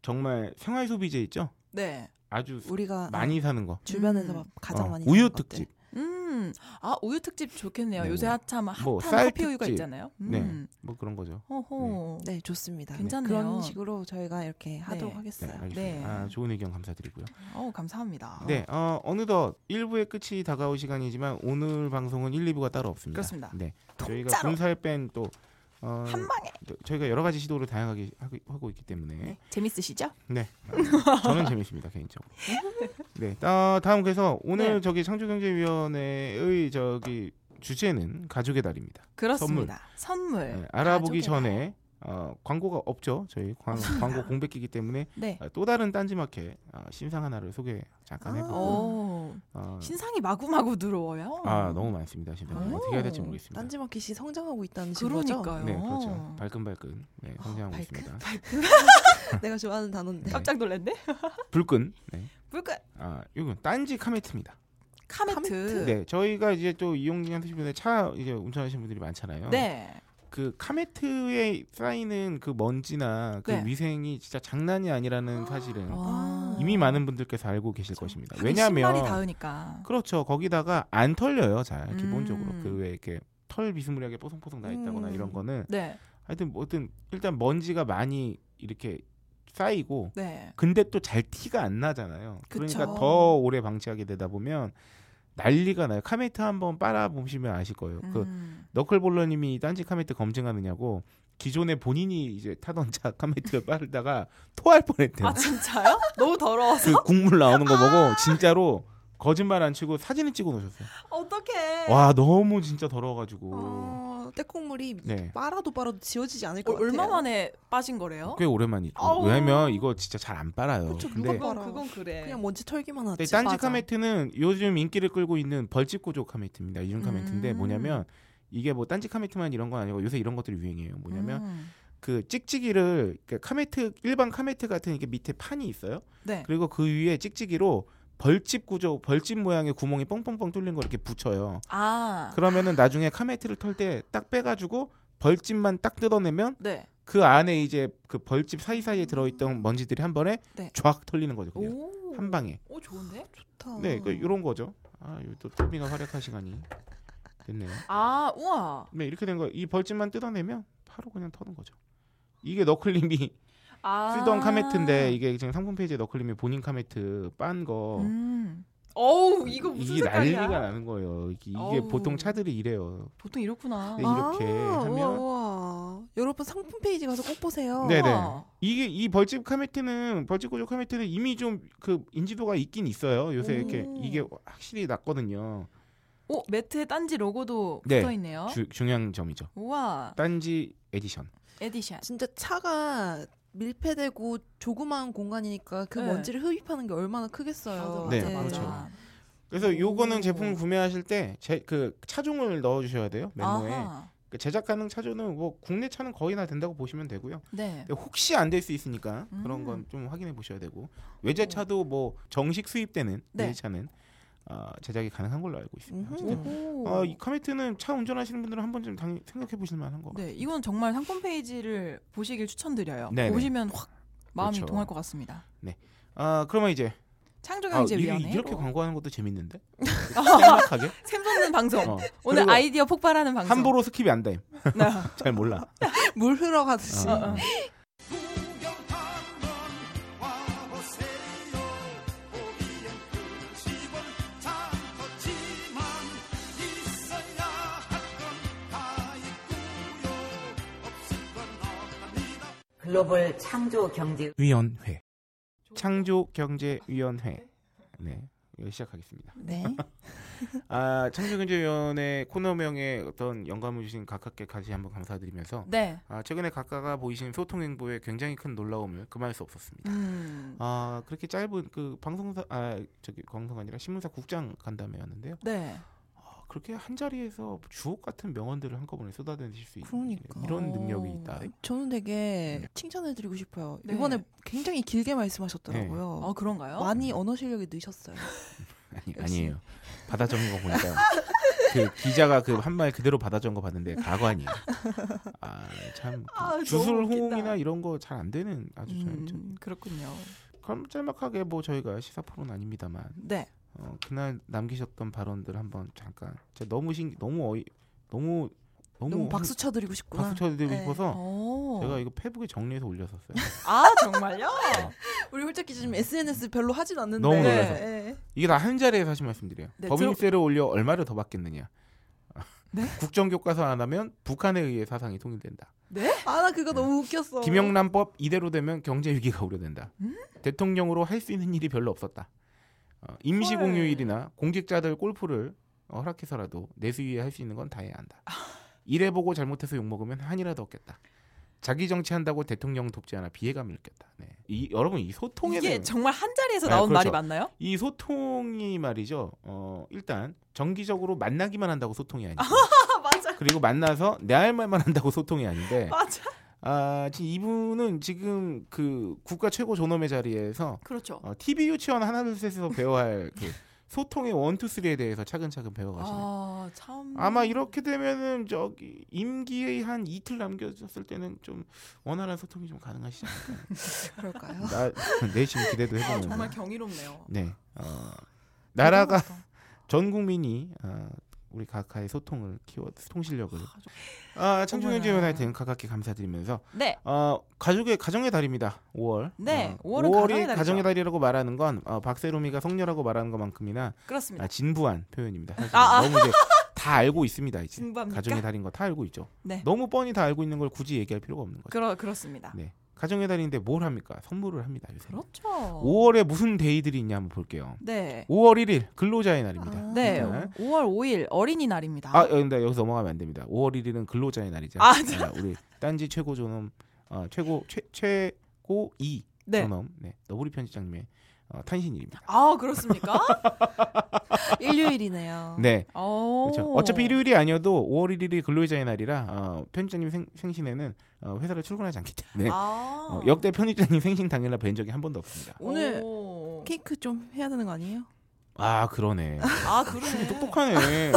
Speaker 2: 정말 생활 소비재 있죠.
Speaker 3: 네.
Speaker 2: 아주
Speaker 1: 우리가
Speaker 2: 많이 사는 거.
Speaker 1: 주변에서
Speaker 3: 음.
Speaker 1: 막 가장
Speaker 2: 어,
Speaker 1: 많이
Speaker 2: 우유
Speaker 1: 사는 것들.
Speaker 2: 특집.
Speaker 3: 음. 아, 우유 특집 좋겠네요.
Speaker 2: 네,
Speaker 3: 요새
Speaker 2: 뭐.
Speaker 3: 핫참 핫한
Speaker 2: 뭐, 쌀
Speaker 3: 커피 우유가
Speaker 2: 특집.
Speaker 3: 있잖아요. 음.
Speaker 2: 네. 뭐 그런 거죠.
Speaker 3: 호호.
Speaker 1: 네, 좋습니다.
Speaker 3: 괜찮네요.
Speaker 1: 그런 식으로 저희가 이렇게 하도록
Speaker 2: 네,
Speaker 1: 하겠어요.
Speaker 2: 알겠습니다.
Speaker 3: 네. 아.
Speaker 2: 아, 좋은 의견 감사드리고요.
Speaker 3: 어우, 감사합니다.
Speaker 2: 네, 어, 어느덧 1부의 끝이 다가올 시간이지만 오늘 방송은 1, 2부가 따로 없습니다.
Speaker 3: 그렇습니다.
Speaker 2: 네, 저희가
Speaker 3: 통짜로.
Speaker 2: 군살 뺀또 어,
Speaker 3: 한 방에
Speaker 2: 또 저희가 여러 가지 시도를 다양하게 하고, 하고 있기 때문에
Speaker 3: 재밌으시죠?
Speaker 2: 네 어, 저는 재밌습니다 개인적으로 네 어, 다음 그래서 오늘
Speaker 3: 네.
Speaker 2: 저기 창조경제위원회의 저기 주제는 가족의 달입니다
Speaker 3: 그렇습니다. 선물.
Speaker 2: 네, 알아보기
Speaker 3: 가족의
Speaker 2: 전에 어, 광고가 없죠. 저희 광, 광고 공백기이기 때문에
Speaker 1: 네.
Speaker 2: 아, 또 다른 딴지마켓 아, 신상 하나를 소개 잠깐
Speaker 1: 아.
Speaker 2: 해보고
Speaker 3: 오,
Speaker 2: 어,
Speaker 3: 신상이 마구마구 들어와요.
Speaker 2: 아 너무 많습니다. 신상
Speaker 3: 오.
Speaker 2: 어떻게 해야 될지 모르겠습니다.
Speaker 1: 딴지마켓이 성장하고 있다는 증거죠.
Speaker 3: 그러니까요.
Speaker 2: 네
Speaker 3: 어.
Speaker 2: 그렇죠. 발끈발끈 네, 성장하고 있습니다.
Speaker 1: *laughs* 내가 좋아하는 단어인데.
Speaker 3: 깜짝 놀랐네.
Speaker 2: 불끈 네.
Speaker 3: 불까
Speaker 2: 아 이건 딴지 카메트입니다.
Speaker 3: 카메트.
Speaker 2: 네 저희가 이제 또 이용량 하시는 분들 차 이제 운전하시는 분들이 많잖아요.
Speaker 3: 네.
Speaker 2: 그 카메트에 쌓이는 그 먼지나 그
Speaker 3: 네.
Speaker 2: 위생이 진짜 장난이 아니라는 사실은
Speaker 3: 와.
Speaker 2: 이미 많은 분들께서 알고 계실 것입니다.
Speaker 3: 하긴
Speaker 2: 왜냐하면
Speaker 3: 신발이 닿으니까.
Speaker 2: 그렇죠. 거기다가 안 털려요. 잘
Speaker 3: 음.
Speaker 2: 기본적으로 그 왜 이렇게 털 비스무리하게 뽀송뽀송 나 있다거나
Speaker 1: 음.
Speaker 2: 이런 거는
Speaker 3: 네.
Speaker 2: 하여튼 뭐든 일단 먼지가 많이 이렇게 쌓이고
Speaker 3: 네.
Speaker 2: 근데 또 잘 티가 안 나잖아요. 그러니까
Speaker 3: 그쵸.
Speaker 2: 더 오래 방치하게 되다 보면 난리가 나요. 카메트 한번 빨아 보시면 아실 거예요. 그
Speaker 3: 음.
Speaker 2: 너클볼러님이 딴지 카메트 검증하느냐고 기존에 본인이 이제 타던 차 *laughs* 카메트를 빨다가 토할 뻔했대요.
Speaker 3: 아 진짜요? *laughs* 아. 너무 더러워서
Speaker 2: 그 국물 나오는 거 보고 진짜로 거짓말 안 치고 사진을 찍어 놓으셨어요.
Speaker 3: 어떡해.
Speaker 2: 와 너무 진짜 더러워가지고
Speaker 1: 어, 때콩물이
Speaker 2: 네.
Speaker 1: 빨아도 빨아도 지워지지 않을
Speaker 3: 어,
Speaker 1: 것 같아요.
Speaker 3: 얼마 만에 빠신 거래요?
Speaker 2: 꽤 오랜만이죠.
Speaker 3: 아우.
Speaker 2: 왜냐면 이거 진짜 잘 안 빨아요.
Speaker 1: 그쵸, 누가
Speaker 2: 근데
Speaker 1: 빨아?
Speaker 3: 어. 그건, 그건 그래. 음.
Speaker 1: 그냥 먼지 털기만 하지.
Speaker 2: 근데 네, 딴지
Speaker 3: 맞아.
Speaker 2: 카메트는 요즘 인기를 끌고 있는 벌집 구조 카메트입니다. 이중 카메트인데
Speaker 3: 음.
Speaker 2: 뭐냐면 이게 뭐 딴지 카메트만 이런 건 아니고 요새 이런 것들이 유행이에요. 뭐냐면
Speaker 3: 음.
Speaker 2: 그 찍찍이를 그 카메트 일반 카메트 같은 이게 밑에 판이 있어요.
Speaker 3: 네.
Speaker 2: 그리고 그 위에 찍찍이로 벌집 구조 벌집 모양의 구멍이 뻥뻥뻥 뚫린 걸 이렇게 붙여요.
Speaker 3: 아.
Speaker 2: 그러면은 나중에 카메트를 털 때 딱 빼가지고 벌집만 딱 뜯어내면
Speaker 3: 네.
Speaker 2: 그 안에 이제 그 벌집 사이사이에 들어있던 먼지들이 한 번에
Speaker 3: 네.
Speaker 2: 쫙 털리는 거죠. 그냥
Speaker 3: 오.
Speaker 2: 한 방에.
Speaker 3: 오 좋은데?
Speaker 1: 좋다.
Speaker 2: 네, 그 이런 거죠. 아, 이또 토미가 활약할 시간이 됐네요.
Speaker 3: 아 우와.
Speaker 2: 네, 이렇게 된 거. 이 벌집만 뜯어내면 바로 그냥 터는 거죠. 이게 너클림이
Speaker 3: 아.
Speaker 2: 쓰던 카메트인데 이게 지금 상품 페이지에 너클림이 본인 카메트 빤 거.
Speaker 3: 음. 어우 이거 무슨
Speaker 2: 이게
Speaker 3: 색깔이야?
Speaker 2: 난리가 나는 거예요. 이게, 이게
Speaker 3: 어우.
Speaker 2: 보통 차들이 이래요.
Speaker 3: 보통 이렇구나. 아,
Speaker 2: 네, 이렇게 하면-
Speaker 1: 아, 우와, 우와. 여러분 상품 페이지 가서 꼭 보세요.
Speaker 2: 네네.
Speaker 3: 우와.
Speaker 2: 이게 이 벌집 카메트는 벌집 구조 카메트는 이미 좀 그 인지도가 있긴 있어요. 요새 이렇게
Speaker 3: 오.
Speaker 2: 이게 확실히 낮거든요.
Speaker 3: 오 어, 매트에 딴지 로고도
Speaker 2: 네.
Speaker 3: 붙어 있네요.
Speaker 2: 주- 중요한 점이죠.
Speaker 3: 우와
Speaker 2: 딴지 에디션.
Speaker 3: 에디션.
Speaker 1: 진짜 차가 밀폐되고 조그마한 공간이니까 그
Speaker 3: 네.
Speaker 1: 먼지를 흡입하는 게 얼마나 크겠어요.
Speaker 2: 네, 그렇죠. 그래서 요거는
Speaker 1: 오.
Speaker 2: 제품을 구매하실 때 제 그 차종을 넣어 주셔야 돼요. 메모에.
Speaker 3: 아하.
Speaker 2: 그 제작 가능 차종은 뭐 국내 차는 거의 다 된다고 보시면 되고요.
Speaker 3: 네.
Speaker 2: 근데 혹시 안 될 수 있으니까
Speaker 3: 음.
Speaker 2: 그런 건 좀 확인해 보셔야 되고. 외제차도 뭐 정식 수입되는
Speaker 3: 네.
Speaker 2: 외제차는 어, 제작이 가능한 걸로 알고 있습니다.
Speaker 1: 음흠.
Speaker 2: 어쨌든
Speaker 3: 오.
Speaker 2: 어, 이 카메트는 차 운전하시는 분들은 한 번쯤 당연히 생각해 보실 만한 거.
Speaker 3: 네, 이건 정말 상품 페이지를 보시길 추천드려요.
Speaker 2: 네네.
Speaker 3: 보시면 확 마음이
Speaker 2: 그렇죠.
Speaker 3: 동할 것 같습니다.
Speaker 2: 아 그러면 이제 아,
Speaker 3: 창조경제위원회
Speaker 2: 이-
Speaker 3: 로
Speaker 2: 이렇게 광고하는 것도
Speaker 3: *laughs*
Speaker 2: 재밌는데 짤막하게
Speaker 3: 샘솟는 방송
Speaker 2: 어.
Speaker 3: 오늘
Speaker 2: 그리고
Speaker 3: 아이디어 폭발하는 방송
Speaker 2: 함부로 스킵이 안 돼.
Speaker 3: 네.
Speaker 2: *laughs* 잘 몰라.
Speaker 1: 물 흘러가듯이.
Speaker 2: 어, 어.
Speaker 6: 글로벌 창조 경제
Speaker 2: 위원회 창조 경제 위원회 네 이거 시작하겠습니다.
Speaker 1: 네.
Speaker 2: 아 창조 경제 위원회 코너명의 어떤 영감을 주신 각하께 다시 한번 감사드리면서
Speaker 3: 네.
Speaker 2: 아 최근에 각하가 보이신 소통 행보에 굉장히 큰 놀라움을 금할 수 없었습니다.
Speaker 3: 음.
Speaker 2: 아 그렇게 짧은 그 방송사 아 저기 방송가 아니라 신문사 국장 간담회였는데요.
Speaker 3: 네.
Speaker 2: 아, 그렇게 한 자리에서 주옥 같은 명언들을 한꺼번에 쏟아내실 수 있는
Speaker 1: 그러니까.
Speaker 2: 이런 능력이
Speaker 3: 오.
Speaker 2: 있다.
Speaker 1: 저는
Speaker 2: 네.
Speaker 1: 되게 칭찬해드리고 싶어요.
Speaker 3: 네.
Speaker 1: 이번에 굉장히 길게 말씀하셨더라고요.
Speaker 2: 네.
Speaker 3: 어 그런가요?
Speaker 1: 많이 언어 실력이 느셨어요.
Speaker 2: 아니,
Speaker 1: 역시.
Speaker 2: 아니에요. 받아 적은 거 보니까 그 기자가 그 한 말 그대로 받아 적은 거 봤는데 과거 아니에요. 아참 그
Speaker 3: 아, 너무
Speaker 2: 주술
Speaker 3: 웃긴다.
Speaker 2: 호응이나 이런 거 잘 안 되는 아주 저는 좀-
Speaker 3: 음, 그렇군요.
Speaker 2: 그럼 짤막하게 뭐 저희가 시사 프로는 아닙니다만
Speaker 3: 네.
Speaker 2: 어, 그날 남기셨던 발언들 한번 잠깐 제가 너무 신 너무 어이 너무 너무,
Speaker 1: 너무
Speaker 2: 한-
Speaker 1: 박수 쳐드리고 싶구나.
Speaker 2: 박수 쳐드리고
Speaker 1: 네.
Speaker 2: 싶어서
Speaker 3: 오.
Speaker 2: 제가 이거 페북에 정리해서 올렸었어요.
Speaker 3: 아 정말요?
Speaker 1: 우리 홀짝 기자님 SNS 별로 하진 않는데.
Speaker 2: 너무
Speaker 3: 놀라서.
Speaker 1: 네.
Speaker 2: 이게 다 한 자리에서 하신 말씀드려요.
Speaker 3: 네,
Speaker 2: 법인세를 올려 얼마를 더 받겠느냐.
Speaker 3: 네?
Speaker 2: *laughs* 국정교과서 안 하면 북한에 의해 사상이 통일된다.
Speaker 3: 네?
Speaker 1: 아, 나 그거 너무 웃겼어.
Speaker 2: 김영란법 이대로 되면 경제 위기가 우려된다.
Speaker 3: 음?
Speaker 2: 대통령으로 할 수 있는 일이 별로 없었다. 어, 임시
Speaker 3: 헐.
Speaker 2: 공휴일이나 공직자들 골프를 어, 허락해서라도 내수위에 할 수 있는 건 다 해야 한다. 이래 보고 잘못해서 욕 먹으면 한이라도 얻겠다. 자기 정치한다고 대통령 돕지 않아 비애감을 느꼈다. 네. 이 여러분 이 소통에
Speaker 3: 이게
Speaker 2: 대한-
Speaker 3: 정말 한 자리에서
Speaker 2: 아,
Speaker 3: 나온
Speaker 2: 그렇죠.
Speaker 3: 말이 맞나요?
Speaker 2: 이 소통이 말이죠. 어, 일단 정기적으로 만나기만 한다고 소통이
Speaker 3: *laughs*
Speaker 2: 아니고
Speaker 3: 아, 맞아.
Speaker 2: 그리고 만나서 내 할 말만 한다고 소통이 아닌데
Speaker 3: 맞아.
Speaker 2: 아, 지금 이분은 지금 그 국가 최고 존엄의 자리에서
Speaker 3: 그렇죠.
Speaker 2: 어, TV 유치원 하나 둘 셋에서 배워야
Speaker 3: *laughs*
Speaker 2: 할 그 소통의 원투쓰리에 대해서 차근차근 배워가시네. 요
Speaker 3: 아, 참.
Speaker 2: 어, 아마 이렇게 되면은 저기 임기에 한 이틀 남겨졌을 때는 좀 원활한 소통이 좀 가능하시지
Speaker 3: *laughs*
Speaker 1: 그럴까요? *laughs*
Speaker 2: 않을까. 나 내심 기대도
Speaker 3: 아,
Speaker 2: 해보는
Speaker 3: 정말
Speaker 2: 거.
Speaker 3: 경이롭네요.
Speaker 2: 네. 어, 나라가 전 국민이 어, 우리 각하의 소통을 키워 소통 실력을 아, 청중연주
Speaker 3: 어머나.
Speaker 2: 연화에 대한 가깝게 감사드리면서
Speaker 3: 네.
Speaker 2: 어, 가족의 가정의 달입니다. 5월.
Speaker 3: 네,
Speaker 2: 어,
Speaker 3: 5월은
Speaker 2: 5월이
Speaker 3: 가정의 달이죠.
Speaker 2: 가정의 달이라고 말하는 건 어, 박세롬이가 성녀라고 말하는 것만큼이나
Speaker 3: 그렇습니다.
Speaker 2: 아, 진부한 표현입니다. 사실
Speaker 3: 아, 아.
Speaker 2: 너무 이제 다 알고 있습니다. 이제
Speaker 3: 진부합니까?
Speaker 2: 가정의 달인 거 다 알고 있죠.
Speaker 3: 네.
Speaker 2: 너무 뻔히 다 알고 있는 걸 굳이 얘기할 필요가 없는 거죠.
Speaker 3: 그러 그렇습니다.
Speaker 2: 네. 가정의 달인데 뭘 합니까? 선물을 합니다. 요새.
Speaker 3: 그렇죠.
Speaker 2: 5월에 무슨 데이들이 있냐 한번 볼게요.
Speaker 3: 네.
Speaker 2: 5월 1일 근로자의 날입니다.
Speaker 1: 아.
Speaker 3: 네.
Speaker 2: 네.
Speaker 3: 5월 5일 어린이날입니다.
Speaker 2: 아, 근데 여기서 넘어가면 안 됩니다. 5월 1일은 근로자의 날이죠. 네,
Speaker 3: 아,
Speaker 2: 우리 딴지 최고 존엄 어, 최고 최, 최고 2
Speaker 3: 네.
Speaker 2: 존엄 네. 너구리 편집장님의 어, 탄신일입니다.
Speaker 3: 아, 그렇습니까?
Speaker 1: 일요일이네요.
Speaker 2: 네.
Speaker 3: 어.
Speaker 2: *laughs* 그렇죠. 어차피 일요일이 아니어도 5월 1일이 근로자의 날이라 어, 편집장님 생, 생신에는 어, 회사를 출근하지 않기 때문에
Speaker 3: 아.
Speaker 2: 어, 역대 편집장님 생신 당일날 뵌 적이 한 번도 없습니다.
Speaker 1: 오늘
Speaker 3: 오.
Speaker 1: 케이크 좀 해야 되는 거 아니에요?
Speaker 2: 아 그러네.
Speaker 1: *laughs*
Speaker 3: 아, 그러네.
Speaker 2: 똑똑하네.
Speaker 3: 그러네.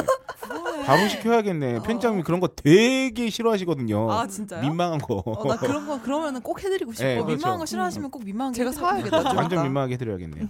Speaker 2: 바로 시켜야겠네. 편집장님 그런 거 되게 싫어하시거든요.
Speaker 3: 아, 진짜요?
Speaker 2: 민망한 거.
Speaker 1: 어, 나 그런 거 그러면은 꼭 해드리고 싶어.
Speaker 2: 네,
Speaker 3: 어,
Speaker 2: 그렇죠.
Speaker 3: 민망한 거 싫어하시면 꼭 민망한 게
Speaker 1: 제가
Speaker 3: 해드릴게요.
Speaker 1: 사와야겠다. 좀
Speaker 2: 완전
Speaker 1: 이따.
Speaker 2: 민망하게 해드려야겠네요.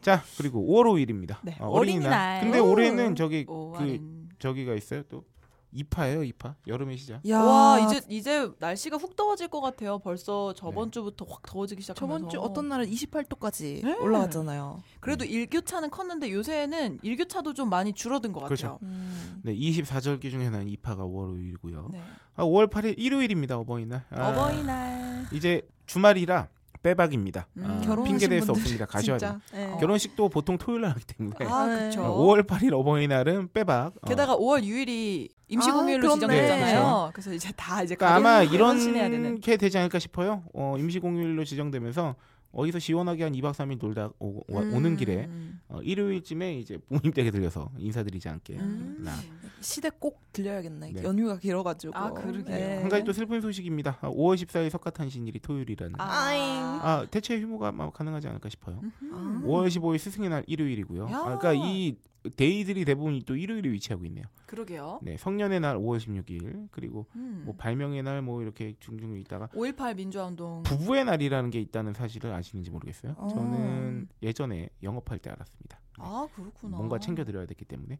Speaker 2: 자 그리고 5월 5일입니다.
Speaker 3: 아. 네, 어린이날.
Speaker 2: 근데
Speaker 3: 오.
Speaker 2: 올해는 저기 그
Speaker 3: 오월엔.
Speaker 2: 저기가 있어요 또 이파예요 이파 여름의 시작.
Speaker 1: 야,
Speaker 3: 와 이제 이제 날씨가 훅 더워질 것 같아요. 벌써
Speaker 2: 네.
Speaker 3: 저번 주부터 확 더워지기 시작하면서
Speaker 1: 저번 주 어떤 날은 28도까지
Speaker 3: 네.
Speaker 1: 올라갔잖아요.
Speaker 2: 네.
Speaker 3: 그래도 일교차는 컸는데 요새는 일교차도 좀 많이 줄어든 것
Speaker 2: 그렇죠.
Speaker 3: 같아요.
Speaker 1: 음.
Speaker 2: 네 24절기 중에 하나는 이파가 5월 5일이고요.
Speaker 3: 네.
Speaker 2: 아, 5월 8일 일요일입니다 어버이날. 아,
Speaker 3: 어버이날
Speaker 2: 이제 주말이라 빼박입니다.
Speaker 3: 음,
Speaker 2: 아,
Speaker 1: 결혼하신
Speaker 2: 핑계 댈수
Speaker 1: 분들 *laughs*
Speaker 2: 없습니다. 가셔야 돼요.
Speaker 1: 네.
Speaker 2: 결혼식도 보통 토요일 날 하기 때문에
Speaker 3: 어. 아
Speaker 1: 네.
Speaker 3: 그렇죠.
Speaker 2: 어, 5월 8일 어버이날은 빼박. 어,
Speaker 3: 게다가 5월 6일이
Speaker 1: 아,
Speaker 3: 임시공휴일로
Speaker 1: 그렇네.
Speaker 3: 지정됐잖아요. 그래서 이제 다 이제
Speaker 2: 그렇죠. 그러니까 아마
Speaker 3: 가게를 헌신해야
Speaker 2: 이런
Speaker 3: 되는.
Speaker 2: 게 되지 않을까 싶어요. 어, 임시공휴일로 지정되면서 어디서 시원하게 한 2박 3일 놀다 오, 는
Speaker 3: 음.
Speaker 2: 길에 어, 일요일쯤에 이제 부모님 댁에 들려서 인사드리지 않게.
Speaker 3: 음.
Speaker 2: 네. 나.
Speaker 1: 시대 꼭 들려야겠네.
Speaker 2: 네.
Speaker 1: 연휴가 길어가지고. 네.
Speaker 3: 아, 그러게요.
Speaker 2: 한 가지 또 슬픈 소식입니다. 아, 5월 14일 석가탄신일이 토요일이라는. 아,
Speaker 3: 아.
Speaker 2: 대체 휴무가 아마 가능하지 않을까 싶어요.
Speaker 1: 아.
Speaker 2: 5월 15일 스승의 날 일요일이고요.
Speaker 3: 음. 야.
Speaker 2: 아, 그러니까 이 데이들이 대부분 또 일요일에 위치하고 있네요.
Speaker 3: 그러게요.
Speaker 2: 네, 성년의 날 5월 16일 그리고
Speaker 3: 어? 음.
Speaker 2: 뭐 발명의 날 뭐 이렇게 중중 있다가
Speaker 3: 5.18 민주화운동.
Speaker 2: 부부의 날이라는 게 있다는 사실을 아시는지 모르겠어요.
Speaker 1: 어.
Speaker 2: 저는 예전에 영업할 때 알았습니다. 네.
Speaker 3: 아 그렇구나.
Speaker 2: 뭔가 챙겨드려야 됐기 때문에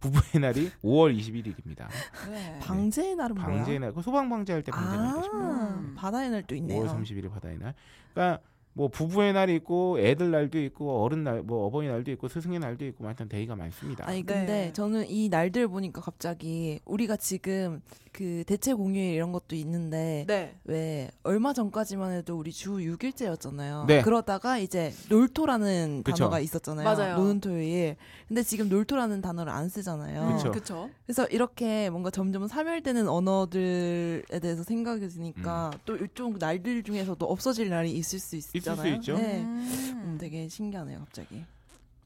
Speaker 2: 부부의 날이 5월 21일입니다. *laughs*
Speaker 3: 네.
Speaker 1: 방제의 날은 뭐야?
Speaker 2: 방제의 날, 그 소방 방제할 때 방제 날이죠.
Speaker 1: 아,
Speaker 3: 음.
Speaker 1: 바다의 날도 있네요.
Speaker 2: 5월 31일 바다의 날. 그러니까 뭐 부부의 날이 있고 애들 날도 있고 어른 날, 뭐 어버이 날도 있고 스승의 날도 있고 뭐 하여튼 데이가 많습니다.
Speaker 1: 아니 근데
Speaker 3: 네.
Speaker 1: 저는 이 날들 보니까 갑자기 우리가 지금 그 대체 공휴일 이런 것도 있는데
Speaker 3: 네.
Speaker 1: 왜 얼마 전까지만 해도 우리 주 6일째였잖아요.
Speaker 2: 네.
Speaker 1: 그러다가 이제 놀토라는
Speaker 2: 그쵸.
Speaker 1: 단어가 있었잖아요.
Speaker 3: 맞아요.
Speaker 1: 노는 토요일. 근데 지금 놀토라는 단어를 안 쓰잖아요.
Speaker 2: 그쵸.
Speaker 3: 그렇죠.
Speaker 1: 그래서 이렇게 뭔가 점점 사멸되는 언어들에 대해서 생각이 드니까
Speaker 2: 음.
Speaker 1: 또 이쪽 날들 중에서도 없어질 날이 있을 수
Speaker 2: 수
Speaker 1: 있잖아요.
Speaker 2: 있죠.
Speaker 1: 네. 음, 되게 신기하네요, 갑자기.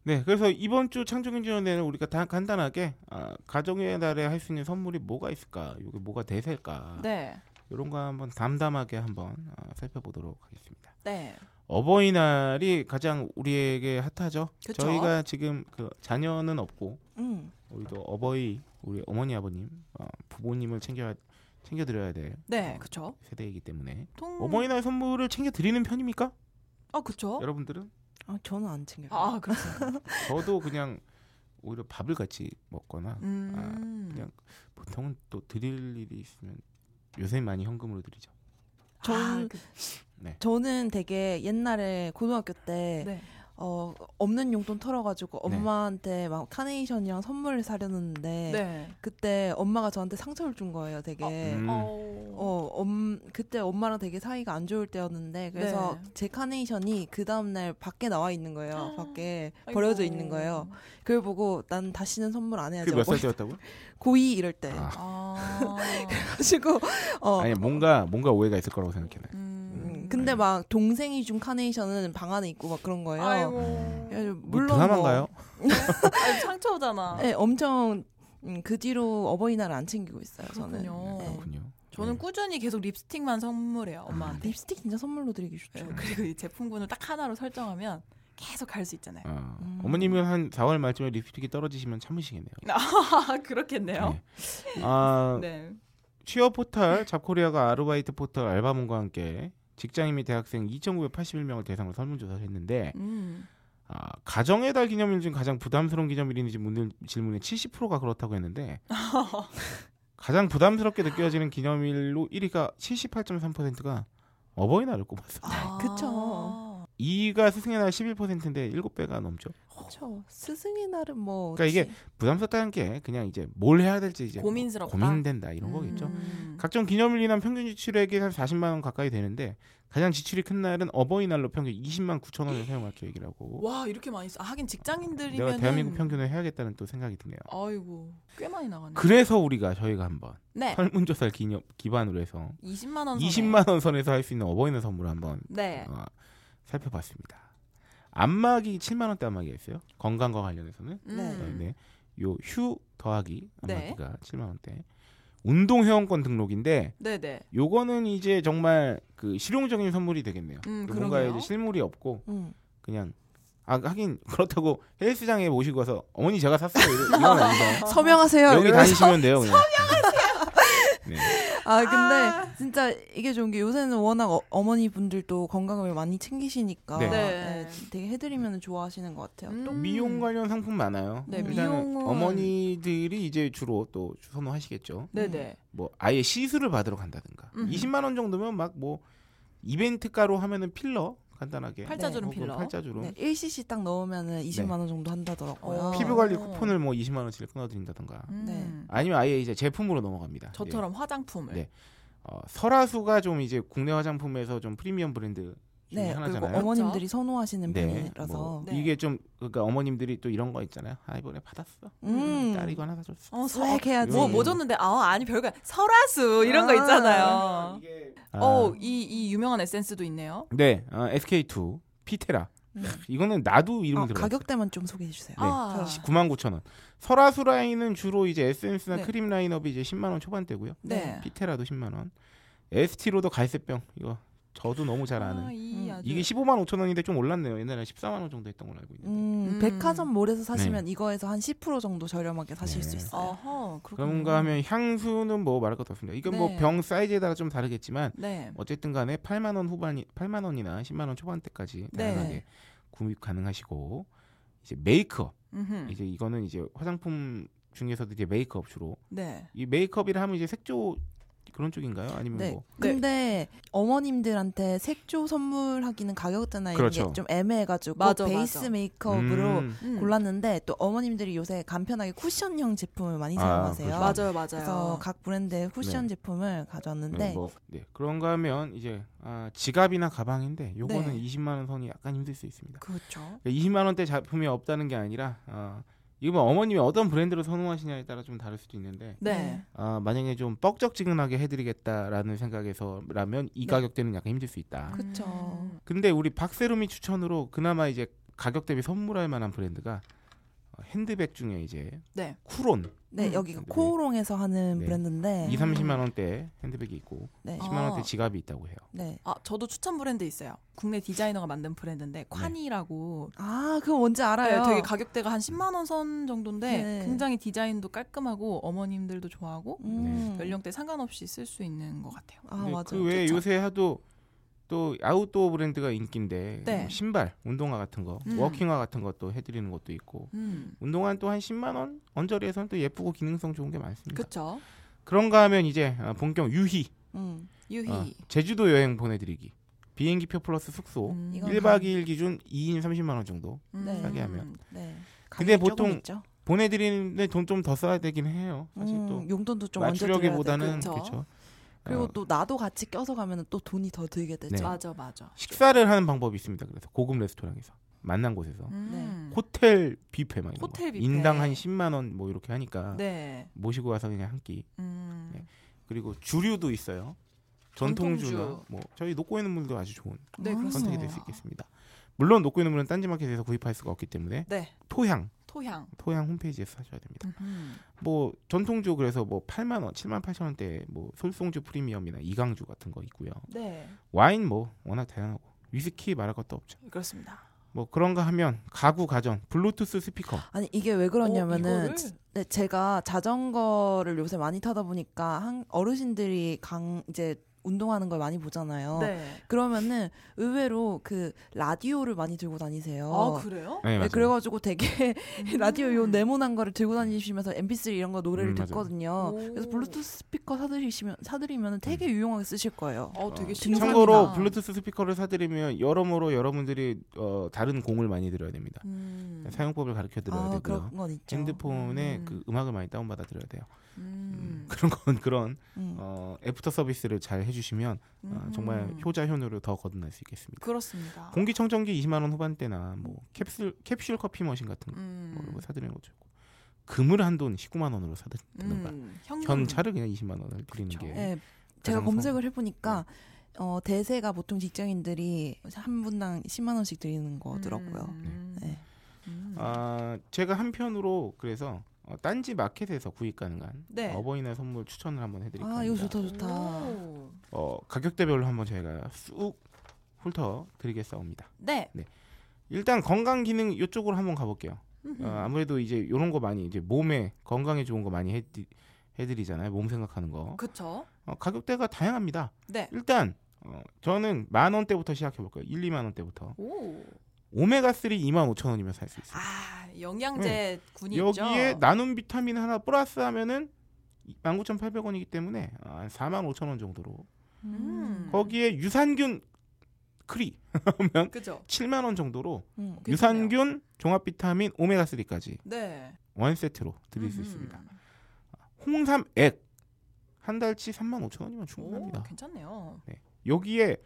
Speaker 2: 네, 그래서 이번 주 창조경제연대는 우리가 다 간단하게 아, 가정의 날에 할 수 있는 선물이 뭐가 있을까, 이게 뭐가 대세일까
Speaker 3: 네.
Speaker 2: 이런 거 한번 담담하게 한번 아, 살펴보도록 하겠습니다.
Speaker 3: 네.
Speaker 2: 어버이날이 가장 우리에게 핫하죠.
Speaker 3: 그쵸.
Speaker 2: 저희가 지금 그 자녀는 없고
Speaker 1: 음.
Speaker 2: 우리도 어버이 우리 어머니 아버님 어, 부모님을 챙겨 챙겨 드려야 될
Speaker 3: 네. 그렇죠.
Speaker 2: 세대이기 때문에
Speaker 3: 통.
Speaker 2: 어버이날 선물을 챙겨 드리는 편입니까?
Speaker 3: 아 그렇죠.
Speaker 1: *laughs*
Speaker 2: 여러분들은
Speaker 1: 아, 저는 안 챙겨요.
Speaker 3: 아 그렇죠.
Speaker 2: 저도 그냥 오히려 밥을 같이 먹거나
Speaker 3: 음.
Speaker 2: 그냥 보통은 또 드릴 일이 있으면 요새 많이 현금으로 드리죠. 네.
Speaker 1: 저는
Speaker 3: 그-
Speaker 1: 저는 되게 옛날에 고등학교 때
Speaker 3: 네.
Speaker 1: 어, 없는 용돈 털어가지고
Speaker 2: 네.
Speaker 1: 엄마한테 막 카네이션이랑 선물을 사려는데
Speaker 3: 네.
Speaker 1: 그때 엄마가 저한테 상처를 준 거예요, 되게.
Speaker 3: 어,
Speaker 2: 음.
Speaker 3: 어.
Speaker 1: 어, 엄, 그때 엄마랑 되게 사이가 안 좋을 때였는데 그래서
Speaker 3: 네.
Speaker 1: 제 카네이션이 그 다음날 밖에 나와 있는 거예요. 밖에
Speaker 3: 아이고.
Speaker 1: 버려져 있는 거예요. 그걸 보고 난 다시는 선물 안 해야지.
Speaker 2: 그 몇 살 때였다고?
Speaker 1: *laughs* 고2 이럴 때.
Speaker 2: 아.
Speaker 3: 아.
Speaker 1: 가지고 네. 어.
Speaker 2: 아니 뭐, 뭔가 뭔가 오해가 있을 거라고 생각해. 요
Speaker 1: 음,
Speaker 3: 음.
Speaker 1: 근데 막 동생이 준 카네이션은 방 안에 있고 막 그런 거예요.
Speaker 3: 아이고.
Speaker 1: 그래가지고
Speaker 2: 뭐
Speaker 1: 물론
Speaker 2: 드라마인가요?
Speaker 3: 아니, 상처잖아.
Speaker 1: 뭐, 네, 엄청 음, 그 뒤로 어버이날을 안 챙기고 있어요. 저는.
Speaker 3: 그렇군요.
Speaker 1: 네.
Speaker 2: 그렇군요.
Speaker 3: 저는
Speaker 2: 네.
Speaker 3: 꾸준히 계속 립스틱만 선물해요 엄마한테.
Speaker 1: 립스틱 진짜 선물로 드리기
Speaker 2: 아,
Speaker 1: 좋죠.
Speaker 3: 예, 그리고 이 제품군을 딱 하나로 설정하면 계속 갈 수 있잖아요.
Speaker 2: 어.
Speaker 1: 음.
Speaker 2: 어머님은 한 4월 말쯤에 립스틱이 떨어지시면 참으시겠네요.
Speaker 3: 아, *laughs* 그렇겠네요.
Speaker 2: 네. 아,
Speaker 3: 네.
Speaker 2: 취업 포털 잡코리아가 아르바이트 포털 알바몬과 함께 직장인 및 대학생 2,981명을 대상으로 설문조사를 했는데
Speaker 3: 음.
Speaker 2: 아, 가정의 달 기념일 중 가장 부담스러운 기념일인지 묻는 질문에 70%가 그렇다고
Speaker 3: *laughs*
Speaker 2: 했는데 가장 부담스럽게 느껴지는 기념일로 1위가 78.3%가 어버이날을 꼽았어요.
Speaker 3: 아,
Speaker 1: 그쵸.
Speaker 2: 2위가 스승의 날 11%인데 7배가 넘죠.
Speaker 1: 그렇죠. 스승의 날은 뭐
Speaker 2: 그러니까 이게 부담스럽다는 게 그냥 이제 뭘 해야 될지 이제
Speaker 3: 고민스럽다.
Speaker 2: 된다 이런
Speaker 1: 음.
Speaker 2: 거겠죠.
Speaker 3: 음.
Speaker 2: 각종 기념일이나 평균 지출액이 한 40만 원 가까이 되는데 가장 지출이 큰 날은 어버이날로 평균 20만 9천
Speaker 3: 예.
Speaker 2: 원을 사용할 계획이라고.
Speaker 3: 와 이렇게 많이 써. 아, 하긴
Speaker 2: 내가
Speaker 3: 직장인들이면
Speaker 2: 대한민국 평균을 해야겠다는 또 생각이 드네요.
Speaker 3: 아이고 꽤 많이 나가네.
Speaker 2: 그래서 우리가 저희가 한번
Speaker 3: 네.
Speaker 2: 설문조사를 기념, 기반으로 해서
Speaker 3: 20만 원.
Speaker 2: 20만 원 선에서 할 수 있는 어버이날 선물을 한번
Speaker 3: 네.
Speaker 2: 어, 살펴봤습니다. 안마기 7만 원대 안마기가 있어요. 건강과 관련해서는
Speaker 3: 음.
Speaker 1: 네.
Speaker 2: 어, 네. 요 휴 더하기
Speaker 3: 네.
Speaker 2: 안마기가 7만 원대. 운동 회원권 등록인데
Speaker 3: 네, 네.
Speaker 2: 요거는 이제 정말 그 실용적인 선물이 되겠네요.
Speaker 3: 음,
Speaker 2: 뭔가
Speaker 3: 그러게요.
Speaker 2: 이제 실물이 없고
Speaker 1: 음.
Speaker 2: 그냥 아 하긴 그렇다고 헬스장에 모시고 가서 어머니 제가 샀어요 이런 이건
Speaker 3: *laughs*
Speaker 2: 아니죠.
Speaker 1: 서명하세요.
Speaker 2: 여기
Speaker 1: 이러면서.
Speaker 2: 다니시면 돼요. 그냥. 네.
Speaker 1: 아 근데 진짜 이게 좋은 게 요새는 워낙 어, 머니 분들도 건강을 많이 챙기시니까
Speaker 2: 네.
Speaker 3: 네.
Speaker 1: 네, 되게 해드리면 좋아하시는 것 같아요.
Speaker 3: 음.
Speaker 2: 미용 관련 상품 많아요.
Speaker 3: 네,
Speaker 2: 일단은
Speaker 3: 미용은-
Speaker 2: 어머니들이 이제 주로 또 선호하시겠죠.
Speaker 3: 네, 네.
Speaker 2: 뭐 아예 시술을 받으러 간다든가.
Speaker 3: 음.
Speaker 2: 20만 원 정도면 막 뭐 이벤트가로 하면은 필러 간단하게
Speaker 3: 팔자주름
Speaker 2: 혹은
Speaker 3: 필러.
Speaker 2: 팔자주름.
Speaker 1: 네, 1cc 딱 넣으면은 20만
Speaker 2: 네.
Speaker 1: 원 정도 한다더라고요.
Speaker 3: 어.
Speaker 2: 피부 관리 쿠폰을 뭐 20만 원씩 끊어 드린다든가.
Speaker 3: 음.
Speaker 1: 네.
Speaker 2: 아니면 아예 이제 제품으로 넘어갑니다.
Speaker 3: 저처럼 화장품을.
Speaker 2: 네. 예. 어, 설화수가 좀 이제 국내 화장품에서 좀 프리미엄 브랜드 중에
Speaker 1: 네, 그리고
Speaker 2: 하나잖아요.
Speaker 1: 어머님들이 선호하시는
Speaker 2: 그렇죠. 네,
Speaker 1: 분이라서
Speaker 2: 뭐
Speaker 3: 네.
Speaker 2: 이게 좀 그러니까 어머님들이 또 이런 거 있잖아요. 아 이번에 받았어.
Speaker 1: 음.
Speaker 2: 딸이 이거 하나 사줬어.
Speaker 3: 어, 서,
Speaker 1: 쏵 해야지.
Speaker 3: 뭐, 뭐 줬는데, 아, 아니, 별거, 설화수, 이런 거
Speaker 1: 아.
Speaker 3: 있잖아요.
Speaker 2: 아,
Speaker 3: 어, 이, 이 유명한 에센스도 있네요.
Speaker 2: 네, 어, SK2 피테라.
Speaker 1: 음.
Speaker 2: 이거는 나도 이름
Speaker 1: 아,
Speaker 2: 을 들어.
Speaker 1: 가격대만 좀 소개해 주세요.
Speaker 2: 네.
Speaker 3: 아,
Speaker 2: 99,000원. 설화수 라인은 주로 이제 에센스나
Speaker 3: 네.
Speaker 2: 크림 라인업이 이제 10만 원 초반대고요.
Speaker 3: 네.
Speaker 2: 피테라도 10만 원. ST로도 갈색병 이거 저도 너무 잘 아는.
Speaker 3: 아, 이
Speaker 1: 음.
Speaker 3: 아주-
Speaker 2: 이게 15만 5천 원인데 좀 올랐네요. 옛날에 14만 원 정도 했던 걸로 알고 있는데.
Speaker 1: 음,
Speaker 3: 음.
Speaker 1: 백화점 몰에서 사시면 이거에서 한 10% 정도 저렴하게 사실
Speaker 2: 네.
Speaker 1: 수 있어요.
Speaker 3: 어허, 그렇군요.
Speaker 2: 그런가 하면 향수는 뭐 말할 것도 없습니다. 이건
Speaker 3: 네.
Speaker 2: 뭐 병 사이즈에 따라 좀 다르겠지만
Speaker 3: 네.
Speaker 2: 어쨌든 간에 8만 원 후반이 8만 원이나 10만 원 초반대까지
Speaker 3: 네.
Speaker 2: 다양하게 구입 가능하시고 이제 메이크업
Speaker 3: 음흠.
Speaker 2: 이제 이거는 이제 화장품 중에서도 이제 메이크업 주로
Speaker 3: 네.
Speaker 2: 이 메이크업이라 하면 이제 색조 그런 쪽인가요? 아니면
Speaker 1: 네.
Speaker 2: 뭐
Speaker 1: 근데 어머님들한테 색조 선물하기는 가격대나
Speaker 2: 그렇죠.
Speaker 1: 이런 게 좀 애매해가지고
Speaker 3: 맞아,
Speaker 1: 베이스
Speaker 3: 맞아.
Speaker 1: 메이크업으로
Speaker 2: 음,
Speaker 3: 음.
Speaker 1: 골랐는데 또 어머님들이 요새 간편하게 쿠션형 제품을 많이
Speaker 2: 아,
Speaker 1: 사용하세요.
Speaker 2: 그렇죠.
Speaker 3: 맞아요, 맞아요.
Speaker 1: 그래서 각 브랜드의 쿠션
Speaker 2: 네.
Speaker 1: 제품을 가져왔는데
Speaker 2: 네, 뭐, 네. 그런가 하면 이제 아, 지갑이나 가방인데 요거는
Speaker 3: 네.
Speaker 2: 20만 원 선이 약간 힘들 수 있습니다.
Speaker 3: 그렇죠.
Speaker 2: 20만 원대 작품이 없다는 게 아니라 어, 이거 뭐 어머님이 어떤 브랜드를 선호하시냐에 따라 좀 다를 수도 있는데
Speaker 3: 네.
Speaker 2: 아, 만약에 좀 뻑적지근하게 해드리겠다라는 생각에서라면 이
Speaker 3: 네.
Speaker 2: 가격대는 약간 힘들 수 있다.
Speaker 1: 그쵸.
Speaker 3: 음.
Speaker 2: 근데 우리 박세롬이 추천으로 그나마 이제 가격 대비 선물할 만한 브랜드가 어, 핸드백 중에 이제
Speaker 3: 네.
Speaker 2: 쿠론
Speaker 1: 네,
Speaker 3: 음.
Speaker 1: 여기가
Speaker 2: 네.
Speaker 1: 코오롱에서 하는
Speaker 2: 네.
Speaker 1: 브랜드인데
Speaker 2: 2, 30만 원대 핸드백이 있고
Speaker 1: 네.
Speaker 2: 10만 원대
Speaker 3: 아.
Speaker 2: 지갑이 있다고 해요.
Speaker 1: 네.
Speaker 3: 아, 저도 추천 브랜드 있어요. 국내 디자이너가 만든 브랜드인데, ኳ니라고.
Speaker 1: 아, 그거 뭔지 알아요.
Speaker 3: 네, 되게 가격대가 한 10만 원 선 정도인데
Speaker 1: 네.
Speaker 3: 굉장히 디자인도 깔끔하고 어머님들도 좋아하고
Speaker 1: 음.
Speaker 3: 연령대 상관없이 쓸 수 있는 것 같아요.
Speaker 1: 아,
Speaker 2: 네. 근데
Speaker 1: 맞아요.
Speaker 2: 그외
Speaker 1: 그쵸.
Speaker 2: 요새 하도 또 아웃도어 브랜드가 인기인데
Speaker 3: 네.
Speaker 2: 뭐 신발, 운동화 같은 거,
Speaker 3: 음.
Speaker 2: 워킹화 같은 것도 해드리는 것도 있고
Speaker 3: 음,
Speaker 2: 운동화는 또 한 10만 원 언저리에서는 또 예쁘고 기능성 좋은 게 많습니다.
Speaker 3: 그렇죠.
Speaker 2: 그런가 하면 이제 아, 본격 유희
Speaker 1: 음.
Speaker 3: 유희.
Speaker 2: 어, 제주도 여행 보내드리기 비행기표 플러스 숙소
Speaker 3: 음.
Speaker 1: 이건
Speaker 2: 1박 2일 기준 2인 30만 원 정도
Speaker 1: 네.
Speaker 3: 음.
Speaker 2: 하면.
Speaker 1: 네.
Speaker 2: 근데
Speaker 1: 가격이 조금
Speaker 2: 보통
Speaker 1: 있죠.
Speaker 2: 보내드리는데 돈 좀 더 써야 되긴 해요. 사실 또
Speaker 1: 음, 용돈도 좀 얹어
Speaker 2: 맞추려기보다는
Speaker 3: 되고.
Speaker 2: 그렇죠.
Speaker 1: 그리고 또 나도 같이 껴서 가면 또 돈이 더 들게 되죠.
Speaker 2: 네.
Speaker 3: 맞아 맞아.
Speaker 2: 식사를 하는 방법이 있습니다. 그래서 고급 레스토랑에서 만난 곳에서 네.
Speaker 3: 음.
Speaker 2: 호텔 뷔페 막 이런
Speaker 3: 호텔
Speaker 2: 거.
Speaker 3: 뷔페.
Speaker 2: 인당 한 10만 원 뭐 이렇게 하니까
Speaker 3: 네.
Speaker 2: 모시고 가서 그냥 한 끼.
Speaker 3: 음.
Speaker 2: 네. 그리고 주류도 있어요. 전통주나
Speaker 3: 전통주.
Speaker 2: 뭐 저희 놓고 있는 물도 아주 좋은
Speaker 3: 네,
Speaker 1: 아.
Speaker 2: 음. 선택이 될
Speaker 3: 그렇습니다.
Speaker 2: 수 있겠습니다. 물론 놓고 있는 물은 딴지마켓에서 구입할 수가 없기 때문에
Speaker 3: 네.
Speaker 2: 토향
Speaker 3: 토향.
Speaker 2: 토향 홈페이지에서 사셔야 됩니다.
Speaker 3: 음.
Speaker 2: 뭐 전통주 그래서 뭐 8만 원, 7만 8천 원대 뭐 솔송주 프리미엄이나 이강주 같은 거 있고요.
Speaker 3: 네.
Speaker 2: 와인 뭐 워낙 다양하고 위스키 말할 것도 없죠.
Speaker 3: 그렇습니다.
Speaker 2: 뭐 그런가 하면 가구 가전 블루투스 스피커
Speaker 1: 아니 이게 왜 그러냐면은
Speaker 3: 어,
Speaker 1: 지-
Speaker 3: 이거를?
Speaker 1: 네, 제가 자전거를 요새 많이 타다 보니까 한 어르신들이 강 이제 운동하는 걸 많이 보잖아요.
Speaker 3: 네.
Speaker 1: 그러면은 의외로 그 라디오를 많이 들고 다니세요.
Speaker 3: 아 그래요? 음.
Speaker 2: 네,
Speaker 1: 네,
Speaker 2: 맞아요.
Speaker 1: 그래가지고 되게 *laughs* 라디오 요 네모난 거를 들고 다니시면서 MP3 이런 거 노래를
Speaker 2: 음, 맞아요.
Speaker 1: 듣거든요.
Speaker 3: 오.
Speaker 1: 그래서 블루투스 스피커 사드리시면 사드리면 되게
Speaker 2: 음.
Speaker 1: 유용하게 쓰실 거예요.
Speaker 3: 어 되게 신기하다.
Speaker 2: 참고로 블루투스 스피커를 사드리면 여러모로 여러분들이 어, 다른 공을 많이 들어야 됩니다.
Speaker 3: 음.
Speaker 2: 네, 사용법을 가르쳐 드려야
Speaker 1: 아,
Speaker 2: 되고요.
Speaker 1: 그런 건 있죠.
Speaker 2: 핸드폰에
Speaker 3: 음.
Speaker 2: 그 음악을 많이 다운받아 드려야 돼요. 음,
Speaker 3: 음.
Speaker 2: 그런 건 그런
Speaker 1: 음.
Speaker 2: 어, 애프터 서비스를 잘 해주시면 어, 정말
Speaker 3: 음. 아.
Speaker 2: 효자효녀로 더 거듭날 수 있겠습니다.
Speaker 3: 그렇습니다.
Speaker 2: 공기청정기 20만 원 후반대나 뭐 캡슐 캡슐 커피 머신 같은 거
Speaker 3: 음.
Speaker 2: 뭐 이런 거 사드리는 것도 좋고 금을 한 돈 19만 원으로 사드리는 거
Speaker 3: 음. 현금.
Speaker 2: 현찰을 그냥 20만 원을 드리는
Speaker 3: 그렇죠.
Speaker 2: 게
Speaker 1: 네, 제가
Speaker 2: 가장
Speaker 1: 검색을 해보니까 어, 대세가 보통 직장인들이 한 분당 10만 원씩 드리는 거더라고요.
Speaker 3: 음.
Speaker 1: 네.
Speaker 3: 음.
Speaker 2: 아, 제가 한편으로 그래서 어, 딴지 마켓에서 구입 가능한
Speaker 3: 네.
Speaker 2: 어버이날 선물 추천을 한번 해드릴까
Speaker 1: 아
Speaker 2: 합니다.
Speaker 1: 이거 좋다 좋다.
Speaker 3: 오.
Speaker 2: 어, 가격대별로 한번 저희가 쑥 훑어 드리겠습니다.
Speaker 3: 네.
Speaker 2: 일단 건강 기능 이쪽으로 한번 가볼게요.
Speaker 3: 음.
Speaker 2: 어, 아무래도 이제 이런 거 많이 이제 몸에 건강에 좋은 거 많이 해드, 해드리잖아요. 몸 생각하는 거.
Speaker 3: 그쵸.
Speaker 2: 어, 가격대가 다양합니다.
Speaker 3: 네.
Speaker 2: 일단 어, 저는 만 원대부터 시작해 볼까요? 1, 2만 원대부터.
Speaker 3: 오.
Speaker 2: 오메가 3 2만 5천 원이면 살 수 있어요.
Speaker 3: 아 영양제 군이
Speaker 2: 네. 여기에
Speaker 3: 있죠.
Speaker 2: 나눔 비타민 하나 플러스하면은 19,800원이기 때문에 어, 한 45,000원 정도로.
Speaker 3: 음.
Speaker 2: 거기에 유산균 크리
Speaker 3: 그죠.
Speaker 2: 7만 원 정도로
Speaker 1: 음.
Speaker 3: 괜찮네요.
Speaker 2: 유산균 종합 비타민 오메가 3까지
Speaker 3: 네.
Speaker 2: 원 세트로 드릴 수
Speaker 3: 음.
Speaker 2: 있습니다. 홍삼 액 한 달치 3만 5천 원이면
Speaker 3: 오,
Speaker 2: 충분합니다.
Speaker 3: 괜찮네요.
Speaker 2: 여기에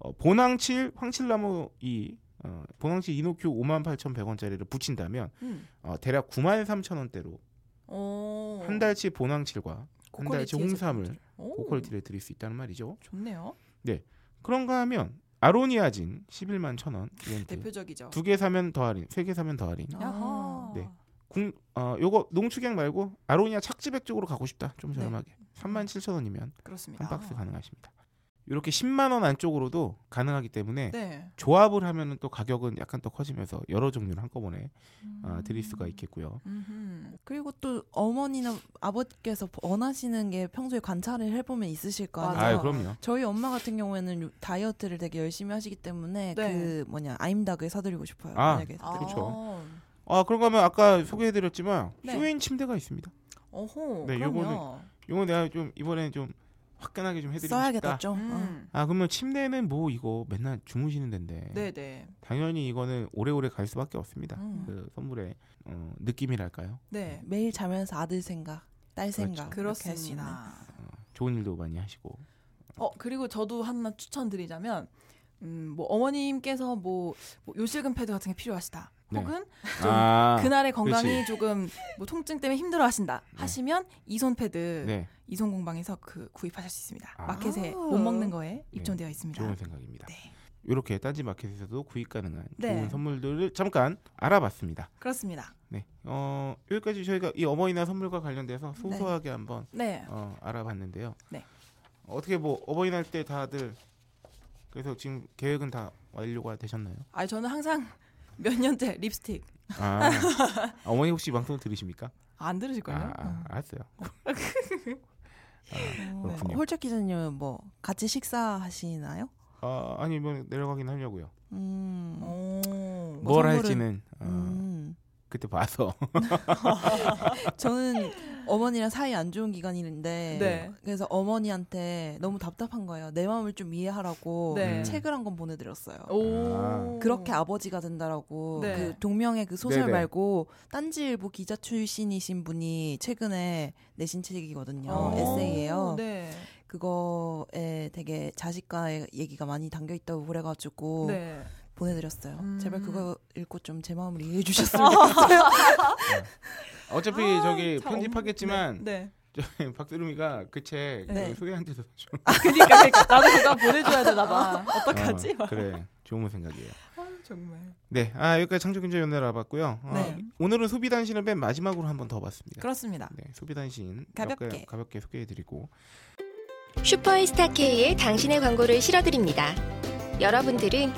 Speaker 2: 어, 보낭칠 황칠나무 이 어, 보낭칠 이노큐 5만 8천 100원짜리를 붙인다면
Speaker 3: 음.
Speaker 2: 어, 대략 9만 3천 원대로
Speaker 3: 오.
Speaker 2: 한 달치 보낭칠과 한 달치
Speaker 3: 고퀄리티의
Speaker 2: 홍삼을
Speaker 3: 제품들. 오,
Speaker 2: 고퀄리티를 드릴 수 있다는 말이죠.
Speaker 3: 좋네요.
Speaker 2: 그런가 하면 아로니아진 11만 1,000원 이벤트.
Speaker 3: 대표적이죠. 아.
Speaker 2: 두 개 사면 더 할인, 세 개 사면 더 할인.
Speaker 3: 야하.
Speaker 2: 네. 국, 어, 요거 농축액 말고 아로니아 착지백 쪽으로 가고 싶다. 좀
Speaker 3: 네.
Speaker 2: 저렴하게. 3만 7,000원이면
Speaker 3: 그렇습니다.
Speaker 2: 한 박스 가능하십니다. 이렇게 10만 원 안쪽으로도 가능하기 때문에
Speaker 3: 네.
Speaker 2: 조합을 하면은 또 가격은 약간 더 커지면서 여러 종류를 한꺼번에 어, 드릴 수가
Speaker 3: 음.
Speaker 2: 있겠고요.
Speaker 3: 음흠.
Speaker 1: 그리고 또 어머니나 아버지께서 원하시는 게 평소에 관찰을 해보면 있으실 거
Speaker 3: 맞아요.
Speaker 1: 아니에요.
Speaker 2: 아, 그럼요.
Speaker 1: 저희 엄마 같은 경우에는 요- 다이어트를 되게 열심히 하시기 때문에
Speaker 3: 네.
Speaker 1: 그 뭐냐 아임닭을 사드리고 싶어요.
Speaker 2: 아,
Speaker 1: 만약에
Speaker 3: 아,
Speaker 1: 사드리면.
Speaker 2: 그렇죠. 아, 그런가 하면 아까 소개해 드렸지만
Speaker 3: 네.
Speaker 2: 쇼인 침대가 있습니다.
Speaker 3: 어허.
Speaker 2: 네,
Speaker 3: 그럼요.
Speaker 2: 요거 내가 좀 이번에 좀 화끈하게 좀 해드리고
Speaker 1: 써야겠다
Speaker 2: 싶다.
Speaker 1: 좀. 어.
Speaker 3: 음.
Speaker 2: 아 그러면 침대는 뭐 이거 맨날 주무시는 데인데
Speaker 3: 네, 네.
Speaker 2: 당연히 이거는 오래오래 갈 수밖에 없습니다.
Speaker 3: 음.
Speaker 2: 그 선물의 어, 느낌이랄까요.
Speaker 3: 네.
Speaker 1: 매일 자면서 아들 생각, 딸 그렇죠. 생각 이렇게 할수 있는.
Speaker 3: 그렇습니다.
Speaker 2: 네. 좋은 일도 많이 하시고
Speaker 3: *laughs* 어 그리고 저도 하나 추천드리자면 음뭐 어머님께서 뭐, 뭐 요실금 패드 같은 게 필요하시다
Speaker 2: 네.
Speaker 3: 혹은
Speaker 2: 아,
Speaker 3: 그날의 건강이
Speaker 2: 그렇지.
Speaker 3: 조금 뭐 통증 때문에 힘들어하신다 하시면 이손 패드
Speaker 2: 네
Speaker 3: 이손 공방에서 그 구입하실 수 있습니다
Speaker 2: 아. 네.
Speaker 3: 마켓에
Speaker 1: 아.
Speaker 3: 못 먹는 거에 입점되어 있습니다.
Speaker 2: 좋은 생각입니다.
Speaker 3: 네.
Speaker 2: 이렇게 딴지 마켓에서도 구입 가능한
Speaker 3: 네.
Speaker 2: 좋은 선물들을 잠깐 알아봤습니다.
Speaker 3: 그렇습니다.
Speaker 2: 네, 어, 여기까지 저희가 이 어버이날 선물과 관련돼서 소소하게 한번
Speaker 3: 네.
Speaker 2: 어, 알아봤는데요.
Speaker 3: 네.
Speaker 2: 어떻게 뭐 어버이날 때 다들 그래서 지금 계획은 다 완료가 되셨나요?
Speaker 3: 아 저는 항상 *laughs* 몇 년째 립스틱
Speaker 2: 아, 어머니 혹시 방송 들으십니까?
Speaker 3: 안 들으실 거예요.
Speaker 2: 아, 아, 알았어요.
Speaker 1: 어,
Speaker 2: 그렇군요.
Speaker 1: 홀짝 기자님은 뭐 같이 식사하시나요?
Speaker 2: 아, 아니 뭐 내려가긴 하려고요.
Speaker 1: 음.
Speaker 3: 어. 오.
Speaker 1: 뭐
Speaker 2: 뭘
Speaker 3: 음.
Speaker 1: 선물은-
Speaker 2: 할지는 어,
Speaker 1: 음.
Speaker 2: 그때 봐서
Speaker 1: 저는 어머니랑 사이 안 좋은 기간인데
Speaker 3: 네.
Speaker 1: 그래서 어머니한테 너무 답답한 거예요. 내 마음을 좀 이해하라고
Speaker 3: 네.
Speaker 1: 책을 한 권 보내드렸어요.
Speaker 2: 아.
Speaker 3: 오.
Speaker 1: 그렇게 아버지가 된다라고
Speaker 3: 네.
Speaker 1: 그 동명의 그 소설
Speaker 2: 네네.
Speaker 1: 말고 딴지일보 기자 출신이신 분이 최근에 내신 책이거든요.
Speaker 2: 어.
Speaker 1: 에세이예요.
Speaker 3: 네.
Speaker 1: 그거에 되게 자식과의 얘기가 많이 담겨 있다고 그래가지고
Speaker 3: 네.
Speaker 1: 보내드렸어요.
Speaker 3: 음.
Speaker 1: 제발 그거 읽고 좀 제 마음을
Speaker 3: *laughs*
Speaker 1: 이해해 주셨으면 좋겠어요.
Speaker 2: 어차피
Speaker 3: 아,
Speaker 2: 저기
Speaker 3: 참
Speaker 1: *laughs*
Speaker 2: 편집하겠지만
Speaker 3: 네.
Speaker 2: 저기 *laughs* 박두루미가 그책
Speaker 1: 네.
Speaker 2: 소개한테서 좀
Speaker 3: 그러니까, 그러니까 나도 그거 보내줘야 되나 봐.
Speaker 1: 아.
Speaker 3: 어떡하지?
Speaker 2: 어, 그래 좋은 생각이에요.
Speaker 3: 아, 정말.
Speaker 2: 네, 아 여기까지 창조경제 연애를 알아봐고요. 어,
Speaker 3: 네.
Speaker 2: 오늘은 소비단신을 맨 마지막으로 한 번 더 봤습니다.
Speaker 3: 그렇습니다.
Speaker 2: 네, 소비단신
Speaker 3: 가볍게.
Speaker 2: 몇 개- 가볍게 소개해드리고
Speaker 7: 슈퍼에스타 K의 당신의 광고를 실어드립니다. 여러분들은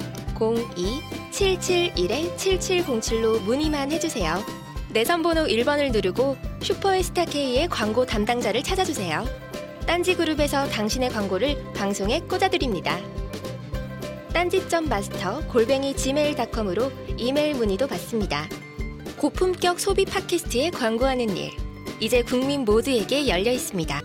Speaker 7: 02-771-7707로 문의만 해주세요. 내선번호 1번을 누르고 슈퍼에스타 K의 광고 담당자를 찾아주세요. 딴지그룹에서 당신의 광고를 방송에 꽂아드립니다. 딴지.마스터 골뱅이 gmail.com으로 이메일 문의도 받습니다. 고품격 소비 팟캐스트에 광고하는 일. 이제 국민 모두에게 열려 있습니다.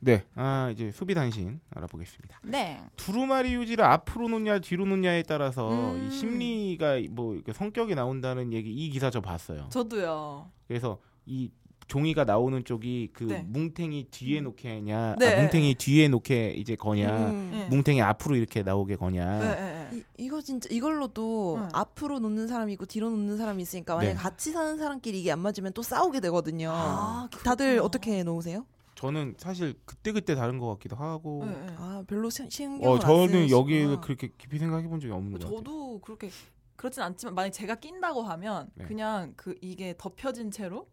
Speaker 2: 네, 아 이제 소비단신 알아보겠습니다.
Speaker 3: 네.
Speaker 2: 두루마리 유지를 앞으로 놓냐 뒤로 놓냐에 따라서
Speaker 3: 음.
Speaker 2: 이 심리가 뭐 이렇게 성격이 나온다는 얘기 이 기사 저 봤어요.
Speaker 3: 저도요.
Speaker 2: 그래서 이 종이가 나오는 쪽이 그
Speaker 3: 네.
Speaker 2: 뭉탱이 뒤에 놓게냐,
Speaker 3: 네.
Speaker 2: 아, 뭉탱이 뒤에 놓게 이제 거냐,
Speaker 1: 음.
Speaker 2: 뭉탱이 아. 앞으로 이렇게 나오게 거냐.
Speaker 3: 네, 네, 네.
Speaker 1: 이, 이거 진짜 이걸로도
Speaker 3: 응.
Speaker 1: 앞으로 놓는 사람이 있고 뒤로 놓는 사람이 있으니까 만약에
Speaker 2: 네.
Speaker 1: 같이 사는 사람끼리 이게 안 맞으면 또 싸우게 되거든요.
Speaker 3: 아,
Speaker 1: 다들
Speaker 3: 그렇구나.
Speaker 1: 어떻게 놓으세요?
Speaker 2: 저는 사실 그때 그때 다른 것 같기도 하고.
Speaker 3: 네, 네.
Speaker 1: 아 별로 시- 신경을
Speaker 2: 어,
Speaker 1: 안 아.
Speaker 2: 저는
Speaker 1: 쓰시구나.
Speaker 2: 여기에 그렇게 깊이 생각해 본 적이 없는 것 같아요.
Speaker 3: 뭐 저도 그렇게 그렇진 않지만 만약 제가 낀다고 하면
Speaker 2: 네.
Speaker 3: 그냥 그 이게 덮여진 채로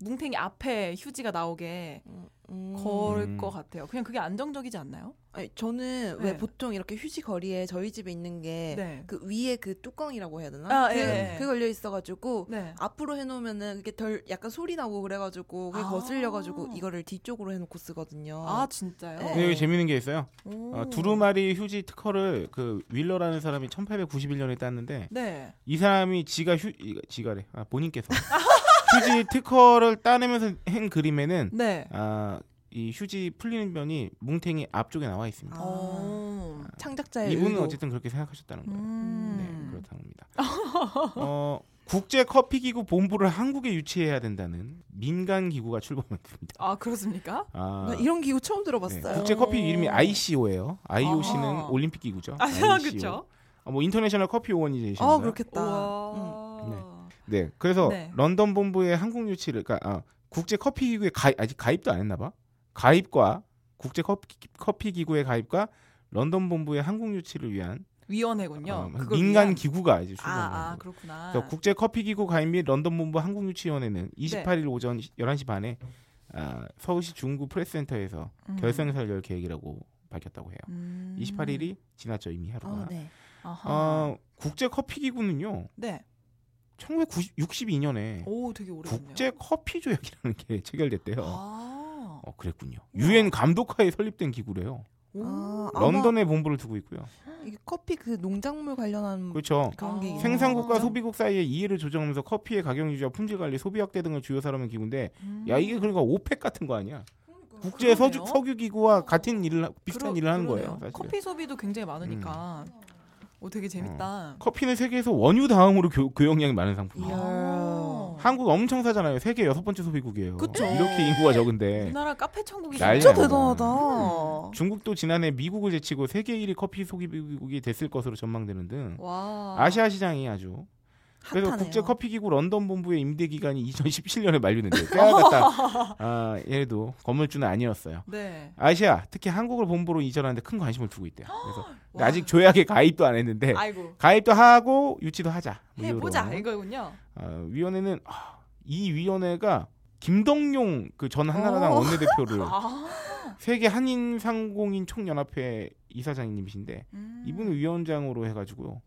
Speaker 3: 뭉탱이 앞에 휴지가 나오게
Speaker 1: 음.
Speaker 3: 걸
Speaker 2: 음.
Speaker 3: 것 같아요. 그냥 그게 안정적이지 않나요?
Speaker 1: 아니, 저는 왜
Speaker 3: 네.
Speaker 1: 보통 이렇게 휴지 거리에 저희 집에 있는 게 그
Speaker 3: 네.
Speaker 1: 위에 그 뚜껑이라고 해야 되나?
Speaker 3: 아,
Speaker 1: 그,
Speaker 3: 예, 예.
Speaker 1: 게 걸려 있어가지고
Speaker 3: 네.
Speaker 1: 앞으로 해놓으면은 그게 덜 약간 소리 나고 그래가지고 그게
Speaker 3: 아.
Speaker 1: 거슬려가지고 이거를 뒤쪽으로 해놓고 쓰거든요.
Speaker 3: 아 진짜요?
Speaker 1: 네. 음.
Speaker 2: 근데 여기 재밌는 게 있어요.
Speaker 3: 오.
Speaker 2: 어, 두루마리 휴지 특허를 그 윌러라는 사람이 1891년에 땄는데
Speaker 3: 네.
Speaker 2: 이 사람이 지가 휴 이- 지가래. 아,
Speaker 1: *laughs*
Speaker 2: 본인께서 휴지 특허를 따내면서 한 그림에는
Speaker 3: 네.
Speaker 2: 아, 이 휴지 풀리는 면이 뭉탱이 앞쪽에 나와 있습니다.
Speaker 1: 아.
Speaker 3: 어.
Speaker 1: 창작자의
Speaker 2: 이분은
Speaker 1: 의도.
Speaker 2: 어쨌든 그렇게 생각하셨다는 거예요.
Speaker 3: 음.
Speaker 2: 네, 그렇답니다. 어, 국제 커피 기구 본부를 한국에 유치해야 된다는 민간 기구가 출범했습니다.
Speaker 3: 아 그렇습니까?
Speaker 2: 아,
Speaker 1: 나 이런 기구 처음
Speaker 2: 네,
Speaker 1: 들어봤어요. 아,
Speaker 2: 국제 커피 이름이 ICO예요. IOC는
Speaker 3: 아하.
Speaker 2: 올림픽 기구죠.
Speaker 3: 아
Speaker 2: ICO.
Speaker 3: 그렇죠.
Speaker 2: 아, 뭐 인터내셔널 커피 오원이제이션.
Speaker 1: 아 그렇겠다. 응.
Speaker 3: 우와.
Speaker 2: 네, 그래서
Speaker 3: 네.
Speaker 2: 런던 본부의 한국 유치를, 그러니까 아, 국제 커피 기구에 가입, 아직 가입도 안 했나 봐. 가입과 국제 커피, 커피 기구의 가입과 런던 본부의 한국 유치를 위한
Speaker 3: 위원회군요.
Speaker 2: 어,
Speaker 3: 그걸
Speaker 2: 민간
Speaker 3: 위한-
Speaker 2: 기구가 이제 출범한
Speaker 3: 아, 아 네.
Speaker 2: 거예요.
Speaker 3: 그렇구나.
Speaker 2: 그래서 국제 커피 기구 가입 및 런던 본부 한국 유치위원회는 28일 오전 11시 반에 아, 서울시 중구 프레스센터에서
Speaker 3: 음.
Speaker 2: 결성사를 열 계획이라고 밝혔다고 해요.
Speaker 3: 음.
Speaker 2: 28일이 지났죠 이미
Speaker 3: 아,
Speaker 2: 하루가.
Speaker 1: 어, 네.
Speaker 3: 아하.
Speaker 2: 어, 국제 커피 기구는요.
Speaker 3: 네.
Speaker 2: 1962년에
Speaker 3: 오 되게 오래됐네요.
Speaker 2: 국제 커피 조약이라는 게 체결됐대요.
Speaker 3: 아.
Speaker 2: 어, 그랬군요.
Speaker 3: 우와.
Speaker 2: 유엔 감독하에 설립된 기구래요.
Speaker 3: 오.
Speaker 2: 어.
Speaker 1: 아, 아마
Speaker 2: 런던에 본부를 두고 있고요.
Speaker 1: 이게 커피 그 농작물 관련한
Speaker 2: 그렇죠.
Speaker 1: 그런 게
Speaker 3: 아.
Speaker 1: 있나?
Speaker 2: 생산국과
Speaker 3: 아.
Speaker 2: 소비국 사이의 이해를 조정하면서 커피의 가격 유지와 품질 관리, 소비 확대 등을 주요 사람은 기구인데
Speaker 3: 음.
Speaker 2: 야 이게 그러니까 오펙 같은 거 아니야? 국제
Speaker 3: 그러네요.
Speaker 2: 서주, 석유 기구와 같은 일을 하- 비슷한
Speaker 3: 그러-
Speaker 2: 일을 하는
Speaker 3: 그러네요.
Speaker 2: 거예요. 음. 사실. 커피...
Speaker 3: 커피 소비도 굉장히 많으니까. 오 되게 재밌다.
Speaker 2: 커피는 세계에서 원유 다음으로 교, 교역량이 많은 상품이에요.
Speaker 1: 이야.
Speaker 3: 아.
Speaker 2: 한국 엄청 사잖아요. 세계 여섯 번째 소비국이에요.
Speaker 3: 그쵸. 음.
Speaker 2: 이렇게 인구가 적은데
Speaker 3: 우리나라 카페 천국이
Speaker 2: 난리
Speaker 1: 진짜
Speaker 2: 네. 아니야. 음.
Speaker 1: 대단하다.
Speaker 2: 중국도 지난해 미국을 제치고 세계 1위 커피 소비국이 됐을 것으로 전망되는 등
Speaker 3: 와.
Speaker 2: 아시아 시장이 아주 그래서
Speaker 1: 핫하네요.
Speaker 2: 국제 커피 기구 런던 본부의 임대 기간이 2017년에 만료는데 빼앗았다. 아, 얘네도 건물주는 아니었어요.
Speaker 3: 네.
Speaker 2: 아시아 특히 한국을 본부로 이전하는데 큰 관심을 두고 있대요. 그래서
Speaker 3: *gasps* 와.
Speaker 2: 아직 조약에 가입도 안 했는데
Speaker 3: 아이고.
Speaker 2: 가입도 하고 유치도 하자. 무료로.
Speaker 3: 해보자 이거군요.
Speaker 2: 어, 위원회는 아, 이 위원회가 김덕용 그 전 한나라당
Speaker 1: 어.
Speaker 2: 원내대표를
Speaker 3: *laughs* 아.
Speaker 2: 세계 한인 상공인 총연합회 이사장님이신데
Speaker 3: 음.
Speaker 2: 이분 을 위원장으로 해가지고요.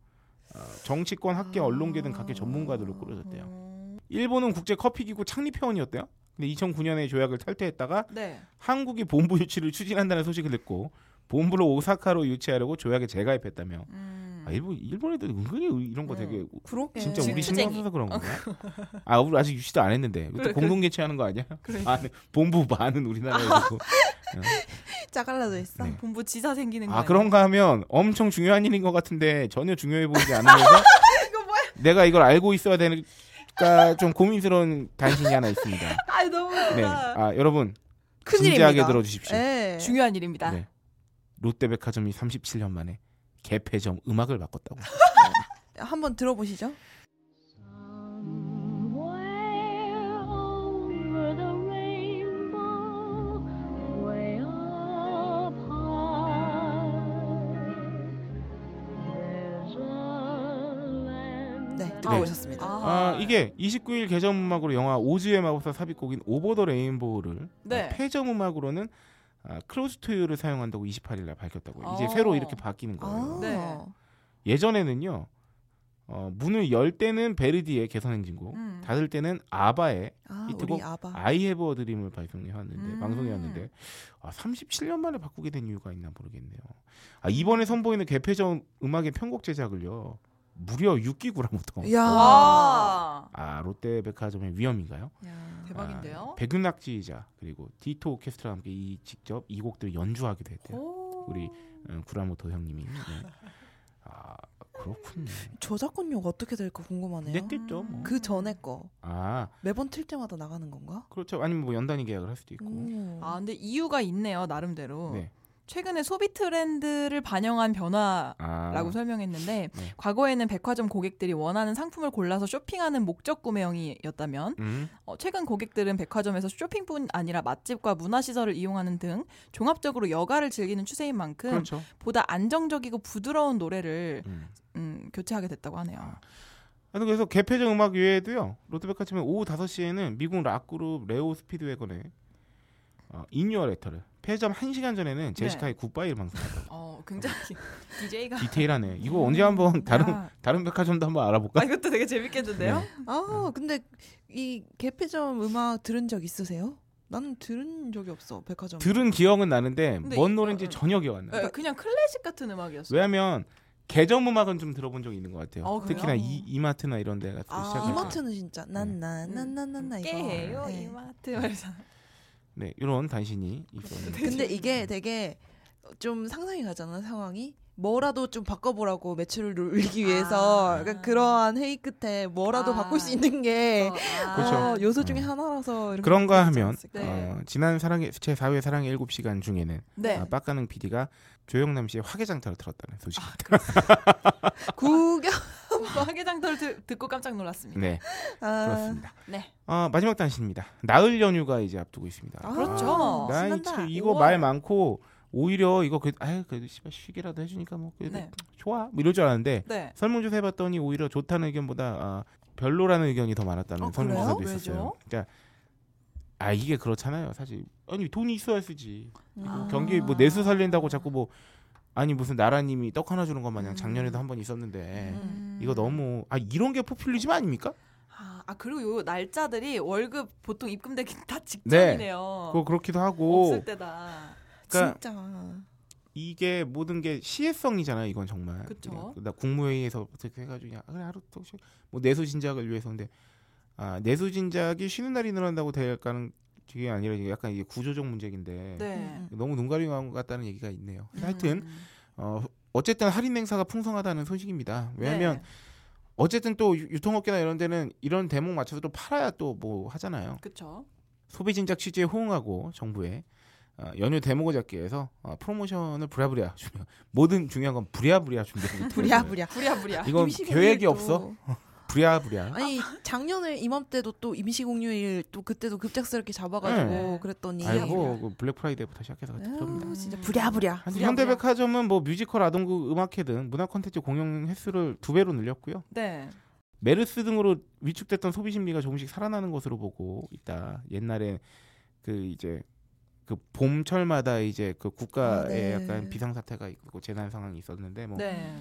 Speaker 2: 어, 정치권, 학계, 언론계 등 각계
Speaker 1: 아.
Speaker 2: 전문가들로 꾸려졌대요.
Speaker 3: 음.
Speaker 2: 일본은 국제 커피기구 창립 회원이었대요. 근데 2009년에 조약을 탈퇴했다가
Speaker 3: 네.
Speaker 2: 한국이 본부 유치를 추진한다는 소식을 듣고 본부를 오사카로 유치하려고 조약에 재가입했다며
Speaker 3: 음.
Speaker 2: 아, 일본 일본 애들 은근히 이런 거
Speaker 1: 네.
Speaker 2: 되게
Speaker 1: 그렇
Speaker 3: 예.
Speaker 2: 진짜 우리 신경
Speaker 3: 질투쟁이.
Speaker 2: 써서 그런 건가? 아 우리 아직 유치도 안 했는데
Speaker 3: 그래,
Speaker 2: 공동 개최하는 거 아니야?
Speaker 3: 그래.
Speaker 2: 아 네. 본부 많은 우리나라에서 아,
Speaker 1: 짜갈라져 있어.
Speaker 2: 네.
Speaker 3: 본부 지사 생기는 거
Speaker 2: 아
Speaker 3: 아니야?
Speaker 2: 그런가 하면 엄청 중요한 일인 것 같은데 전혀 중요해 보이지 않으면서
Speaker 3: 이거 뭐야?
Speaker 2: 내가 이걸 알고 있어야 되니까 좀 고민스러운 단신이 하나 있습니다.
Speaker 3: *laughs* 아 너무 웃기다.
Speaker 2: 네, 아 여러분
Speaker 1: 큰일입니다.
Speaker 2: 진지하게 들어주십시오.
Speaker 1: 예.
Speaker 3: 중요한 일입니다.
Speaker 2: 네. 롯데백화점이 37년 만에 개폐점 음악을 바꿨다고.
Speaker 3: 아.
Speaker 1: 한번 들어보시죠. 네,
Speaker 8: Somewhere over the rainbow, way up high, there's a land.
Speaker 1: 네,
Speaker 8: that
Speaker 1: 듣고
Speaker 2: 네.
Speaker 1: 오셨습니다.
Speaker 2: 아, 이게 29일 개점 음악으로 영화 오즈의 마법사 삽입곡인 오버 더 레인보우를
Speaker 3: 네.
Speaker 2: 폐점 음악으로는 아, 클로즈 투 유를 사용한다고 28일 날 밝혔다고요. 이제
Speaker 3: 어.
Speaker 2: 새로 이렇게 바뀌는
Speaker 1: 아.
Speaker 2: 거예요.
Speaker 3: 네.
Speaker 2: 예전에는요. 어, 문을 열 때는 베르디의 개선행진곡,
Speaker 3: 음.
Speaker 2: 닫을 때는 아바의
Speaker 1: 아,
Speaker 2: 이
Speaker 1: 우리
Speaker 2: 곡-
Speaker 1: 아바.
Speaker 2: I Have a Dream을 방송해왔는데
Speaker 3: 음.
Speaker 2: 방송해왔는데 아, 37년 만에 바꾸게 된 이유가 있나 모르겠네요. 아, 이번에 선보이는 개폐점 음악의 편곡 제작을요 무려 6기구라부터
Speaker 3: 아.
Speaker 1: 야.
Speaker 3: 와.
Speaker 2: 아 롯데백화점의 위험인가요?
Speaker 1: 야.
Speaker 3: 대박인데요.
Speaker 2: 아, 백윤낙지이자 그리고 디토 오케스트라와 함께 이 직접 이 곡들 연주하기도 했대요.
Speaker 3: 오.
Speaker 2: 우리 음, 구라모토 형님이 네. 아 그렇군요.
Speaker 1: 저작권료가 어떻게 될까 궁금하네요.
Speaker 2: 냈겠죠. 뭐.
Speaker 1: 그 전에 거
Speaker 2: 아
Speaker 1: 매번 틀 때마다 나가는 음. 건가?
Speaker 2: 그렇죠. 아니면 뭐 연단위 계약을 할 수도 있고.
Speaker 1: 오.
Speaker 3: 아 근데 이유가 있네요 나름대로.
Speaker 2: 네.
Speaker 3: 최근에 소비 트렌드를 반영한 변화.
Speaker 2: 아
Speaker 3: 라고 설명했는데
Speaker 2: 네.
Speaker 3: 과거에는 백화점 고객들이 원하는 상품을 골라서 쇼핑하는 목적 구매형이었다면
Speaker 2: 음.
Speaker 3: 어, 최근 고객들은 백화점에서 쇼핑뿐 아니라 맛집과 문화시설을 이용하는 등 종합적으로 여가를 즐기는 추세인 만큼
Speaker 2: 그렇죠.
Speaker 3: 보다 안정적이고 부드러운 노래를
Speaker 2: 음.
Speaker 3: 음, 교체하게 됐다고 하네요.
Speaker 2: 하여튼 그래서 개폐적 음악 외에도요. 롯데백화점은 오후 5시에는 미국 락그룹 레오 스피드웨건의 어, 인유어 레터를 폐점 1시간
Speaker 3: 네.
Speaker 2: 전에는 제시카의 굿바이를 방송하고
Speaker 3: 어, 굉장히 *laughs* DJ가
Speaker 2: 디테일하네. 이거 언제 한번 다른 다른 백화점도 한번 알아볼까? 네.
Speaker 3: 음, 아, 이것도 되게 재밌겠는데요.
Speaker 1: 아, 근데 이 개폐점 음악 들은 적 있으세요? 나는 들은 적이 없어 백화점.
Speaker 2: 들은 기억은 나는데
Speaker 3: 근데
Speaker 2: 뭔
Speaker 3: 이-
Speaker 2: 노래인지
Speaker 3: 어, 어.
Speaker 2: 전혀 기억 안 나요.
Speaker 3: 네, 그냥 클래식 같은 음악이었어요.
Speaker 2: 왜냐하면 개점 음악은 좀 들어본 적이 있는 것 같아요.
Speaker 3: 어, 그래요?
Speaker 2: 특히나 이, 이마트나 이런 데 가서
Speaker 3: 아,
Speaker 2: 시작할 때.
Speaker 1: 이마트는 진짜
Speaker 2: 네.
Speaker 1: 난난난난난나 이거.
Speaker 3: 깨해요
Speaker 1: 네.
Speaker 3: 이마트 말잖아.
Speaker 2: 네, 이런 단신이
Speaker 3: *laughs*
Speaker 2: 있었는데.
Speaker 1: 근데 이게 되게 좀 상상이 가잖아 상황이. 뭐라도 좀 바꿔보라고 매출을 늘리기 위해서
Speaker 3: 아.
Speaker 1: 약간 그러한 회의 끝에 뭐라도
Speaker 3: 아.
Speaker 1: 바꿀 수 있는 게 어,
Speaker 2: 그렇죠.
Speaker 1: 요소 중에
Speaker 2: 음.
Speaker 1: 하나라서 이렇게
Speaker 2: 그런가
Speaker 1: 바뀌지
Speaker 2: 하면
Speaker 1: 않았을까?
Speaker 3: 네.
Speaker 2: 어, 지난 사랑의 제 4회 사랑의 7시간 중에는
Speaker 3: 네.
Speaker 2: 아, 빡가능 PD가 조영남 씨의 화개장터를 들었다는 소식.
Speaker 3: 아,
Speaker 1: 구경
Speaker 3: 어, 화개장터를 들- 듣고 깜짝 놀랐습니다.
Speaker 2: 네,
Speaker 1: 아,
Speaker 2: 그렇습니다.
Speaker 3: 네.
Speaker 2: 아, 마지막 단신입니다. 나흘 연휴가 이제 앞두고 있습니다.
Speaker 1: 아,
Speaker 3: 그렇죠.
Speaker 2: 나
Speaker 1: 신난다.
Speaker 2: 참 이거
Speaker 1: 우와.
Speaker 2: 말 많고 오히려 이거 그래도 아유 그래도 씨발 쉬게라도 해주니까 뭐 그래도
Speaker 3: 네.
Speaker 2: 좋아 뭐 이럴 줄 알았는데
Speaker 3: 네.
Speaker 2: 설문조사 해봤더니 오히려 좋다는 의견보다 아, 별로라는 의견이 더 많았다는
Speaker 3: 어,
Speaker 2: 설문조사도
Speaker 3: 그래요?
Speaker 2: 있었어요.
Speaker 3: 왜죠?
Speaker 2: 그러니까 아 이게 그렇잖아요. 사실 아니 돈이 있어야 쓰지.
Speaker 3: 아.
Speaker 2: 경기 뭐 내수 살린다고 자꾸 뭐 아니 무슨 나라님이 떡 하나 주는 것 마냥
Speaker 3: 음.
Speaker 2: 작년에도 한 번 있었는데
Speaker 3: 음.
Speaker 2: 이거 너무 아 이런 게 포퓰리즘 아닙니까?
Speaker 3: 아, 아, 그리고 요 날짜들이 월급 보통 입금되기 *laughs* 다 직전이네요.
Speaker 2: 그거 그렇기도 하고
Speaker 3: 어. 없을 때다.
Speaker 2: 그러니까
Speaker 1: 진짜
Speaker 2: 이게 모든 게 시혜성이잖아요. 이건 정말
Speaker 3: 그쵸.
Speaker 2: 그냥 나 국무회의에서 어떻게 해가지고 그냥 아, 그래 하루 또 쉬- 뭐 내수 진작을 위해서인데 아 내수 진작이 쉬는 날이 늘어난다고 될까는 그게 아니라 이게 약간 이게 구조적 문제인데
Speaker 1: 음,
Speaker 3: 네. 음.
Speaker 2: 너무 눈 가리고 한것 같다는 얘기가 있네요. 음. 하여튼 어, 어쨌든 할인 행사가 풍성하다는 소식입니다. 왜냐하면
Speaker 3: 네.
Speaker 2: 어쨌든 또 유- 유통업계나 이런 데는 이런 대목 맞춰서 또 팔아야 또 뭐 하잖아요.
Speaker 3: 그렇죠.
Speaker 2: 소비 진작 취지에 호응하고 정부에 어, 연휴 대목을 잡기 위해서 어, 프로모션을 부랴부랴 준비. 모든 중요한 건 부랴부랴 준비하고 있다는 거예요.
Speaker 1: 부랴부랴
Speaker 2: *laughs*
Speaker 3: 부랴부랴.
Speaker 2: 이건
Speaker 1: 임시공휴일
Speaker 2: 계획이
Speaker 1: 또-
Speaker 2: 없어. 부랴부랴.
Speaker 1: 아니 작년에 이맘때도 또 임시공휴일 또 그때도 급작스럽게 잡아가지고
Speaker 3: 네.
Speaker 1: 그랬더니
Speaker 2: 아이고 그 블랙 프라이데이부터 시작해서
Speaker 1: 아,
Speaker 2: 그럽니다.
Speaker 1: 진짜 부랴부랴
Speaker 2: 하여튼 현대백화점은 뭐 뮤지컬 아동극 음악회등 문화 콘텐츠 공연 횟수를 두 배로 늘렸고요.
Speaker 3: 네.
Speaker 2: 메르스 등으로 위축됐던 소비 심리가 조금씩 살아나는 것으로 보고 있다. 옛날에 그 이제 그 봄철마다 이제 그 국가에
Speaker 1: 아, 네.
Speaker 2: 약간 비상 사태가 있고 재난 상황이 있었는데 뭐
Speaker 3: 네.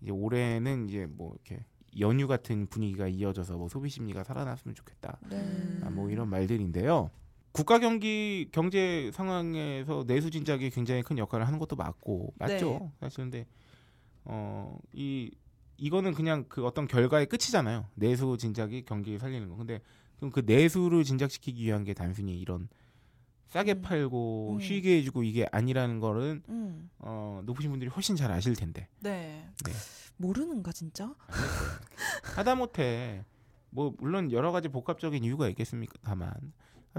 Speaker 2: 이제 올해는 이제 뭐 이렇게 연휴 같은 분위기가 이어져서 뭐 소비 심리가 살아났으면 좋겠다.
Speaker 1: 네.
Speaker 2: 아, 뭐 이런 말들인데요. 국가 경기 경제
Speaker 1: 네.
Speaker 2: 상황에서 내수 진작이 굉장히 큰 역할을 하는 것도 맞고 맞죠. 사실 근데 어, 이 이거는 그냥 그 어떤 결과의 끝이잖아요. 내수 진작이 경기 살리는 거. 근데 그럼 그 내수를 진작시키기 위한 게 단순히 이런 싸게
Speaker 1: 음.
Speaker 2: 팔고
Speaker 1: 음.
Speaker 2: 쉬게 해주고 이게 아니라는 거는
Speaker 1: 음.
Speaker 2: 어, 높으신 분들이 훨씬 잘 아실 텐데
Speaker 3: 네.
Speaker 1: 모르는가 진짜?
Speaker 2: 하다못해 뭐 물론 여러 가지 복합적인 이유가 있겠습니까? 다만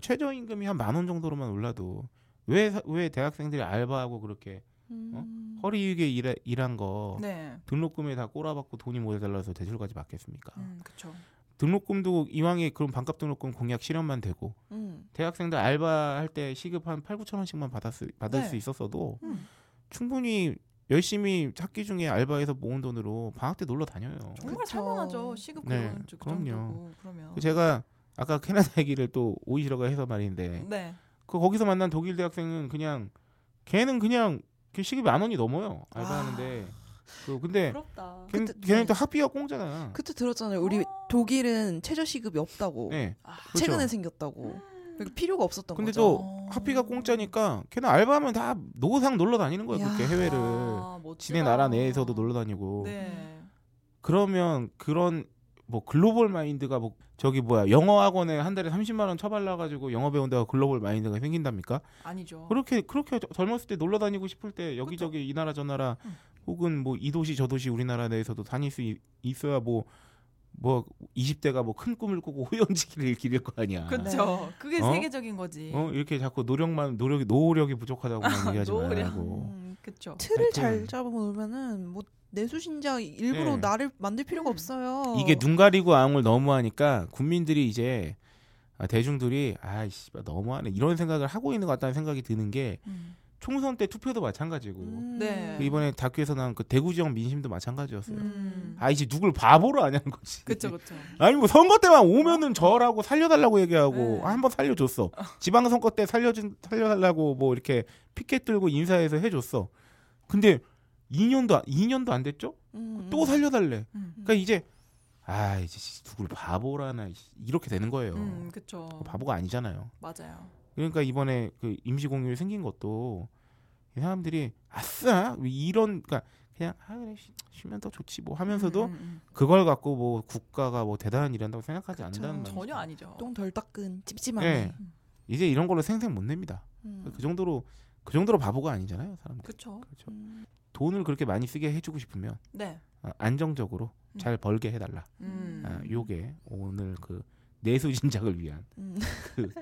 Speaker 2: 최저임금이 한 만 원 정도로만 올라도 왜 왜 대학생들이 알바하고 그렇게 어?
Speaker 1: 음.
Speaker 2: 허리위게 일해, 일한 거
Speaker 3: 네.
Speaker 2: 등록금에 다 꼬라박고 돈이 모자라서 대출까지 받겠습니까?
Speaker 3: 음, 그렇죠.
Speaker 2: 등록금도 이왕에 그런 반값 등록금 공약 실현만 되고
Speaker 1: 음.
Speaker 2: 대학생들 알바할 때 시급 한 8, 9천 원씩만 받았을, 받을
Speaker 3: 네.
Speaker 2: 수 있었어도
Speaker 3: 음.
Speaker 2: 충분히 열심히 학기 중에 알바해서 모은 돈으로 방학 때 놀러 다녀요.
Speaker 3: 정말
Speaker 1: 그쵸.
Speaker 3: 살만하죠. 시급
Speaker 2: 네,
Speaker 3: 그런 쪽
Speaker 2: 그럼요.
Speaker 3: 정도고
Speaker 1: 어.
Speaker 3: 그러면.
Speaker 2: 그 제가 아까 캐나다 얘기를 또 오이시러가 해서 말인데
Speaker 3: 네.
Speaker 2: 그 거기서 만난 독일 대학생은 그냥 걔는 그냥 걔 시급이 만 원이 넘어요 알바하는데 그 근데
Speaker 3: 부럽다.
Speaker 2: 걔는,
Speaker 1: 아. 그때-
Speaker 2: 걔는
Speaker 1: 네.
Speaker 2: 또 학비가 공짜잖아.
Speaker 1: 그때 들었잖아요. 우리 독일은 최저 시급이 없다고.
Speaker 2: 네.
Speaker 3: 아,
Speaker 2: 그렇죠.
Speaker 1: 최근에 생겼다고. 그러니까 필요가 없었던
Speaker 2: 근데
Speaker 1: 거죠.
Speaker 2: 또
Speaker 3: 어.
Speaker 2: 학비가 공짜니까 걔는 알바하면 다 노상 놀러 다니는 거야
Speaker 1: 야.
Speaker 2: 그렇게 해외를
Speaker 3: 아, 멋지다.
Speaker 2: 지네 나라 내에서도 놀러 다니고
Speaker 3: 네.
Speaker 2: 그러면 그런 뭐 글로벌 마인드가 뭐 저기 뭐야 영어 학원에 한 달에 30만 원 쳐발라 가지고 영어 배운다고 글로벌 마인드가 생긴답니까?
Speaker 3: 아니죠.
Speaker 2: 그렇게 그렇게 저- 젊었을 때 놀러 다니고 싶을 때 여기저기 이 나라 저 나라
Speaker 3: 음.
Speaker 2: 혹은 뭐 이 도시 저 도시 우리나라 내에서도 다닐 수 있- 있어야 뭐 뭐 20대가 뭐 큰 꿈을 꾸고 호연지기를 *laughs* 기를 거 아니야.
Speaker 3: 그렇죠. 그게
Speaker 2: 어?
Speaker 3: 세계적인 거지.
Speaker 2: 어 이렇게 자꾸 노력만 노력이 노력이 부족하다고만 얘기하지
Speaker 3: 아, 노력.
Speaker 2: 말라고.
Speaker 1: 음,
Speaker 2: 아,
Speaker 3: 그렇죠.
Speaker 1: 틀을 잘
Speaker 2: 하여튼.
Speaker 1: 잡아놓으면은 뭐 내수신자 일부러
Speaker 2: 네.
Speaker 1: 나를 만들 필요가 없어요.
Speaker 2: 이게 눈 가리고 앙을 너무 하니까 국민들이 이제 아, 대중들이 아이씨 너무하네 이런 생각을 하고 있는 것 같다는 생각이 드는 게
Speaker 3: 음.
Speaker 2: 총선 때 투표도 마찬가지고
Speaker 1: 음.
Speaker 3: 네.
Speaker 2: 그 이번에 다큐에서 나온 그 대구 지역 민심도 마찬가지였어요.
Speaker 3: 음.
Speaker 2: 아 이제 누굴 바보로 아냐는 거지.
Speaker 3: 그렇죠. 그렇죠.
Speaker 2: *laughs* 아니 뭐 선거 때만 오면은 저라고 살려달라고 얘기하고
Speaker 3: 어? 네.
Speaker 2: 아, 한번 살려줬어. 지방 선거 때 살려준 살려달라고 뭐 이렇게 피켓 들고 인사해서 해줬어. 근데 2년도 2년도 안 됐죠?
Speaker 1: 음,
Speaker 2: 또 살려달래.
Speaker 3: 음.
Speaker 2: 그러니까 이제 아 이제 씨, 누굴 바보라나 씨, 이렇게 되는 거예요.
Speaker 3: 음, 그렇죠.
Speaker 2: 바보가 아니잖아요.
Speaker 3: 맞아요.
Speaker 2: 그러니까 이번에 그 임시 공휴일 생긴 것도 이 사람들이 아싸 이런 그러니까 그냥 아 그래 쉬- 쉬면 더 좋지 뭐 하면서도
Speaker 3: 음, 음,
Speaker 2: 그걸 갖고 뭐 국가가 뭐 대단한 일한다고 생각하지
Speaker 1: 그쵸.
Speaker 2: 않는다는
Speaker 3: 음.
Speaker 2: 말이죠.
Speaker 3: 전혀 아니죠.
Speaker 1: 똥덜 닦은 찝찝한.
Speaker 2: 예. 이제 이런 걸로 생생 못 냅니다.
Speaker 1: 음.
Speaker 3: 음.
Speaker 2: 그 정도로 그 정도로 바보가 아니잖아요, 사람들.
Speaker 3: 그렇죠.
Speaker 2: 그렇죠.
Speaker 1: 음.
Speaker 2: 돈을 그렇게 많이 쓰게 해주고 싶으면
Speaker 3: 네.
Speaker 2: 아, 안정적으로
Speaker 3: 음.
Speaker 2: 잘 벌게 해달라.
Speaker 3: 음.
Speaker 2: 아, 요게 오늘 그 내수 진작을 위한
Speaker 1: 음.
Speaker 2: 그.
Speaker 1: *laughs*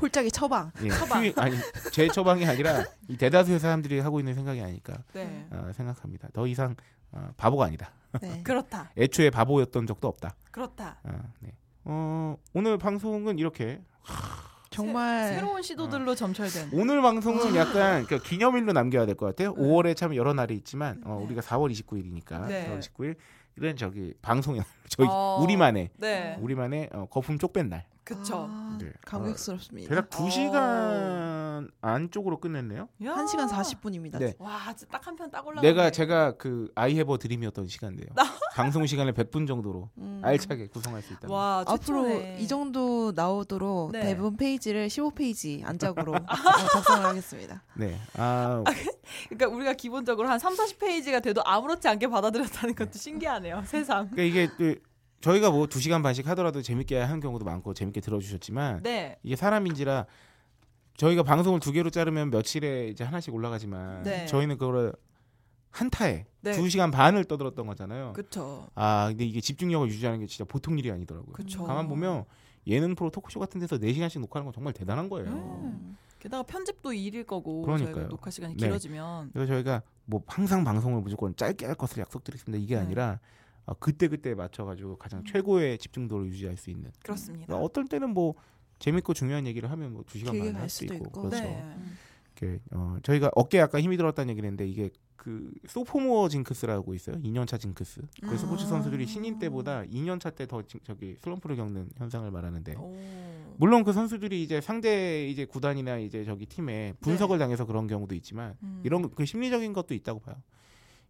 Speaker 1: 홀짝이 처방.
Speaker 2: 예, *laughs*
Speaker 3: 처방.
Speaker 2: 휴일- 아니 제 처방이 아니라 이 대다수의 사람들이 하고 있는 생각이 아닐까
Speaker 3: 네.
Speaker 2: 아, 생각합니다. 더 이상 아, 바보가 아니다.
Speaker 1: 네.
Speaker 3: 그렇다.
Speaker 2: 애초에 바보였던 적도 없다.
Speaker 3: 그렇다.
Speaker 2: 아, 네. 어, 오늘 방송은 이렇게
Speaker 1: 정말 아,
Speaker 3: 새로운 시도들로 점철된.
Speaker 2: 네. 오늘 방송은 약간 그 기념일로 남겨야 될 것 같아요.
Speaker 3: 아. 네.
Speaker 2: 5월에 참 여러 날이 있지만 어,
Speaker 3: 네.
Speaker 2: 우리가 4월 29일이니까
Speaker 3: 네.
Speaker 2: 4월 29일 이런 저기 방송의 날, *laughs* 저희
Speaker 3: 어.
Speaker 2: 우리만의
Speaker 3: 네.
Speaker 2: 우리만의 어, 거품 쪽뺀 날.
Speaker 3: 그렇죠.
Speaker 1: 아,
Speaker 2: 네.
Speaker 1: 감격스럽습니다.
Speaker 2: 대략
Speaker 3: 어.
Speaker 2: 2 시간 안쪽으로 끝냈네요.
Speaker 3: 야.
Speaker 1: 1시간 40분입니다.
Speaker 2: 네.
Speaker 3: 와, 진짜 딱 한 편 딱 올라.
Speaker 2: 내가 제가 그 아이해버 드림이었던 시간대요. *laughs* 방송 시간을 100분 정도로 알차게 구성할 수 있다.
Speaker 3: 음. 와,
Speaker 1: 음. 아, 앞으로
Speaker 3: 아, 최초네.
Speaker 1: 이 정도 나오도록
Speaker 3: 네.
Speaker 1: 대본 페이지를 15페이지
Speaker 3: *laughs*
Speaker 1: 안짝으로 어, 작성을
Speaker 2: *laughs*
Speaker 1: 하겠습니다.
Speaker 2: 네. 아,
Speaker 3: 그러니까 우리가 기본적으로 한 3, 40페이지가 돼도 아무렇지 않게 받아들였다는 것도 신기하네요. *laughs* 세상.
Speaker 2: 그러니까 이게 또 저희가 뭐 2시간 반씩 하더라도 재밌게 하는 경우도 많고 재밌게 들어주셨지만
Speaker 3: 네.
Speaker 2: 이게 사람인지라 저희가 방송을 두 개로 자르면 며칠에 이제 하나씩 올라가지만
Speaker 3: 네.
Speaker 2: 저희는 그거를 한타에
Speaker 3: 네.
Speaker 2: 두 시간 반을 떠들었던 거잖아요.
Speaker 3: 그렇죠.
Speaker 2: 아 근데 이게 집중력을 유지하는 게 진짜 보통 일이 아니더라고요.
Speaker 3: 그렇죠.
Speaker 2: 가만 보면 예능 프로 토크쇼 같은 데서 4 시간씩 녹화하는 건 정말 대단한 거예요.
Speaker 3: 음. 게다가 편집도 일일 거고
Speaker 2: 그러니까요.
Speaker 3: 저희가 녹화 시간이
Speaker 2: 네.
Speaker 3: 길어지면
Speaker 2: 그래서 저희가 뭐 항상 방송을 무조건 짧게 할 것을 약속드렸습니다. 이게
Speaker 3: 네.
Speaker 2: 아니라 어, 그때 그때 맞춰가지고 가장 최고의 집중도를 유지할 수 있는.
Speaker 3: 그렇습니다.
Speaker 2: 그러니까 어떨 때는 뭐 재밌고 중요한 얘기를 하면 뭐 두 시간
Speaker 1: 길게
Speaker 2: 만에
Speaker 1: 갈
Speaker 2: 할 수도
Speaker 1: 수도
Speaker 2: 있고,
Speaker 1: 있고.
Speaker 2: 그렇죠.
Speaker 3: 네.
Speaker 2: 이렇게 어, 저희가 어깨 아까 힘이 들었다는 얘기를 했는데 이게 그 소포모어 징크스라고 있어요. 2년차 징크스. 그
Speaker 3: 아.
Speaker 2: 스포츠 선수들이 신인 때보다 2년차 때 더 저기 슬럼프를 겪는 현상을 말하는데
Speaker 3: 오.
Speaker 2: 물론 그 선수들이 이제 상대 이제 구단이나 이제 저기 팀에 분석을 당해서 그런 경우도 있지만
Speaker 3: 네. 음.
Speaker 2: 이런 그 심리적인 것도 있다고 봐요.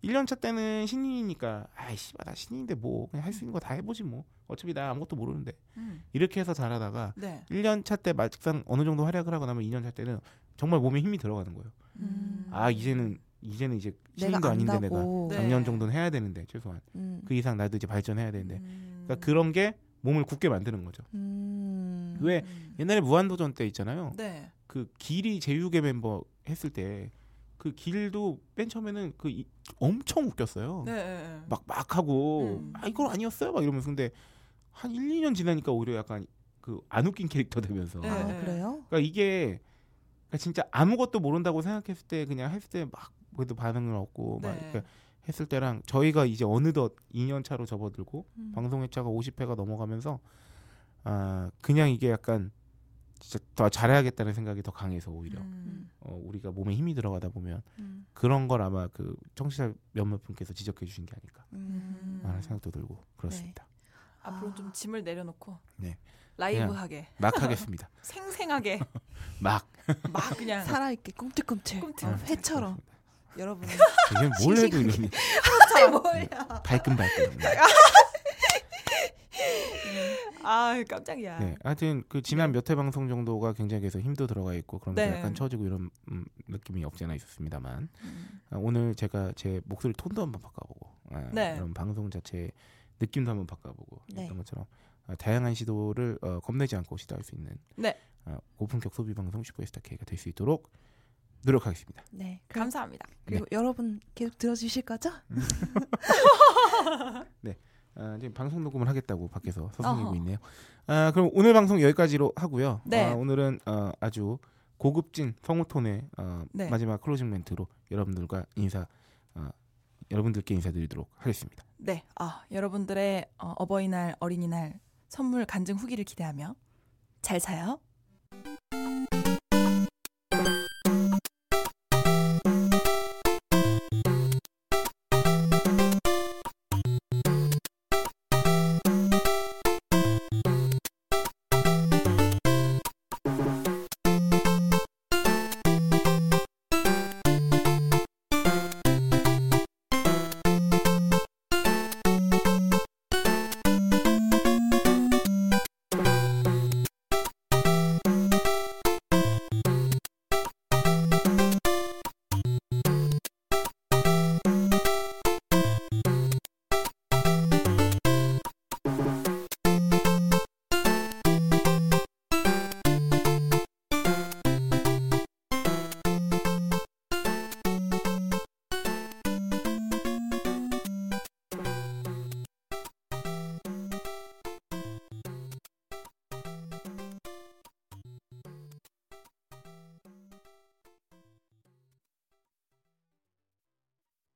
Speaker 2: 1년차 때는 신인이니까 아이씨 나 신인인데 뭐 그냥 할 수 있는 거 다 해보지 뭐 어차피 나 아무것도 모르는데
Speaker 3: 음.
Speaker 2: 이렇게 해서 잘하다가
Speaker 3: 네.
Speaker 2: 1년차 때 막상 어느 정도 활약을 하고 나면 2년차 때는 정말 몸에 힘이 들어가는 거예요.
Speaker 3: 음.
Speaker 2: 아 이제는 이제는 이제 신인도
Speaker 1: 내가
Speaker 2: 아닌데 내가
Speaker 1: 안다고.
Speaker 3: 네.
Speaker 2: 작년 정도는 해야 되는데 최소한
Speaker 1: 음.
Speaker 2: 그 이상 나도 이제 발전해야 되는데
Speaker 3: 음.
Speaker 2: 그러니까 그런 게 몸을 굳게 만드는 거죠.
Speaker 1: 음.
Speaker 2: 왜
Speaker 3: 음.
Speaker 2: 옛날에 무한도전 때 있잖아요.
Speaker 3: 네.
Speaker 2: 그 길이 제육의 멤버 했을 때 그 길도 맨 처음에는 그 이- 엄청 웃겼어요.
Speaker 3: 네. 네. 네.
Speaker 2: 막 막 하고
Speaker 3: 음.
Speaker 2: 아 이건 아니었어요 막 이러면서 근데 한 1, 2년 지나니까 오히려 약간 그 안 웃긴 캐릭터 되면서
Speaker 3: 네.
Speaker 1: 아,
Speaker 3: 예, 예.
Speaker 1: 그래요?
Speaker 2: 그러니까 이게 그러니까 진짜 아무것도 모른다고 생각했을 때 그냥 했을 때 막 그래도 반응을 얻고 막
Speaker 3: 네.
Speaker 2: 이렇게 했을 때랑 저희가 이제 어느덧 2년 차로 접어들고
Speaker 1: 음.
Speaker 2: 방송 회차가 50회가 넘어가면서 아 그냥 이게 약간 진짜 더 잘해야겠다는 생각이 더 강해서 오히려
Speaker 3: 음.
Speaker 2: 어, 우리가 몸에 힘이 들어가다 보면
Speaker 1: 음.
Speaker 2: 그런 걸 아마 그 청취자 몇몇 분께서 지적해 주신 게 아닐까
Speaker 1: 음.
Speaker 2: 하는 생각도 들고 그렇습니다.
Speaker 3: 앞으로 좀 짐을 내려놓고
Speaker 2: 네.
Speaker 3: 라이브하게
Speaker 1: 네.
Speaker 2: 막 하겠습니다.
Speaker 3: 생생하게
Speaker 2: *laughs* 막
Speaker 3: 막 그냥
Speaker 1: 살아있게 꿈틀꿈틀
Speaker 3: 꿈틀.
Speaker 1: 어, 회처럼
Speaker 2: 아,
Speaker 1: 여러분
Speaker 2: 이게 뭘
Speaker 1: *laughs*
Speaker 2: 해도
Speaker 1: 싱싱하게.
Speaker 2: 이러니 *laughs* 네. 발끈발끈.
Speaker 3: 아 깜짝이야.
Speaker 2: 네, 하여튼 그 지난 몇 회 방송 정도가 굉장히 그래서 힘도 들어가 있고 그러면서
Speaker 3: 네.
Speaker 2: 약간 처지고 이런 음, 느낌이 없지 않아 있었습니다만
Speaker 3: 음.
Speaker 2: 아, 오늘 제가 제 목소리 톤도 한번 바꿔보고 아,
Speaker 3: 네.
Speaker 2: 이런 방송 자체 느낌도 한번 바꿔보고
Speaker 1: 네.
Speaker 2: 이런 것처럼 아, 다양한 시도를 어, 겁내지 않고 시도할 수 있는
Speaker 3: 네.
Speaker 2: 아, 고품격 소비 방송 슈퍼스타 K가 될 수 있도록 노력하겠습니다.
Speaker 1: 네 그럼-
Speaker 3: 감사합니다.
Speaker 1: 그리고 여러분 계속 들어주실 거죠?
Speaker 2: 아, 지금 방송 녹음을 하겠다고 밖에서 서성이고
Speaker 3: 어허.
Speaker 2: 있네요. 아, 그럼 오늘 방송 여기까지로 하고요.
Speaker 3: 네.
Speaker 2: 아, 오늘은 어, 아주 고급진 성우톤의 어,
Speaker 3: 네.
Speaker 2: 마지막 클로징 멘트로 여러분들과 인사 어, 여러분들께 인사드리도록 하겠습니다.
Speaker 3: 네, 아, 여러분들의 어, 어버이날, 어린이날 선물 간증 후기를 기대하며 잘 사요.